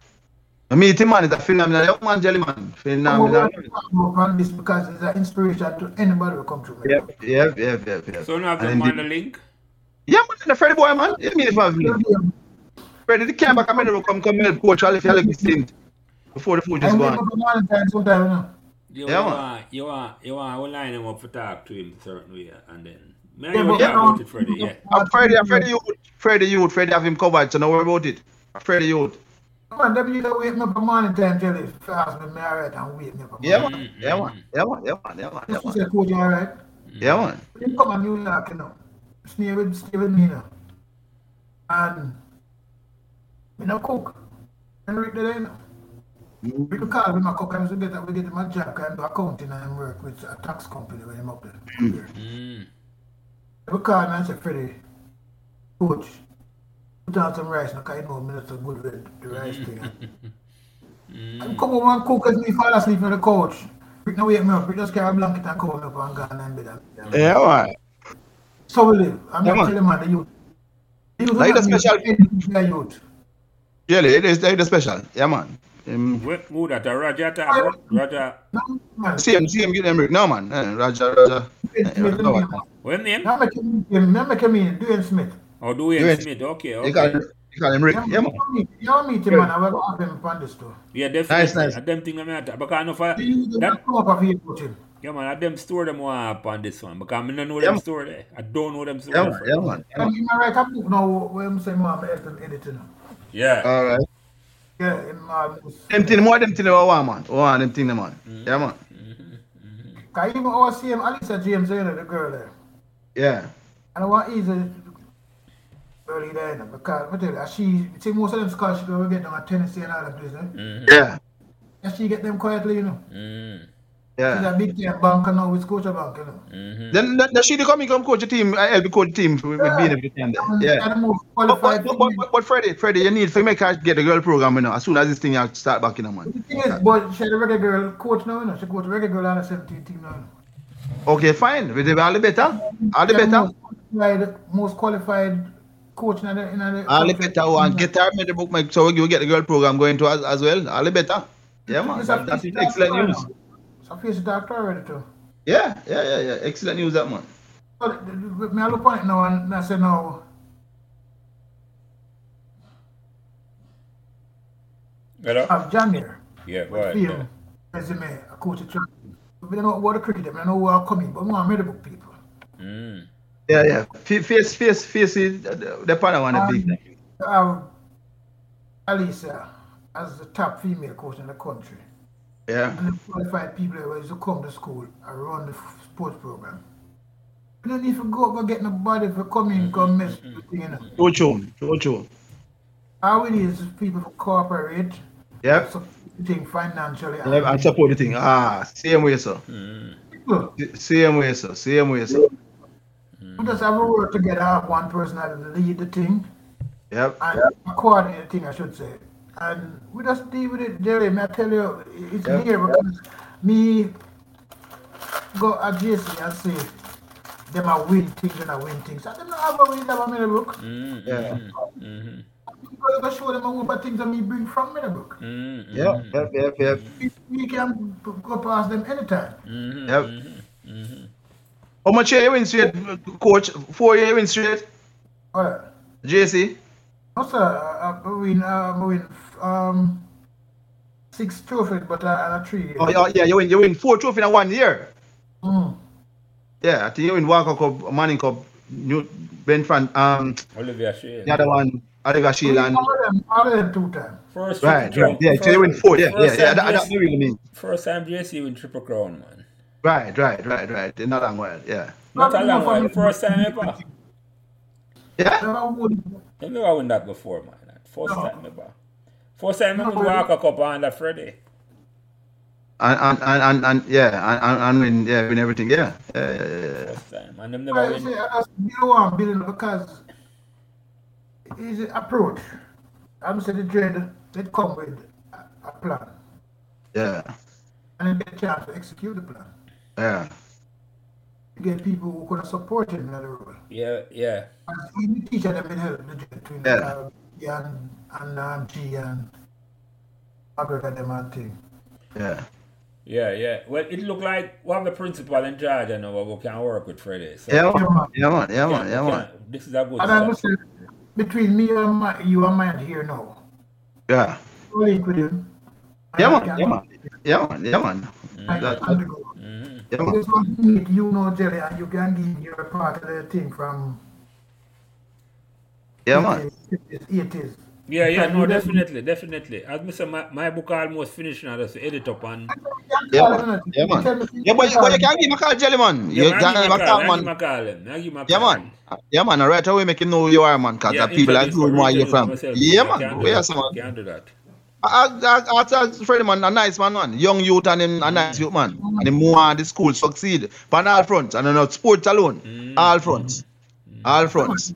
I meet him, man, it's a phenomenal young man, jelly man.
I'm
Phenomenal.
going to talk about this because it's an inspiration to anybody who come to me.
Yep, yep, yep, yep, yep.
So you have to
And
find the
the-
link.
Yeah, man, the Freddy boy, man. You mean if I've Freddy, the camera come in, come come help coach, I'll if you like this thing before the food is
I'm going
gone.
to Valentine sometime, you know.
You,
Yeah,
you
man.
want you want you want to line him up for talk to him certain way and then. May I yeah,
Yeah, but-
talk
um,
about it Freddie, yeah.
I'm Freddy, I'm Freddy Youth, Freddy Youth, Freddy have him covered, so don't worry about it. Freddy Youth.
Come on, them you don't wake me up in the morning time, tell you, fast me, me alright, and wake me up. in the
Yeah,
morning.
man, yeah, man, yeah, man, yeah, man, yeah, man, yeah,
She
man.
said, coach, you alright?
Yeah, man.
You come on New York, you know. Stay with, stay with me, you know. And, you know, cook. And Rick there, you know. We could call him a cook and we get, we get him a job and do accounting and work with a tax company when him up there.
Mm.
We call him and say, Freddie, coach, put on some rice now, because you know me not so good with the rice thing. And come over and cook as me fall asleep on the couch. Rick no wake me up, Rick just carry a blanket and cover me up and gone and bed. And,
Yeah, man.
So we live. I'm
Yeah,
not
man.
telling man the youth. The youth
Like
is
the
not
special-
meant to be a youth.
Jelly, it is, it is special. Yeah, man. Um,
Wh- Who that? A Roger talk about? Roger.
No, man.
see him, see him, get him, Rick. No, man. Eh, Raja, Raja.
Dwayne
Eh,
Smith,
Raja,
no,
man.
man.
What name?
Now make him, now make him in, Dwayne Smith.
Or Dwayne
Dwayne.
Smith. Okay,
You call
okay.
him, you call him Rick.
Yeah,
Yeah,
man.
man.
You don't meet him, man. I will have him on this too.
Yeah, definitely.
Nice, nice.
And Them thing I matter because I know for
The youth do
that.
not come up of here coaching.
Yeah, man. I them store them one up on this one because I don't know
Yeah,
them
man.
store there. I don't know them store.
Yeah,
there,
man,
Freddie.
yeah, man. Yeah, man.
I'm going to write a book now where I'm saying, man, I'm helping editing.
Yeah.
All right.
Yeah, him, uh, this-
Them thing, more them thing I want, man. Oh, want them thing, man. Yeah, man.
Cause even our same Alyssa James, you know, the girl there.
Yeah.
And I want easy early there, you know, because I tell you, she, see most of them scholarships we get them at Tennessee and all that places. eh?
Yeah.
And she get them quietly, you know.
Mm.
She's
Yeah.
a big time banker now with Scotiabank, you know.
Mm-hmm.
Then then- then she to come in, come coach the team. I help you coach the team with with being every time.
And
there.
they're
Yeah.
the most
But,
qualified
but, but,
thing.
but, but Freddie, Freddie, you need for me to get the girl program, you know, as soon as this thing you start back in, you know,
The
man.
eh. thing is, but she had a reggae girl coach now, you know. She coach reggae girl on the 17 team now. you know.
Okay, fine. We do all the better. All the
They're
better.
most qualified, most qualified coach in the, in the
All the better. And get her in the book, make, so you get the girl program going to as, as well. All the better. Yeah, man. That, that is excellent news.
So I face doctor already too.
Yeah, yeah, yeah, yeah. Excellent news, that man.
So the- the- me I look on it now and I say no.
Hello?
Ah,
I've jam here.
Yeah, go
But
ahead.
feel uh, resume, a coach a track. We don't know what the cricket, we don't know where I'm coming, but we want to book people.
yeah. Mm.
Yeah, yeah. F- Face, face, face is uh, the the partner one of the big thing.
have Alisa as the top female coach in the country.
Yeah.
And the qualified people that was to come to school and run the f- sports program. You don't need to go, go get nobody for coming, come mess with you, you know.
Too true. Too true.
All we need is people to cooperate,
Yep.
supporting financially. and
Yep, And support the thing. Ah, same way, sir.
people.
S- Same way, sir. Same way, sir.
We just have to work together, have one person that lead the thing.
Yep.
and coordinate thing, I should say. And we just deal with it, Jerry. may I tell you, it's
Yeah.
there because me go adjacent and say, them
Mm.
are win things and I win things. And them not have a win, them are in the book.
Mm.
Yeah.
Mm.
because I show them a whole things that me bring from Meadowbrook.
Mm, mm,
Yep, yep, yep, yep.
We, we can p- go past them anytime.
mhm,
yep.
mhm.
How much Oh, you win straight, coach? Four year win straight,
Well,
JC?
no, sir, I, I win, uh, I win um, six trophies, but uh, and a three.
Oh, yeah, yeah, you win, you win four trophies in one year.
Mm.
Yeah, I think you win Walker Cup, Manning Cup, New Ben Fran, um,
Olivia Shea.
the other one, Oliver
We
Sheelan.
All of them, all of them two times.
First
Right,
triple
right,
crown.
yeah, so you win
First-
four, yeah, yeah,
first
yeah,
time
that, that
JC
really mean.
First time JC win triple crown, man.
Right, right, right, right, not that well, yeah.
Not a
Not
long
enough
one.
of it.
First time ever.
They
Yeah,
were good.
You never win that before, man. First
No.
time ever. First time ever
No,
we walk a cup on that Friday.
and, and, and, and, and yeah, and, and, and win, yeah, win everything, yeah. yeah, yeah, yeah, yeah.
First time. And them never
I
win.
say I ask you one building because his approach. I'm saying the trade they come with a- a plan
Yeah,
and then they chance to execute the plan.
yeah,
You get people who could have supported him in the role.
Yeah, yeah.
And he the teacher them been help the j- between
Yeah.
uh, and and um, G and Margaret and them and thing.
yeah.
Yeah, yeah. Well, it looked like we have the principal in charge and we can work with Friday. So,
Yeah,
Yeah,
man,
man.
yeah, man, yeah, man,
we
yeah, man.
can- This is a good
And I
start.
listen between me and my, you and mine here now.
yeah.
Link with him.
Yeah,
I
man,
can-
yeah, man, yeah, man, yeah, man.
I
That-
can
that-
go.
Mhm.
yeah, man.
This one need you know Jerry and you can give your part of the thing from
Yeah, man.
80s, 80s.
Yeah, yeah,
Can
no,
you let-
definitely, definitely. As me say, my, my book almost finished now, just edit up and...
Yeah, man. Yeah, man. Yeah, but, but you can't give him a call, Jelly, man. You
I
can't
give
give him a call,
him
man.
a call, man. I give him a call.
Yeah, man. Yeah, man. Right away, make him know who you are, man. Because
Yeah,
people are
introduce
doing
myself,
where you're from.
introduce myself.
Yeah,
I can't
man.
do
Yes,
that.
man.
Can't do that.
I, I, I, I Freddie, man, a nice man, man. Young youth and him, a nice youth, man. And him want the school succeed. Pan all fronts. And not sports alone. All fronts. All fronts.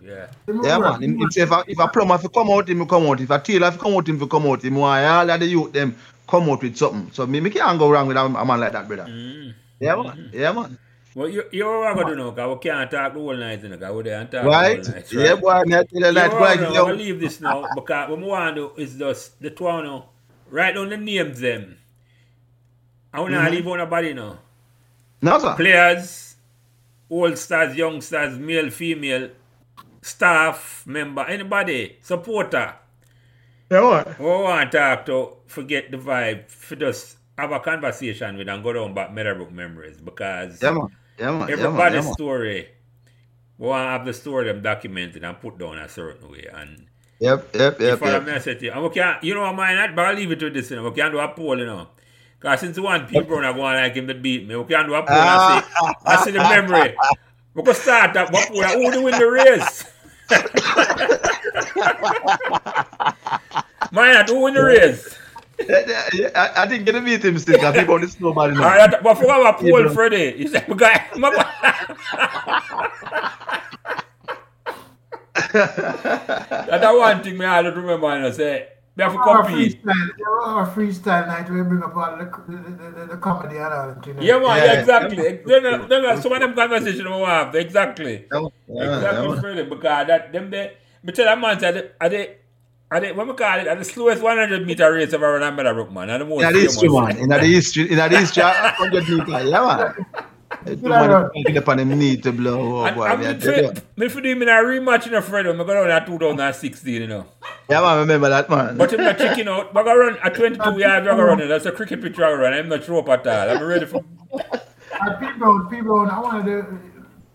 Yeah.
Yeah, man. Him, him say if, a, if a plumber fi come out, him will come out. If a tailor fi come out, him fi come out. Him want all of the youth, them, come out with something. So me, me can't go wrong with a, a man like that, brother.
Mm.
Yeah, man. Yeah, man.
Well, you, you know what I'm going to do now, because we can't talk the whole night, you know, 'cause we there and talk
Right?
the whole night,
Yeah, boy. Net,
You
net,
know
boy.
what, no,
yeah.
we'll leave this now, because what we want to do is just, the two now, write down the names them. I want to
Mm-hmm.
leave on a body now.
No, sir.
players, old stars, young stars, male, female, staff member, anybody, supporter,
Yeah, man.
who want to talk to, forget the vibe, for just have a conversation with and go down back Meadowbrook memories because
Yeah, man. Yeah, man. Yeah, man.
everybody's
Yeah, man.
story, we want to have the story them documented and put down a certain way. And
Yep, yep,
if
yep,
follow
yep.
me, I said to you, and we can't, you know, I might not, but I'll leave it to this, you know, we can't do a poll, you know. Because since one people are going like him to beat me, we can't do a poll and see, I see the memory. We could start that, but poll, who do win the race? Man, who win the race?
Yeah, yeah, I, I didn't get to meet him still. I think about this nobody
All
now.
right, but forgot about poll,
Yeah.
Freddie. You said, we got, That's one thing me I don't remember, you know, say, we have to
Our
compete.
freestyle, our freestyle night, we bring up all the, the, the, the comedy and all that.
Yeah, man, yeah,
Yeah.
exactly. Then, then some of them conversation we have, exactly.
Yeah, yeah,
exactly,
yeah, man.
Freddie, because that, them there, me tell a man, say, are they, are they, are they, what me call it, are the slowest 100 meter race ever run in Meadowbrook, man. And the most
In the history,
famous.
man. In the history, in the history, a hundred meter. Yeah, man. The man
man.
picking up on him knee to blow. Oh,
And,
boy.
and
me I
me,
tell you.
tra- me for doing in a rematch in a Freddie, I'm going to 2016, you know.
Yeah, man. Remember that, man.
But if I'm not checking out, I'm going to run a 22 yard jog running. That's a cricket pitch jog running. I'm not sure at all. I'm ready for.
And people, people, I wanted the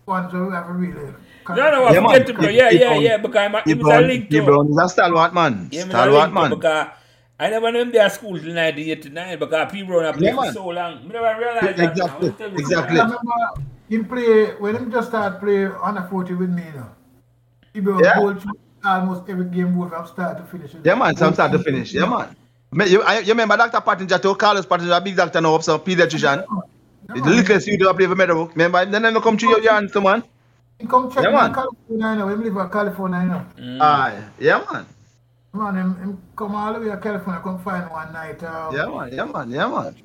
ones who have a really.
No, no, I
Yeah, man.
forget to blow. Yeah,
Keep
yeah,
on-
yeah, because I'm a,
he
it was a
brown,
link
he
to.
brown. He's a stalwart, man.
Yeah, man, I
Stalwart,
linked to
man.
because I never knew him there at school till 1989 because people run up
Yeah,
there for
man.
so long. I never realized that.
Exactly,
now.
exactly.
I remember him play, when him just started playing under 40 with me, you know. He brought
Yeah.
goal through almost every game goal from start to finish. you know.
Yeah, man. From start to finish. Yeah, man. Me- You, I, you remember Dr. Pattinger, too? Carlos Pattinger, big doctor now, some pediatrician.
Yeah,
The
man.
littlest you do play for Meadowbrook. Remember? Then they come to your yard, too, man.
He come check
Yeah,
me in
man.
California, you know. Him live in California, you know.
Mm.
Aye. Yeah, man.
Man, him, him come all the way to California, come find one night. Um,
Yeah, man. Yeah, man. Yeah, man.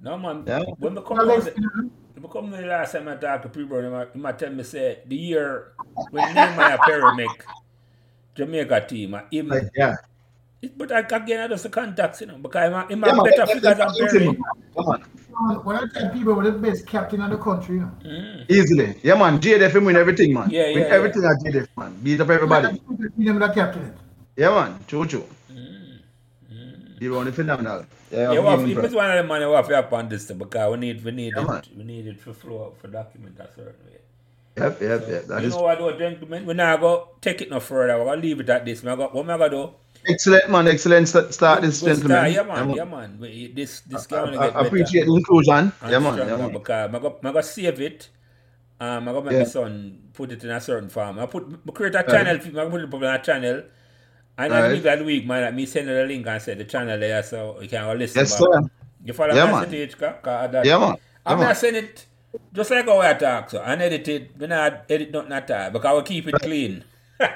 No, man.
Yeah.
When we come down,
Well, let's-
the- when we come down the last time I talked to people, they might they might tell me, say, the year when Nehemiah Perry make Jamaica team. And him,
Like, yeah.
it- but I, again, I just the contacts, you know, because I'm, I'm a
Yeah, man,
better
that's
figure than
easy,
Perry.
man. Come on.
When I tell people we're the best captain of the country, you know.
Mm-hmm.
Easily. Yeah, man. JDF him win everything, man.
Yeah, yeah,
win
yeah.
everything at JDF, man. Beat up everybody.
You know, that captain.
Yeah, man. Choo choo. He won the phenomenal. Yeah,
Mm. Yeah,
I'm
well,
giving
if
him
it's one of the man who have to happen this thing, because we need, we need
Yeah, man.
it, we need it for flow up, for document a certain way.
Yep, yep, yep. That
you
is
know what, though, gentlemen, we're not going to take it no further. We're going to leave it at this. We're gonna, what am I going to do?
excellent, man. Excellent st- start, this
We'll start-
gentleman.
yeah, man, yeah, man. We- This, this can only
I,
get
I
better.
appreciate the inclusion.
and
Yeah, man.
stronger
Yeah, man.
Because I'm going to save it. Um, I'm going to make
Yeah.
my son put it in a certain form. I put, I create a
Right.
channel. I'm going to put it up on a channel. And I
Right.
leave that week, man, like me send you the link and say the channel there so you can go listen.
Yes,
back.
sir.
You follow
Yeah,
my
man.
message, ca- ca- that-
Yeah, man.
I'm
Yeah,
not
man.
saying it just like how I talk, so I edit it. We not edit nothing at all because we keep it clean.
Yeah,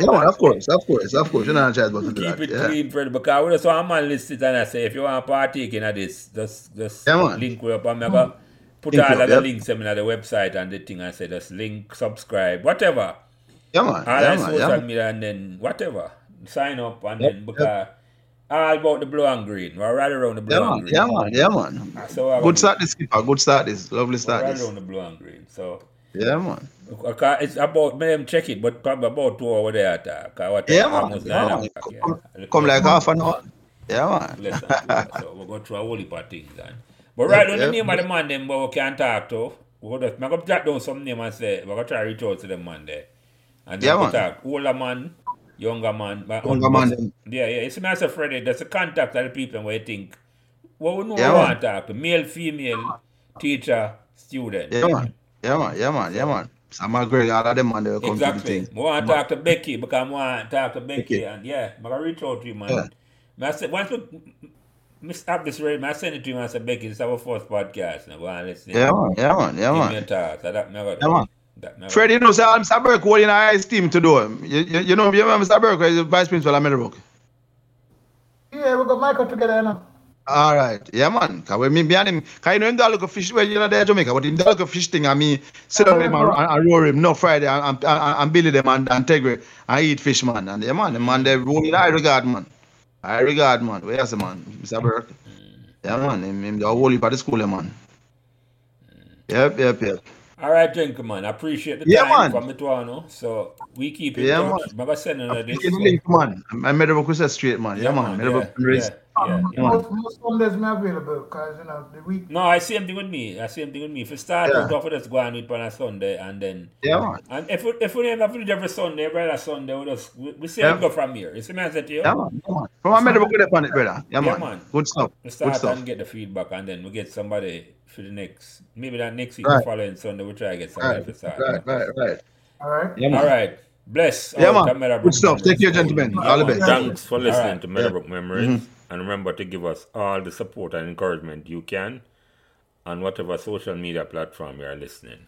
man. Of course, of course, of course. You know, chat about
Keep
that.
it
Yeah.
clean, Fred, because we just want man listen and I say if you want to partake in this, just just
Yeah, man. Hmm.
link we up and me go put
Link
all
up,
of the
yep.
links I mean, at the website and the thing and say just link, subscribe, whatever.
Yeah,
All
man. Yeah,
on
man.
social
Yeah, man.
media and then whatever. Sign up and
Yep,
then because all about the blue and green. We're right around the blue
Yeah,
and
man.
green.
Yeah, man. Yeah, man.
So I
Good
would-
start, this skipper. Good start, this lovely
we're
start,
right
this.
around the blue and green. So
Yeah, man.
okay, it's about me them check it, but probably about two over there at uh, 'cause what time?
Yeah, man.
almost
Yeah,
nine
man.
o'clock, yeah.
Come,
Look,
come
look,
like half an hour. Yeah, man.
less than two hours. so we're going through a whole heap of things and but right
Yeah,
on
yeah.
the name of the man them but we can't talk to. We're just I'm gonna jot down some name and say we're gonna try to reach out to them man there. And then
Yeah,
we
man.
talk older man, younger man, but-
Younger man, them.
Yeah, yeah. It's nice of Freddy, that's a contact of the people where you think well we know
Yeah,
we
man.
want to talk to male, female, teacher, student.
Yeah, man. Yeah, man. Yeah, man. Yeah, man. Sam agree. All of them, man, they will come to the
Exactly.
thing.
I want to talk to Becky because I want to talk to Becky.
Becky.
And yeah, I'm going to reach out to you, man.
Yeah.
Me I say, once we me have this ready, me I send it to you and say, Becky, this is our first podcast. Now go and listen.
Yeah, man. Yeah, man. Yeah,
Give
man.
me a talk. So that never
Yeah, man.
That never
Fred, you know, sir, I'm Mr. Burke holding our ice team to do him. You, you, you know, you remember Mr. Burke, he's the vice principal of Meadowbrook.
Yeah, we got Michael together, you know.
All right, yeah, man. Cause when me behind him, cause you know him do a look of fish. Well, you know there Jamaica, but him do a look of fish thing. I mean, sit on him and, and, and roar him. No Friday, and, and, and Billy them and, and Tegre and eat fish, man. And yeah, man, the man they roll in high regard, man. High regard, man. Where's the man, Mr. Burke? Yeah, man. Him, him do a whole heap at the school, eh, man. Yep, yep, yep.
All right, gentlemen. I appreciate the
Yeah,
time
man.
from Mituano. So we keep in
Yeah,
touch. I'm going to send another this.
Get the link, man. I Meadowbrook is straight, man. Yeah, man.
Yeah,
Meadowbrook
yeah,
fundraise.
yeah, yeah.
Most, most Sundays me available because, you know, the week.
No, I same thing with me. I same thing with me. If we start
Yeah.
out off, we just go on with it on a Sunday and then
Yeah, man.
And if we, if we have a village every Sunday, every other Sunday, we just we, we say
Yeah.
we go from here. You see me I said to you?
Yeah, man. Yeah, man. From America, good upon it, brother. Yeah, man.
man.
Good stuff.
We
Good
start
stuff.
and get the feedback and then we get somebody for the next maybe that next week
Right.
the following Sunday we try to get somebody
Right,
for start.
right, right, right.
All right.
Yeah,
All
man.
right. Bless.
Yeah,
all
man.
Camera
Good stuff.
brothers.
Take care, gentlemen.
Yeah,
All the
man.
best.
Thanks for listening
Alright.
to Meadowbrook Memories and remember to give us all the support and encouragement you can on whatever social media platform you are listening.